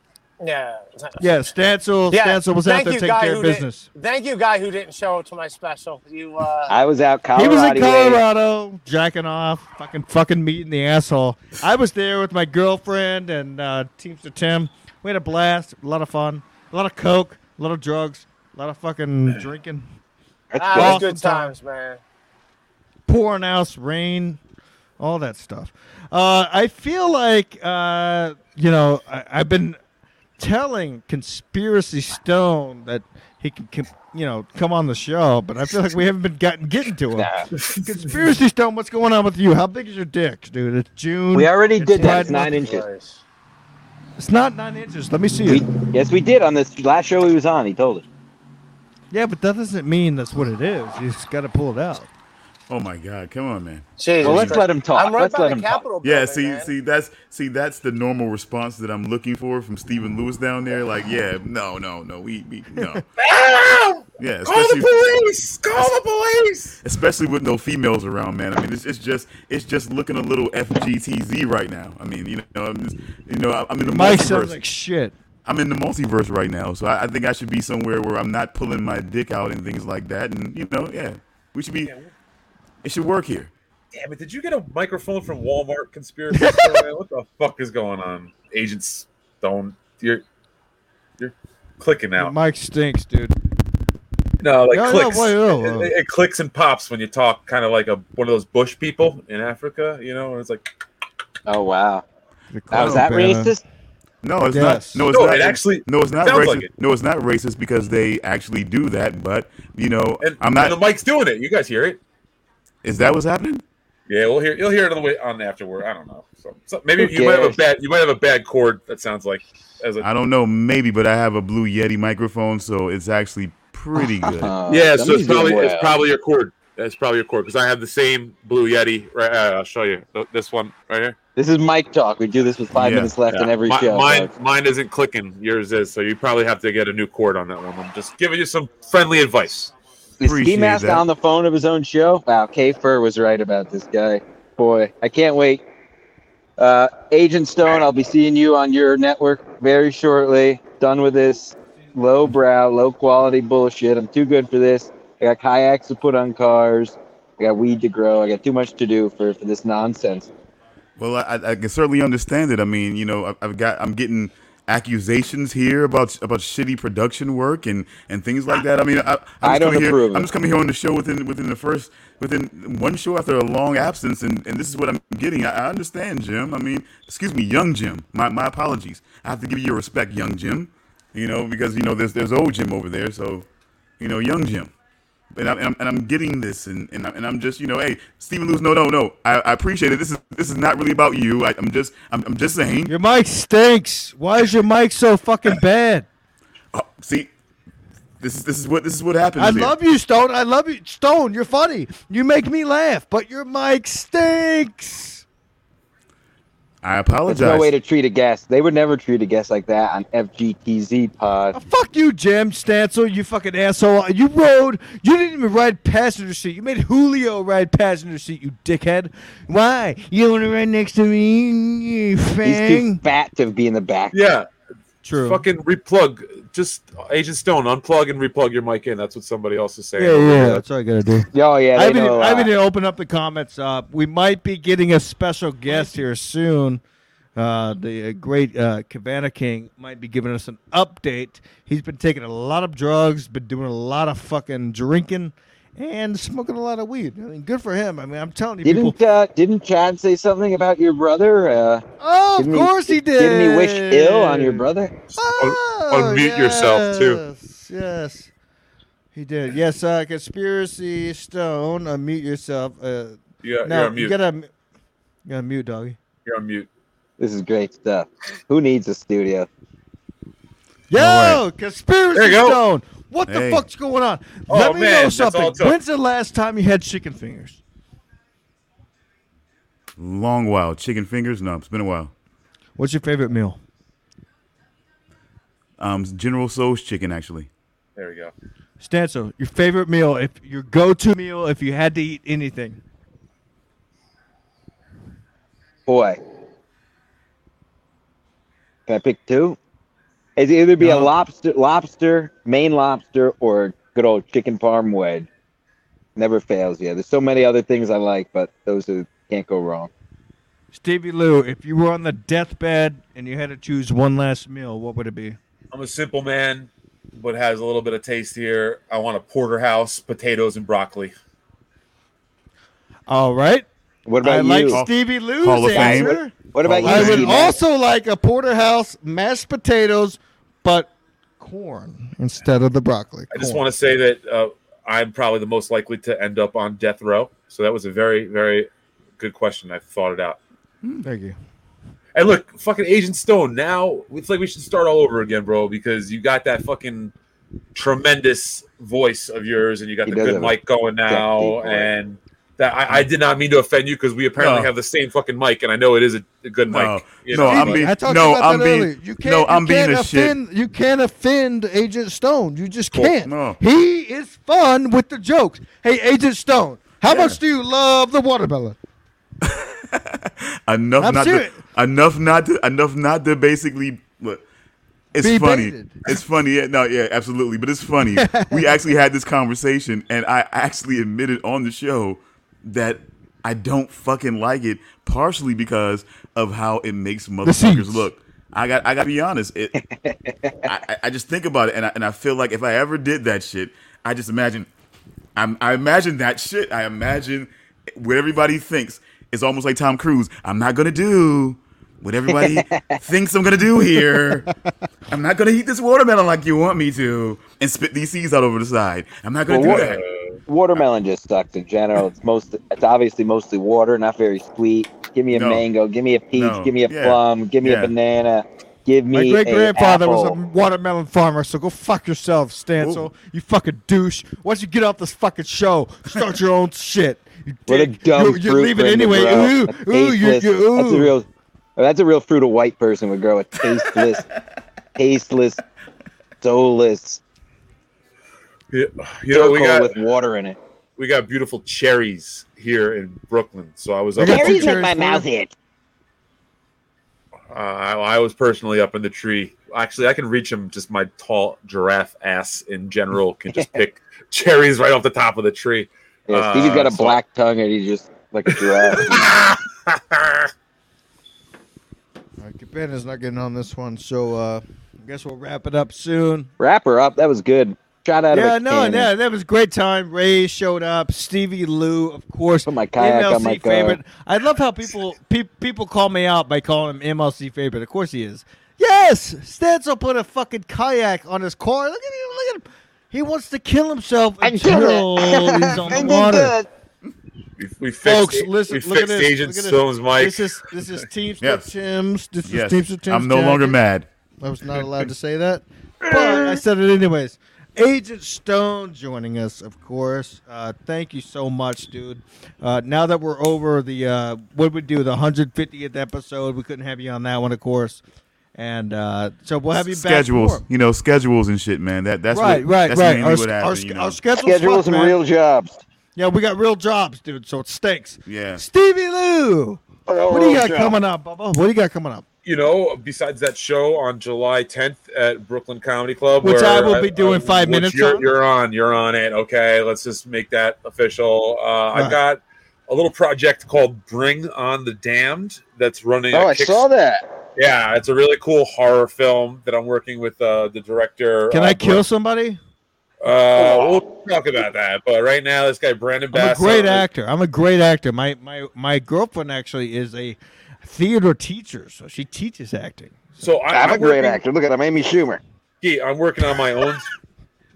[SPEAKER 6] yeah.
[SPEAKER 1] Yeah, Stancil, Stancil was out
[SPEAKER 6] thank
[SPEAKER 1] there
[SPEAKER 6] you,
[SPEAKER 1] taking
[SPEAKER 6] guy
[SPEAKER 1] care of
[SPEAKER 6] who didn't-
[SPEAKER 1] business.
[SPEAKER 6] Thank you, guy who didn't show up to my special. You. Uh,
[SPEAKER 7] I was out
[SPEAKER 1] He
[SPEAKER 7] Colorado.
[SPEAKER 1] was in
[SPEAKER 7] way.
[SPEAKER 1] Colorado, jacking off, fucking fucking meeting the asshole. I was there with my girlfriend and uh, Teamster Tim. We had a blast, a lot of fun, a lot of coke, a lot of drugs, a lot of fucking drinking,
[SPEAKER 7] That's
[SPEAKER 6] ah,
[SPEAKER 7] good.
[SPEAKER 6] it was
[SPEAKER 1] Awesome
[SPEAKER 6] good times, man.
[SPEAKER 1] pouring out rain, all that stuff. Uh, I feel like uh, you know I, I've been telling Conspiracy Stone that he can, can you know come on the show, but I feel like we haven't been gotten getting to him.
[SPEAKER 7] Nah.
[SPEAKER 1] Conspiracy Stone, what's going on with you? How big is your dick, dude? It's June.
[SPEAKER 7] We already
[SPEAKER 1] It's
[SPEAKER 7] did that. It's
[SPEAKER 1] Pride Month.
[SPEAKER 7] nine inches.
[SPEAKER 6] Nice.
[SPEAKER 1] It's not nine inches. Let me see
[SPEAKER 7] We,
[SPEAKER 1] it.
[SPEAKER 7] yes, we did on this last show he was on. He told us.
[SPEAKER 1] Yeah, but that doesn't mean that's what it is. You just got to pull it out.
[SPEAKER 4] Oh my God! Come on, man.
[SPEAKER 6] Jesus
[SPEAKER 2] Well, let's
[SPEAKER 6] Christ.
[SPEAKER 2] let him talk.
[SPEAKER 6] I'm right
[SPEAKER 2] let's
[SPEAKER 6] by
[SPEAKER 2] let
[SPEAKER 6] the
[SPEAKER 2] him talk.
[SPEAKER 6] Capitol
[SPEAKER 4] Yeah,
[SPEAKER 6] building,
[SPEAKER 4] see,
[SPEAKER 6] man.
[SPEAKER 4] see, that's see, that's the normal response that I'm looking for from Stephen Lewis down there. Like, yeah, no, no, no, we, we no, yeah, especially,
[SPEAKER 3] police! Call the police!
[SPEAKER 4] especially with no females around, man. I mean, it's, it's just, it's just looking a little FGTZ right now. I mean, you know, I'm just, you know, I- I'm in the
[SPEAKER 1] Mike
[SPEAKER 4] multiverse.
[SPEAKER 1] sounds like shit.
[SPEAKER 4] I'm in the multiverse right now, so I, I think I should be somewhere where I'm not pulling my dick out and things like that. And you know, yeah, we should be. It should work here.
[SPEAKER 3] Damn it! Did you get a microphone from Walmart conspiracy? theory? what the fuck is going on, Agent Stone? You're you're clicking out.
[SPEAKER 1] Mike stinks, dude.
[SPEAKER 3] No, like
[SPEAKER 1] No, no,
[SPEAKER 3] clicks.
[SPEAKER 1] wait, no,
[SPEAKER 3] It-
[SPEAKER 1] no.
[SPEAKER 3] It, it clicks and pops when you talk, kind of like a one of those bush people in Africa. You know, and it's like
[SPEAKER 2] Oh wow.
[SPEAKER 1] The
[SPEAKER 2] Now, was that
[SPEAKER 1] Corona.
[SPEAKER 2] racist?
[SPEAKER 4] No, it's
[SPEAKER 1] Yes.
[SPEAKER 4] not. No, it's
[SPEAKER 3] no,
[SPEAKER 4] not.
[SPEAKER 3] it actually.
[SPEAKER 4] No, it's not
[SPEAKER 3] Sounds
[SPEAKER 4] racist.
[SPEAKER 3] like it.
[SPEAKER 4] No, it's not racist because they actually do that. But you know,
[SPEAKER 3] And,
[SPEAKER 4] I'm not.
[SPEAKER 3] and the mic's doing it. You guys hear it?
[SPEAKER 4] is that what's happening?
[SPEAKER 3] Yeah, we'll hear. You'll hear it on the way on afterward. I don't know. So, so maybe
[SPEAKER 2] Who
[SPEAKER 3] you might have a
[SPEAKER 2] cares?
[SPEAKER 3] bad. You might have a bad cord. That sounds like as a
[SPEAKER 4] I don't know. Maybe, but I have a blue Yeti microphone, so it's actually pretty good.
[SPEAKER 2] Uh,
[SPEAKER 3] yeah. So
[SPEAKER 2] somebody's
[SPEAKER 3] it's
[SPEAKER 2] doing
[SPEAKER 3] probably it's
[SPEAKER 2] well.
[SPEAKER 3] probably your cord. That's probably your cord because I have the same blue Yeti. Right, uh, I'll show you Th- this one right here.
[SPEAKER 2] This is Mike talk. We do this with five
[SPEAKER 4] Yeah,
[SPEAKER 2] minutes left in
[SPEAKER 3] Yeah.
[SPEAKER 2] every
[SPEAKER 3] Mi-
[SPEAKER 2] show.
[SPEAKER 3] Mine,
[SPEAKER 2] folks.
[SPEAKER 3] mine isn't clicking. Yours is. So you probably have to get a new cord on that one. I'm just giving you some friendly advice.
[SPEAKER 2] Is
[SPEAKER 4] Appreciate
[SPEAKER 2] Ski Mask
[SPEAKER 4] that.
[SPEAKER 2] on the phone of his own show? Wow, K Fur was right about this guy. Boy, I can't wait. Uh, Agent Stone, I'll be seeing you on your network very shortly. Done with this low brow, low quality bullshit. I'm too good for this. I got kayaks to put on cars. I got weed to grow. I got too much to do for, for this nonsense.
[SPEAKER 4] Well, I, I can certainly understand it. I mean, you know, I- I've got I'm getting accusations here about about shitty production work and and things like that. I mean, I, I'm just
[SPEAKER 2] I don't
[SPEAKER 4] coming here-
[SPEAKER 2] approve of
[SPEAKER 4] I'm
[SPEAKER 2] it.
[SPEAKER 4] just coming here on the show within within the first within one show after a long absence, and and this is what I'm getting. I, I understand, Jim. I mean, excuse me, young Jim. My my apologies. I have to give you your respect, young Jim. You know, because you know there's there's old Jim over there, so you know, young Jim and I'm, and I'm, and I'm getting this, and, and, I'm, and I'm just, you know, hey, Stephen Lewis, no, no, no, I, I appreciate it. This is this is not really about you. I, I'm just, I'm, I'm just saying.
[SPEAKER 1] Your mic stinks. Why is your mic so fucking bad?
[SPEAKER 4] Oh, see, this is this is what this is what happens.
[SPEAKER 1] I
[SPEAKER 4] here.
[SPEAKER 1] love you, Stone. I love you, Stone. You're funny. You make me laugh, but your mic stinks.
[SPEAKER 4] I
[SPEAKER 2] There's
[SPEAKER 4] apologize.
[SPEAKER 2] no way to treat a guest. They would never treat a guest like that on FGTZ
[SPEAKER 1] Oh,
[SPEAKER 2] Pod.
[SPEAKER 1] fuck you, Jim Stancil. You fucking asshole. You rode. You didn't even ride passenger seat. You made Julio ride passenger seat. You dickhead. Why? You want to ride next to me, you
[SPEAKER 2] He's too
[SPEAKER 1] fang?
[SPEAKER 2] fat to be in the back.
[SPEAKER 3] Yeah.
[SPEAKER 1] True.
[SPEAKER 3] Fucking replug. Just Agent Stone, unplug and replug your mic in. That's what somebody else is saying.
[SPEAKER 1] yeah, yeah. That's all I gotta do.
[SPEAKER 2] Oh yeah, they
[SPEAKER 1] I mean,
[SPEAKER 2] know a
[SPEAKER 1] I mean
[SPEAKER 2] lot.
[SPEAKER 1] to open up the comments. Uh, we might be getting a special guest here soon. Uh, the uh, great uh, Cabana King might be giving us an update. He's been taking a lot of drugs, been doing a lot of fucking drinking, and smoking a lot of weed. I mean, good for him. I mean, I'm telling you, people.
[SPEAKER 2] Didn't uh, didn't Chad say something about your brother? Uh,
[SPEAKER 1] Oh, of
[SPEAKER 2] didn't
[SPEAKER 1] course he did.
[SPEAKER 2] Didn't he wish ill on your brother?
[SPEAKER 1] Oh,
[SPEAKER 3] unmute yourself, too.
[SPEAKER 1] yes, Yes, he did. Yes, uh, conspiracy stone. Unmute yourself. Uh,
[SPEAKER 3] You got,
[SPEAKER 1] no,
[SPEAKER 3] you're
[SPEAKER 1] you
[SPEAKER 3] on mute.
[SPEAKER 1] gotta, you gotta mute, doggy.
[SPEAKER 3] you're on mute.
[SPEAKER 2] This is great stuff. Who needs a studio?
[SPEAKER 1] Yo,
[SPEAKER 4] All
[SPEAKER 1] conspiracy
[SPEAKER 3] There you go.
[SPEAKER 1] stone. What
[SPEAKER 4] Hey.
[SPEAKER 1] the fuck's going on?
[SPEAKER 3] Oh,
[SPEAKER 1] Let me
[SPEAKER 3] man,
[SPEAKER 1] know
[SPEAKER 3] that's all it
[SPEAKER 1] something.
[SPEAKER 3] took.
[SPEAKER 1] When's the last time you had chicken fingers?
[SPEAKER 4] Long while, chicken fingers. No, it's been a while.
[SPEAKER 1] What's your favorite meal?
[SPEAKER 4] Um, General Soul's chicken actually.
[SPEAKER 3] There we go.
[SPEAKER 1] Stanso, your favorite meal, if your go-to meal, if you had to eat anything.
[SPEAKER 2] Boy, can I pick two? It'd either be a
[SPEAKER 1] No.
[SPEAKER 2] lobster, lobster, Maine lobster, or good old chicken parm wedge. Never fails. Yeah, there's so many other things I like, but those are, can't go wrong.
[SPEAKER 1] Stevie Lou, if you were on the deathbed and you had to choose one last meal, what would it be?
[SPEAKER 3] I'm a simple man, but has a little bit of taste here. I want a porterhouse, potatoes, and broccoli.
[SPEAKER 1] All right.
[SPEAKER 2] What about
[SPEAKER 1] I
[SPEAKER 2] you?
[SPEAKER 1] like
[SPEAKER 4] Hall-
[SPEAKER 1] Stevie Lou's
[SPEAKER 4] Hall of Fame.
[SPEAKER 1] answer.
[SPEAKER 2] what about you?
[SPEAKER 1] I would
[SPEAKER 2] Steve?
[SPEAKER 1] also like a porterhouse mashed potatoes, but corn instead of the broccoli.
[SPEAKER 3] I just
[SPEAKER 1] Corn.
[SPEAKER 3] want to say that uh, I'm probably the most likely to end up on death row. So that was a very, very good question. I thought it out.
[SPEAKER 1] Thank you.
[SPEAKER 3] And look, fucking Agent Stone. Now it's like we should start all over again, bro, because you got that fucking tremendous voice of yours, and you got
[SPEAKER 2] He
[SPEAKER 3] the
[SPEAKER 2] does
[SPEAKER 3] good
[SPEAKER 2] have a
[SPEAKER 3] mic going now,
[SPEAKER 2] deep voice.
[SPEAKER 3] and that I, I did not mean to offend you because we apparently
[SPEAKER 4] No.
[SPEAKER 3] have the same fucking mic, and I know it is a, a good
[SPEAKER 4] No,
[SPEAKER 3] mic. you
[SPEAKER 4] no,
[SPEAKER 3] know,
[SPEAKER 4] I'm
[SPEAKER 3] but-
[SPEAKER 4] being
[SPEAKER 8] I talked
[SPEAKER 4] no,
[SPEAKER 8] about
[SPEAKER 4] I'm
[SPEAKER 8] that
[SPEAKER 4] being
[SPEAKER 8] earlier. You can't,
[SPEAKER 4] no,
[SPEAKER 8] you
[SPEAKER 4] I'm being
[SPEAKER 8] can't
[SPEAKER 4] a shit.
[SPEAKER 8] offend, You can't offend Agent Stone. You just
[SPEAKER 4] Cool.
[SPEAKER 8] can't.
[SPEAKER 4] No.
[SPEAKER 8] He is fun with the jokes. Hey, Agent Stone, how
[SPEAKER 4] Yeah.
[SPEAKER 8] much do you love the watermelon?
[SPEAKER 4] enough
[SPEAKER 8] I'm
[SPEAKER 4] not
[SPEAKER 8] serious.
[SPEAKER 4] to enough not to enough not to basically look. It's
[SPEAKER 8] Be
[SPEAKER 4] funny.
[SPEAKER 8] baited.
[SPEAKER 4] It's funny. Yeah, no, yeah, absolutely. But it's funny. we actually had this conversation, and I actually admitted on the show that I don't fucking like it, partially because of how it makes
[SPEAKER 8] seeds.
[SPEAKER 4] motherfuckers look. I got. I got to be honest. It. I- I, I just think about it, and I, and I feel like if I ever did that shit, I just imagine I'm, I imagine that shit. I imagine what everybody thinks. It's almost like Tom Cruise. I'm not gonna do what everybody thinks I'm gonna do here. I'm not gonna eat this watermelon like you want me to, and spit these seeds out over the side. I'm not gonna
[SPEAKER 7] Well,
[SPEAKER 4] do
[SPEAKER 7] what-
[SPEAKER 4] that.
[SPEAKER 7] Watermelon just sucks in general. It's most. It's obviously mostly water, not very sweet. Give me a
[SPEAKER 4] No.
[SPEAKER 7] mango. Give me a peach.
[SPEAKER 4] No.
[SPEAKER 7] Give me a
[SPEAKER 4] Yeah.
[SPEAKER 7] plum. Give me
[SPEAKER 4] Yeah.
[SPEAKER 7] a banana. Give
[SPEAKER 1] My
[SPEAKER 7] me
[SPEAKER 1] great grandfather
[SPEAKER 7] a
[SPEAKER 1] was a
[SPEAKER 7] apple.
[SPEAKER 1] watermelon farmer, so go fuck yourself, Stancil.
[SPEAKER 4] Ooh.
[SPEAKER 1] You fucking douche. Once you get off this fucking show, start your own shit. You
[SPEAKER 7] What a
[SPEAKER 1] dick.
[SPEAKER 7] dumb
[SPEAKER 1] you, you
[SPEAKER 7] fruit
[SPEAKER 1] leave
[SPEAKER 7] for
[SPEAKER 1] it
[SPEAKER 7] him to
[SPEAKER 1] anyway.
[SPEAKER 7] grow.
[SPEAKER 1] Ooh,
[SPEAKER 7] That's
[SPEAKER 1] ooh, you,
[SPEAKER 7] tasteless.
[SPEAKER 1] you, ooh.
[SPEAKER 7] That's a real. That's a real fruit a white person would grow. A tasteless, tasteless, soulless
[SPEAKER 3] you you know, we
[SPEAKER 7] circle
[SPEAKER 3] got
[SPEAKER 7] with water in it.
[SPEAKER 3] we got beautiful cherries here in Brooklyn. So I was up.
[SPEAKER 1] We got two
[SPEAKER 7] Berries
[SPEAKER 1] cherries
[SPEAKER 7] make my
[SPEAKER 1] for
[SPEAKER 7] mouth itch.
[SPEAKER 3] Uh, I, I was personally up in the tree. Actually, I can reach them. Just my tall giraffe ass in general can just pick cherries right off the top of the tree.
[SPEAKER 7] Yeah, Stevie's got
[SPEAKER 3] Uh,
[SPEAKER 7] a
[SPEAKER 3] so-
[SPEAKER 7] black tongue and he's just like a giraffe.
[SPEAKER 8] All right, Cabana's not getting on this one, so uh,
[SPEAKER 1] I guess we'll wrap it up soon.
[SPEAKER 7] Wrap her up. That was good. Shot out
[SPEAKER 1] Yeah,
[SPEAKER 7] of a
[SPEAKER 1] no,
[SPEAKER 7] cannon.
[SPEAKER 1] yeah, that was a great time. Ray showed up. Stevie Lou, of course.
[SPEAKER 7] Put my kayak
[SPEAKER 1] MLC
[SPEAKER 7] on my car.
[SPEAKER 1] favorite. I love how people pe- people call me out by calling him MLC favorite. Of course he is. Yes, Stancil put a fucking kayak on his car. Look at him. Look at him. He wants to kill himself until he's on the water.
[SPEAKER 3] We, we fixed,
[SPEAKER 1] Folks,
[SPEAKER 3] it.
[SPEAKER 1] listen.
[SPEAKER 3] we
[SPEAKER 1] look at
[SPEAKER 3] fixed
[SPEAKER 1] this.
[SPEAKER 3] Agent
[SPEAKER 1] look at this.
[SPEAKER 3] Stone's mic.
[SPEAKER 1] This is this is Teamster
[SPEAKER 4] Yes.
[SPEAKER 1] Tim's. This is
[SPEAKER 4] Yes,
[SPEAKER 1] Teamster Tim's.
[SPEAKER 4] I'm no longer
[SPEAKER 1] jacket.
[SPEAKER 4] mad.
[SPEAKER 1] I was not allowed to say that, but I said it anyways. Agent Stone joining us, of course. Uh, thank you so much, dude. Uh, now that we're over the uh, what we do the 150th episode, we couldn't have you on that one, of course. And uh, so we'll have you
[SPEAKER 4] schedules,
[SPEAKER 1] back. more.
[SPEAKER 4] you know, schedules and shit, man. That that's
[SPEAKER 1] Right,
[SPEAKER 4] what,
[SPEAKER 1] right,
[SPEAKER 4] that's
[SPEAKER 1] right.
[SPEAKER 4] mainly
[SPEAKER 1] Our,
[SPEAKER 4] what
[SPEAKER 1] our,
[SPEAKER 4] happened.
[SPEAKER 1] sch-
[SPEAKER 4] you know.
[SPEAKER 1] our schedules,
[SPEAKER 7] Schedules
[SPEAKER 1] fucked,
[SPEAKER 7] and
[SPEAKER 1] man.
[SPEAKER 7] real jobs.
[SPEAKER 1] Yeah, we got real jobs, dude. So it stinks.
[SPEAKER 4] Yeah.
[SPEAKER 1] Stevie Lou, what do you got coming up, Bubba? What do you got coming up?
[SPEAKER 3] you know, besides that show on July 10th at Brooklyn Comedy Club,
[SPEAKER 1] Which
[SPEAKER 3] where um,
[SPEAKER 1] I will be doing five
[SPEAKER 3] which
[SPEAKER 1] minutes
[SPEAKER 3] You're
[SPEAKER 1] on.
[SPEAKER 3] on. you're on, you're on it. Okay, let's just make that official. Uh,
[SPEAKER 1] Right.
[SPEAKER 3] I've got a little project called Bring on the Damned that's running.
[SPEAKER 7] Oh,
[SPEAKER 3] a
[SPEAKER 7] I
[SPEAKER 3] kick-
[SPEAKER 7] saw that.
[SPEAKER 3] Yeah, it's a really cool horror film that I'm working with uh, the director.
[SPEAKER 1] Can
[SPEAKER 3] uh,
[SPEAKER 1] I kill somebody?
[SPEAKER 3] Uh, we'll talk about that. But right now, this guy Brandon
[SPEAKER 1] I'm a
[SPEAKER 3] Bass.
[SPEAKER 1] great actor. I'm a great actor. My my my girlfriend actually is a theater teacher, so she teaches acting.
[SPEAKER 3] So I,
[SPEAKER 7] I'm a great
[SPEAKER 3] working-
[SPEAKER 7] actor. Look at him, Amy Schumer.
[SPEAKER 3] Yeah, I'm working on my own.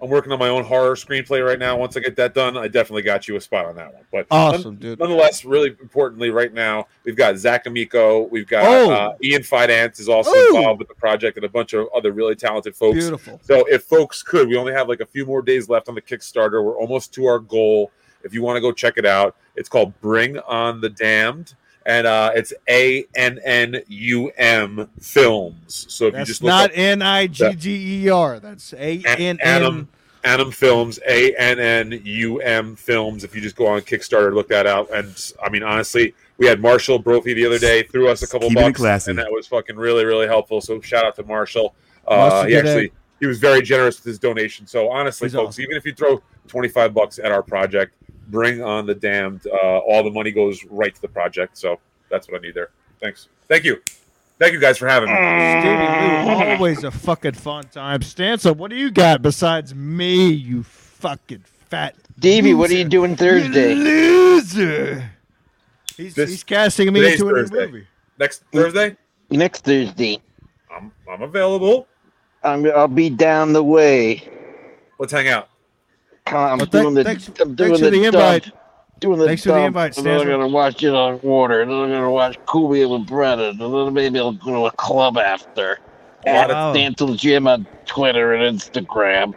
[SPEAKER 3] I'm working on my own horror screenplay right now. Once I get that done, I definitely got you a spot on that one. But
[SPEAKER 1] Awesome, dude.
[SPEAKER 3] nonetheless, really importantly, right now we've got Zach Amico, we've got
[SPEAKER 1] Oh.
[SPEAKER 3] uh, Ian Fidance is also
[SPEAKER 1] Ooh.
[SPEAKER 3] involved with the project, and a bunch of other really talented folks.
[SPEAKER 1] Beautiful.
[SPEAKER 3] So if folks could, we only have like a few more days left on the Kickstarter. We're almost to our goal. If you want to go check it out, it's called Bring on the Damned. And uh, it's A N N U M films. So if you
[SPEAKER 1] That's
[SPEAKER 3] just look
[SPEAKER 1] not
[SPEAKER 3] up
[SPEAKER 1] N I G G E R. That's A N N.
[SPEAKER 3] Adam Adam Films, A N N U M Films. If you just go on Kickstarter, look that out. And I mean, honestly, we had Marshall Brophy the other day threw us a couple
[SPEAKER 4] Keeping it
[SPEAKER 3] bucks,
[SPEAKER 4] classy.
[SPEAKER 3] and that was fucking really, really helpful. So shout out to Marshall. Uh,
[SPEAKER 1] Marshall
[SPEAKER 3] he
[SPEAKER 1] did a-
[SPEAKER 3] actually he was very generous with his donation. So honestly,
[SPEAKER 1] He's
[SPEAKER 3] folks,
[SPEAKER 1] awesome.
[SPEAKER 3] even if you throw twenty five bucks at our project, bring on the damned. Uh, all the money goes right to the project. So that's what I need there. Thanks. Thank you. Thank you guys for having
[SPEAKER 1] Mm.
[SPEAKER 3] me.
[SPEAKER 1] Stevie Lou, always a fucking fun time. Stanza, what do you got besides me? You fucking fat
[SPEAKER 7] Davey, what are you doing Thursday?
[SPEAKER 1] loser. He's,
[SPEAKER 3] This-
[SPEAKER 1] he's casting me
[SPEAKER 3] today's
[SPEAKER 1] into a new
[SPEAKER 3] Thursday.
[SPEAKER 1] movie.
[SPEAKER 3] Next Thursday,
[SPEAKER 7] Next Thursday.
[SPEAKER 3] I'm I'm available.
[SPEAKER 7] I'm, I'll be down the way.
[SPEAKER 3] Let's hang out.
[SPEAKER 1] Well,
[SPEAKER 7] I'm
[SPEAKER 1] thank-
[SPEAKER 7] doing the,
[SPEAKER 1] thanks-
[SPEAKER 7] I'm doing
[SPEAKER 1] thanks for
[SPEAKER 7] the,
[SPEAKER 1] the
[SPEAKER 7] dump.
[SPEAKER 1] invite.
[SPEAKER 7] Doing the
[SPEAKER 1] Thanks for the
[SPEAKER 7] dump.
[SPEAKER 1] invite,
[SPEAKER 7] And then I'm
[SPEAKER 1] Stanley.
[SPEAKER 7] gonna watch it on water. And then I'm gonna watch Coolio and Brennan. And then maybe I'll go to a club after.
[SPEAKER 3] A lot
[SPEAKER 7] At
[SPEAKER 1] of-
[SPEAKER 7] Stantle Jim on Twitter and Instagram.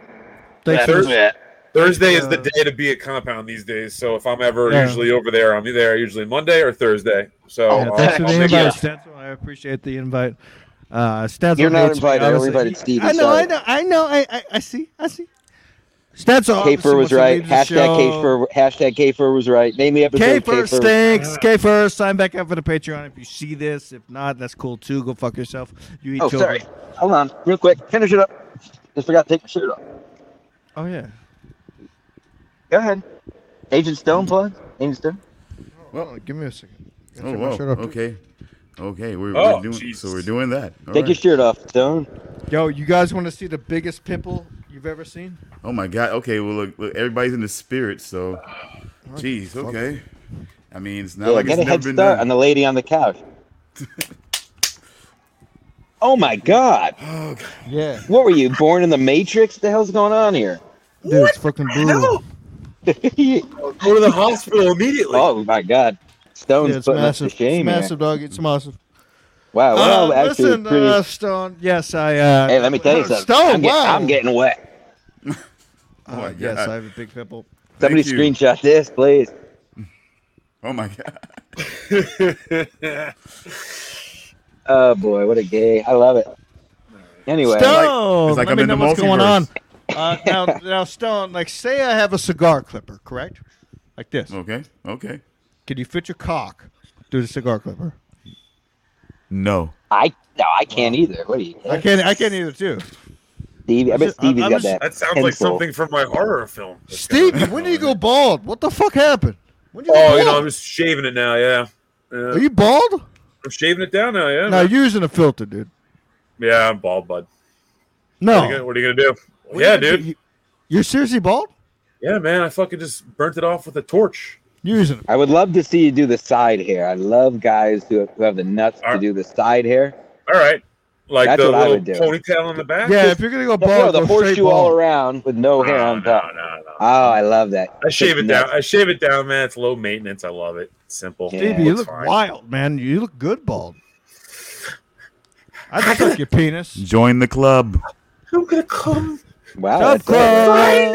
[SPEAKER 1] Thanks
[SPEAKER 7] That's
[SPEAKER 1] for
[SPEAKER 7] it.
[SPEAKER 3] Thursday is the day to be at compound these days. So if I'm ever
[SPEAKER 1] Yeah.
[SPEAKER 3] usually over there, I'm there usually Monday or Thursday. So
[SPEAKER 2] Oh,
[SPEAKER 1] Yeah,
[SPEAKER 3] I'll-
[SPEAKER 1] thanks for
[SPEAKER 3] I'll
[SPEAKER 1] the
[SPEAKER 3] make
[SPEAKER 1] invite,
[SPEAKER 3] it.
[SPEAKER 1] Stetzel. I appreciate the invite. Uh, Stetzel
[SPEAKER 2] You're not
[SPEAKER 1] hates me,
[SPEAKER 2] invited. I
[SPEAKER 1] honestly.
[SPEAKER 2] invited Steve.
[SPEAKER 1] I know, I know, I know. I, I, I see, I see. Stetzel. obviously
[SPEAKER 2] Kafer
[SPEAKER 1] wants
[SPEAKER 2] was
[SPEAKER 1] to
[SPEAKER 2] right.
[SPEAKER 1] leave the
[SPEAKER 2] Hashtag
[SPEAKER 1] show.
[SPEAKER 2] Kafer. Hashtag Kafer was right. Name the
[SPEAKER 1] K
[SPEAKER 2] episode.
[SPEAKER 1] first stinks. K first. Sign back up for the Patreon if you see this. If not, that's cool too. Go fuck yourself. You eat
[SPEAKER 2] Oh,
[SPEAKER 1] children.
[SPEAKER 2] sorry. Hold on, real quick. Finish it up. Just forgot to take my shirt off.
[SPEAKER 1] Oh yeah.
[SPEAKER 2] Go ahead. Agent Stone plug. Agent Stone.
[SPEAKER 1] Well, give me a second.
[SPEAKER 4] Oh, whoa. Okay. Okay. We're,
[SPEAKER 3] Oh,
[SPEAKER 4] we're doing
[SPEAKER 3] Jesus.
[SPEAKER 4] so. We're doing that. All
[SPEAKER 2] Take your
[SPEAKER 4] right.
[SPEAKER 2] shirt off, Stone.
[SPEAKER 1] Yo, you guys want to see the biggest pimple you've ever seen?
[SPEAKER 4] oh my God. Okay. Well, look, look. Everybody's in the spirit. So, jeez. Okay. I mean, it's not
[SPEAKER 2] Yeah,
[SPEAKER 4] like
[SPEAKER 2] get
[SPEAKER 4] it's
[SPEAKER 2] a
[SPEAKER 4] never
[SPEAKER 2] head
[SPEAKER 4] been
[SPEAKER 2] start
[SPEAKER 4] done.
[SPEAKER 2] on the lady on the couch. oh my God!
[SPEAKER 1] Yeah.
[SPEAKER 2] What were you born in the Matrix? The hell's going on here?
[SPEAKER 1] Dude, it's fucking brutal.
[SPEAKER 3] Go to the hospital immediately.
[SPEAKER 2] oh my God! Stone's
[SPEAKER 1] Yeah, it's
[SPEAKER 2] putting us
[SPEAKER 1] massive.
[SPEAKER 2] to shame.
[SPEAKER 1] it's
[SPEAKER 2] here.
[SPEAKER 1] massive, dog. It's massive.
[SPEAKER 2] Wow. Well,
[SPEAKER 1] uh,
[SPEAKER 2] actually,
[SPEAKER 1] listen,
[SPEAKER 2] pretty-
[SPEAKER 1] uh, Stone. Yes, I. Uh,
[SPEAKER 2] hey, let me tell you
[SPEAKER 1] uh,
[SPEAKER 2] something.
[SPEAKER 1] Stone,
[SPEAKER 2] I'm, get-
[SPEAKER 1] wow.
[SPEAKER 2] I'm getting wet.
[SPEAKER 1] Uh,
[SPEAKER 4] Oh my
[SPEAKER 1] yes,
[SPEAKER 4] God.
[SPEAKER 1] I have a big pimple.
[SPEAKER 2] Somebody
[SPEAKER 4] you.
[SPEAKER 2] screenshot this, please.
[SPEAKER 4] oh my God.
[SPEAKER 2] Oh boy, what a gay! I love it. Anyway,
[SPEAKER 1] Stone,
[SPEAKER 4] it's like
[SPEAKER 1] let
[SPEAKER 4] I'm
[SPEAKER 1] me
[SPEAKER 4] in
[SPEAKER 1] know
[SPEAKER 4] the
[SPEAKER 1] what's going on.
[SPEAKER 4] multiverse.
[SPEAKER 1] Uh, now, now, Stone, like, say I have a cigar clipper, correct? Like this.
[SPEAKER 4] Okay. Okay.
[SPEAKER 1] Can you fit your cock through the cigar clipper?
[SPEAKER 4] No.
[SPEAKER 2] I no, I can't either. What are you?
[SPEAKER 1] I can't. I can't either, too.
[SPEAKER 2] Stevie, I bet
[SPEAKER 1] just- I-
[SPEAKER 2] Stevie's
[SPEAKER 1] I'm
[SPEAKER 2] got
[SPEAKER 1] just-
[SPEAKER 2] that.
[SPEAKER 3] That sounds like
[SPEAKER 2] pencil.
[SPEAKER 3] something from my horror film.
[SPEAKER 1] Stevie, when do you go bald? What the fuck happened? When do you
[SPEAKER 3] Oh,
[SPEAKER 1] go
[SPEAKER 3] you know, I'm
[SPEAKER 1] bald?
[SPEAKER 3] just shaving it now. Yeah, Yeah.
[SPEAKER 4] uh,
[SPEAKER 1] Are you bald?
[SPEAKER 3] I'm shaving it down now. Yeah,
[SPEAKER 1] No, you're using a filter, dude.
[SPEAKER 3] yeah, I'm bald, bud. What, are you gonna,
[SPEAKER 1] No.
[SPEAKER 3] what are you gonna do?
[SPEAKER 1] What
[SPEAKER 3] yeah,
[SPEAKER 1] are you-
[SPEAKER 3] dude.
[SPEAKER 1] you- You're seriously bald?
[SPEAKER 3] Yeah, man. I fucking just burnt it off with a torch.
[SPEAKER 1] You're using it.
[SPEAKER 2] I would love to see you do the side hair. I love guys who have, who have the nuts to
[SPEAKER 3] Alright.
[SPEAKER 2] do the side hair.
[SPEAKER 3] All right, like
[SPEAKER 2] That's
[SPEAKER 3] the
[SPEAKER 2] what I
[SPEAKER 3] little
[SPEAKER 2] would do.
[SPEAKER 3] ponytail on the back.
[SPEAKER 1] Yeah, if you're gonna go
[SPEAKER 2] No, no,
[SPEAKER 1] bald,
[SPEAKER 2] the
[SPEAKER 1] go straight
[SPEAKER 2] horseshoe all
[SPEAKER 1] bald.
[SPEAKER 2] around with no
[SPEAKER 3] No,
[SPEAKER 2] hair
[SPEAKER 3] Ah, no,
[SPEAKER 2] on
[SPEAKER 3] no,
[SPEAKER 2] top.
[SPEAKER 3] no.
[SPEAKER 2] Oh, I love that.
[SPEAKER 3] I shave it
[SPEAKER 2] Thick
[SPEAKER 3] down.
[SPEAKER 2] nuts.
[SPEAKER 3] I shave it down, man. It's low maintenance. I love it. It's simple.
[SPEAKER 2] Yeah.
[SPEAKER 1] Stevie, you
[SPEAKER 2] it's
[SPEAKER 1] look
[SPEAKER 3] fine.
[SPEAKER 1] wild, man. You look good bald. I just like your penis.
[SPEAKER 4] Join the club.
[SPEAKER 3] I'm gonna come.
[SPEAKER 2] Wow,
[SPEAKER 1] Top
[SPEAKER 2] that's it.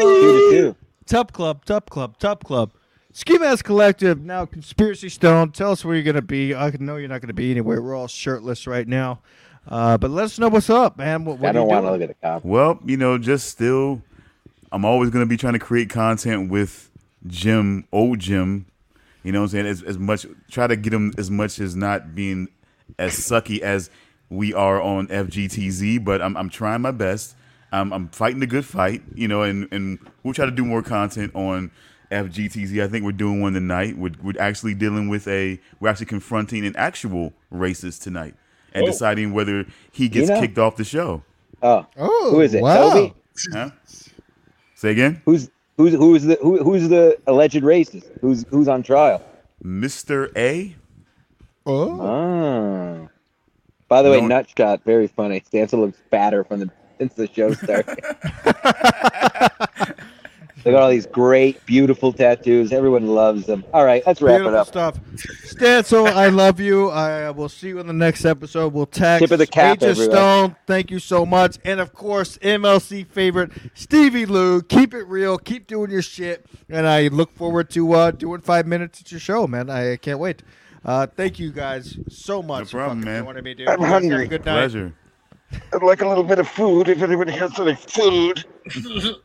[SPEAKER 1] club.
[SPEAKER 2] Two to two.
[SPEAKER 1] Top Club, Top Club, Top Club. Ski Mask Collective, now Conspiracy Stone. Tell us where you're going to be. I can know you're not going to be anywhere. We're all shirtless right now. Uh, but let us know what's up, man. What, what
[SPEAKER 2] I
[SPEAKER 1] are you
[SPEAKER 2] don't want to
[SPEAKER 1] doing?
[SPEAKER 2] look at the cop.
[SPEAKER 4] Well, you know, just still, I'm always going to be trying to create content with Jim, old Jim. You know what I'm saying? As, as much, try to get him as much as not being as sucky as we are on FGTZ, but I'm, I'm trying my best. I'm, I'm fighting the good fight, you know, and, and we'll try to do more content on FGTZ. I think we're doing one tonight. We're, we're actually dealing with a, we're actually confronting an actual racist tonight and
[SPEAKER 3] Whoa.
[SPEAKER 4] deciding whether he gets
[SPEAKER 2] know-
[SPEAKER 4] kicked off the show.
[SPEAKER 2] Oh,
[SPEAKER 1] Oh,
[SPEAKER 2] who is it?
[SPEAKER 1] Wow.
[SPEAKER 2] Toby?
[SPEAKER 4] Huh? Say again,
[SPEAKER 2] Who's who's who's the who, who's the alleged racist? Who's who's on trial?
[SPEAKER 4] Mister A.
[SPEAKER 1] Oh.
[SPEAKER 2] Oh. By the way,
[SPEAKER 4] No-
[SPEAKER 2] Nutshot, very funny. Stancil looks fatter from the since the show started. they got all these great, beautiful tattoos. Everyone loves them. All right, let's wrap it
[SPEAKER 1] Beautiful
[SPEAKER 2] up.
[SPEAKER 1] stuff. Stancil, I love you. I will see you in the next episode. We'll tag
[SPEAKER 2] Tip of the cap,
[SPEAKER 1] Agent
[SPEAKER 2] everyone.
[SPEAKER 1] Stone. Thank you so much. And of course, MLC favorite Stevie Lou. Keep it real. Keep doing your shit. And I look forward to uh, doing five minutes at your show, man. I can't wait. Uh, thank you guys so much. for
[SPEAKER 4] problem,
[SPEAKER 1] fucking
[SPEAKER 4] man.
[SPEAKER 1] joining me, dude. You guys have a
[SPEAKER 2] hungry.
[SPEAKER 1] Good night.
[SPEAKER 4] Pleasure.
[SPEAKER 2] I'd like a little bit of food if anybody has any food.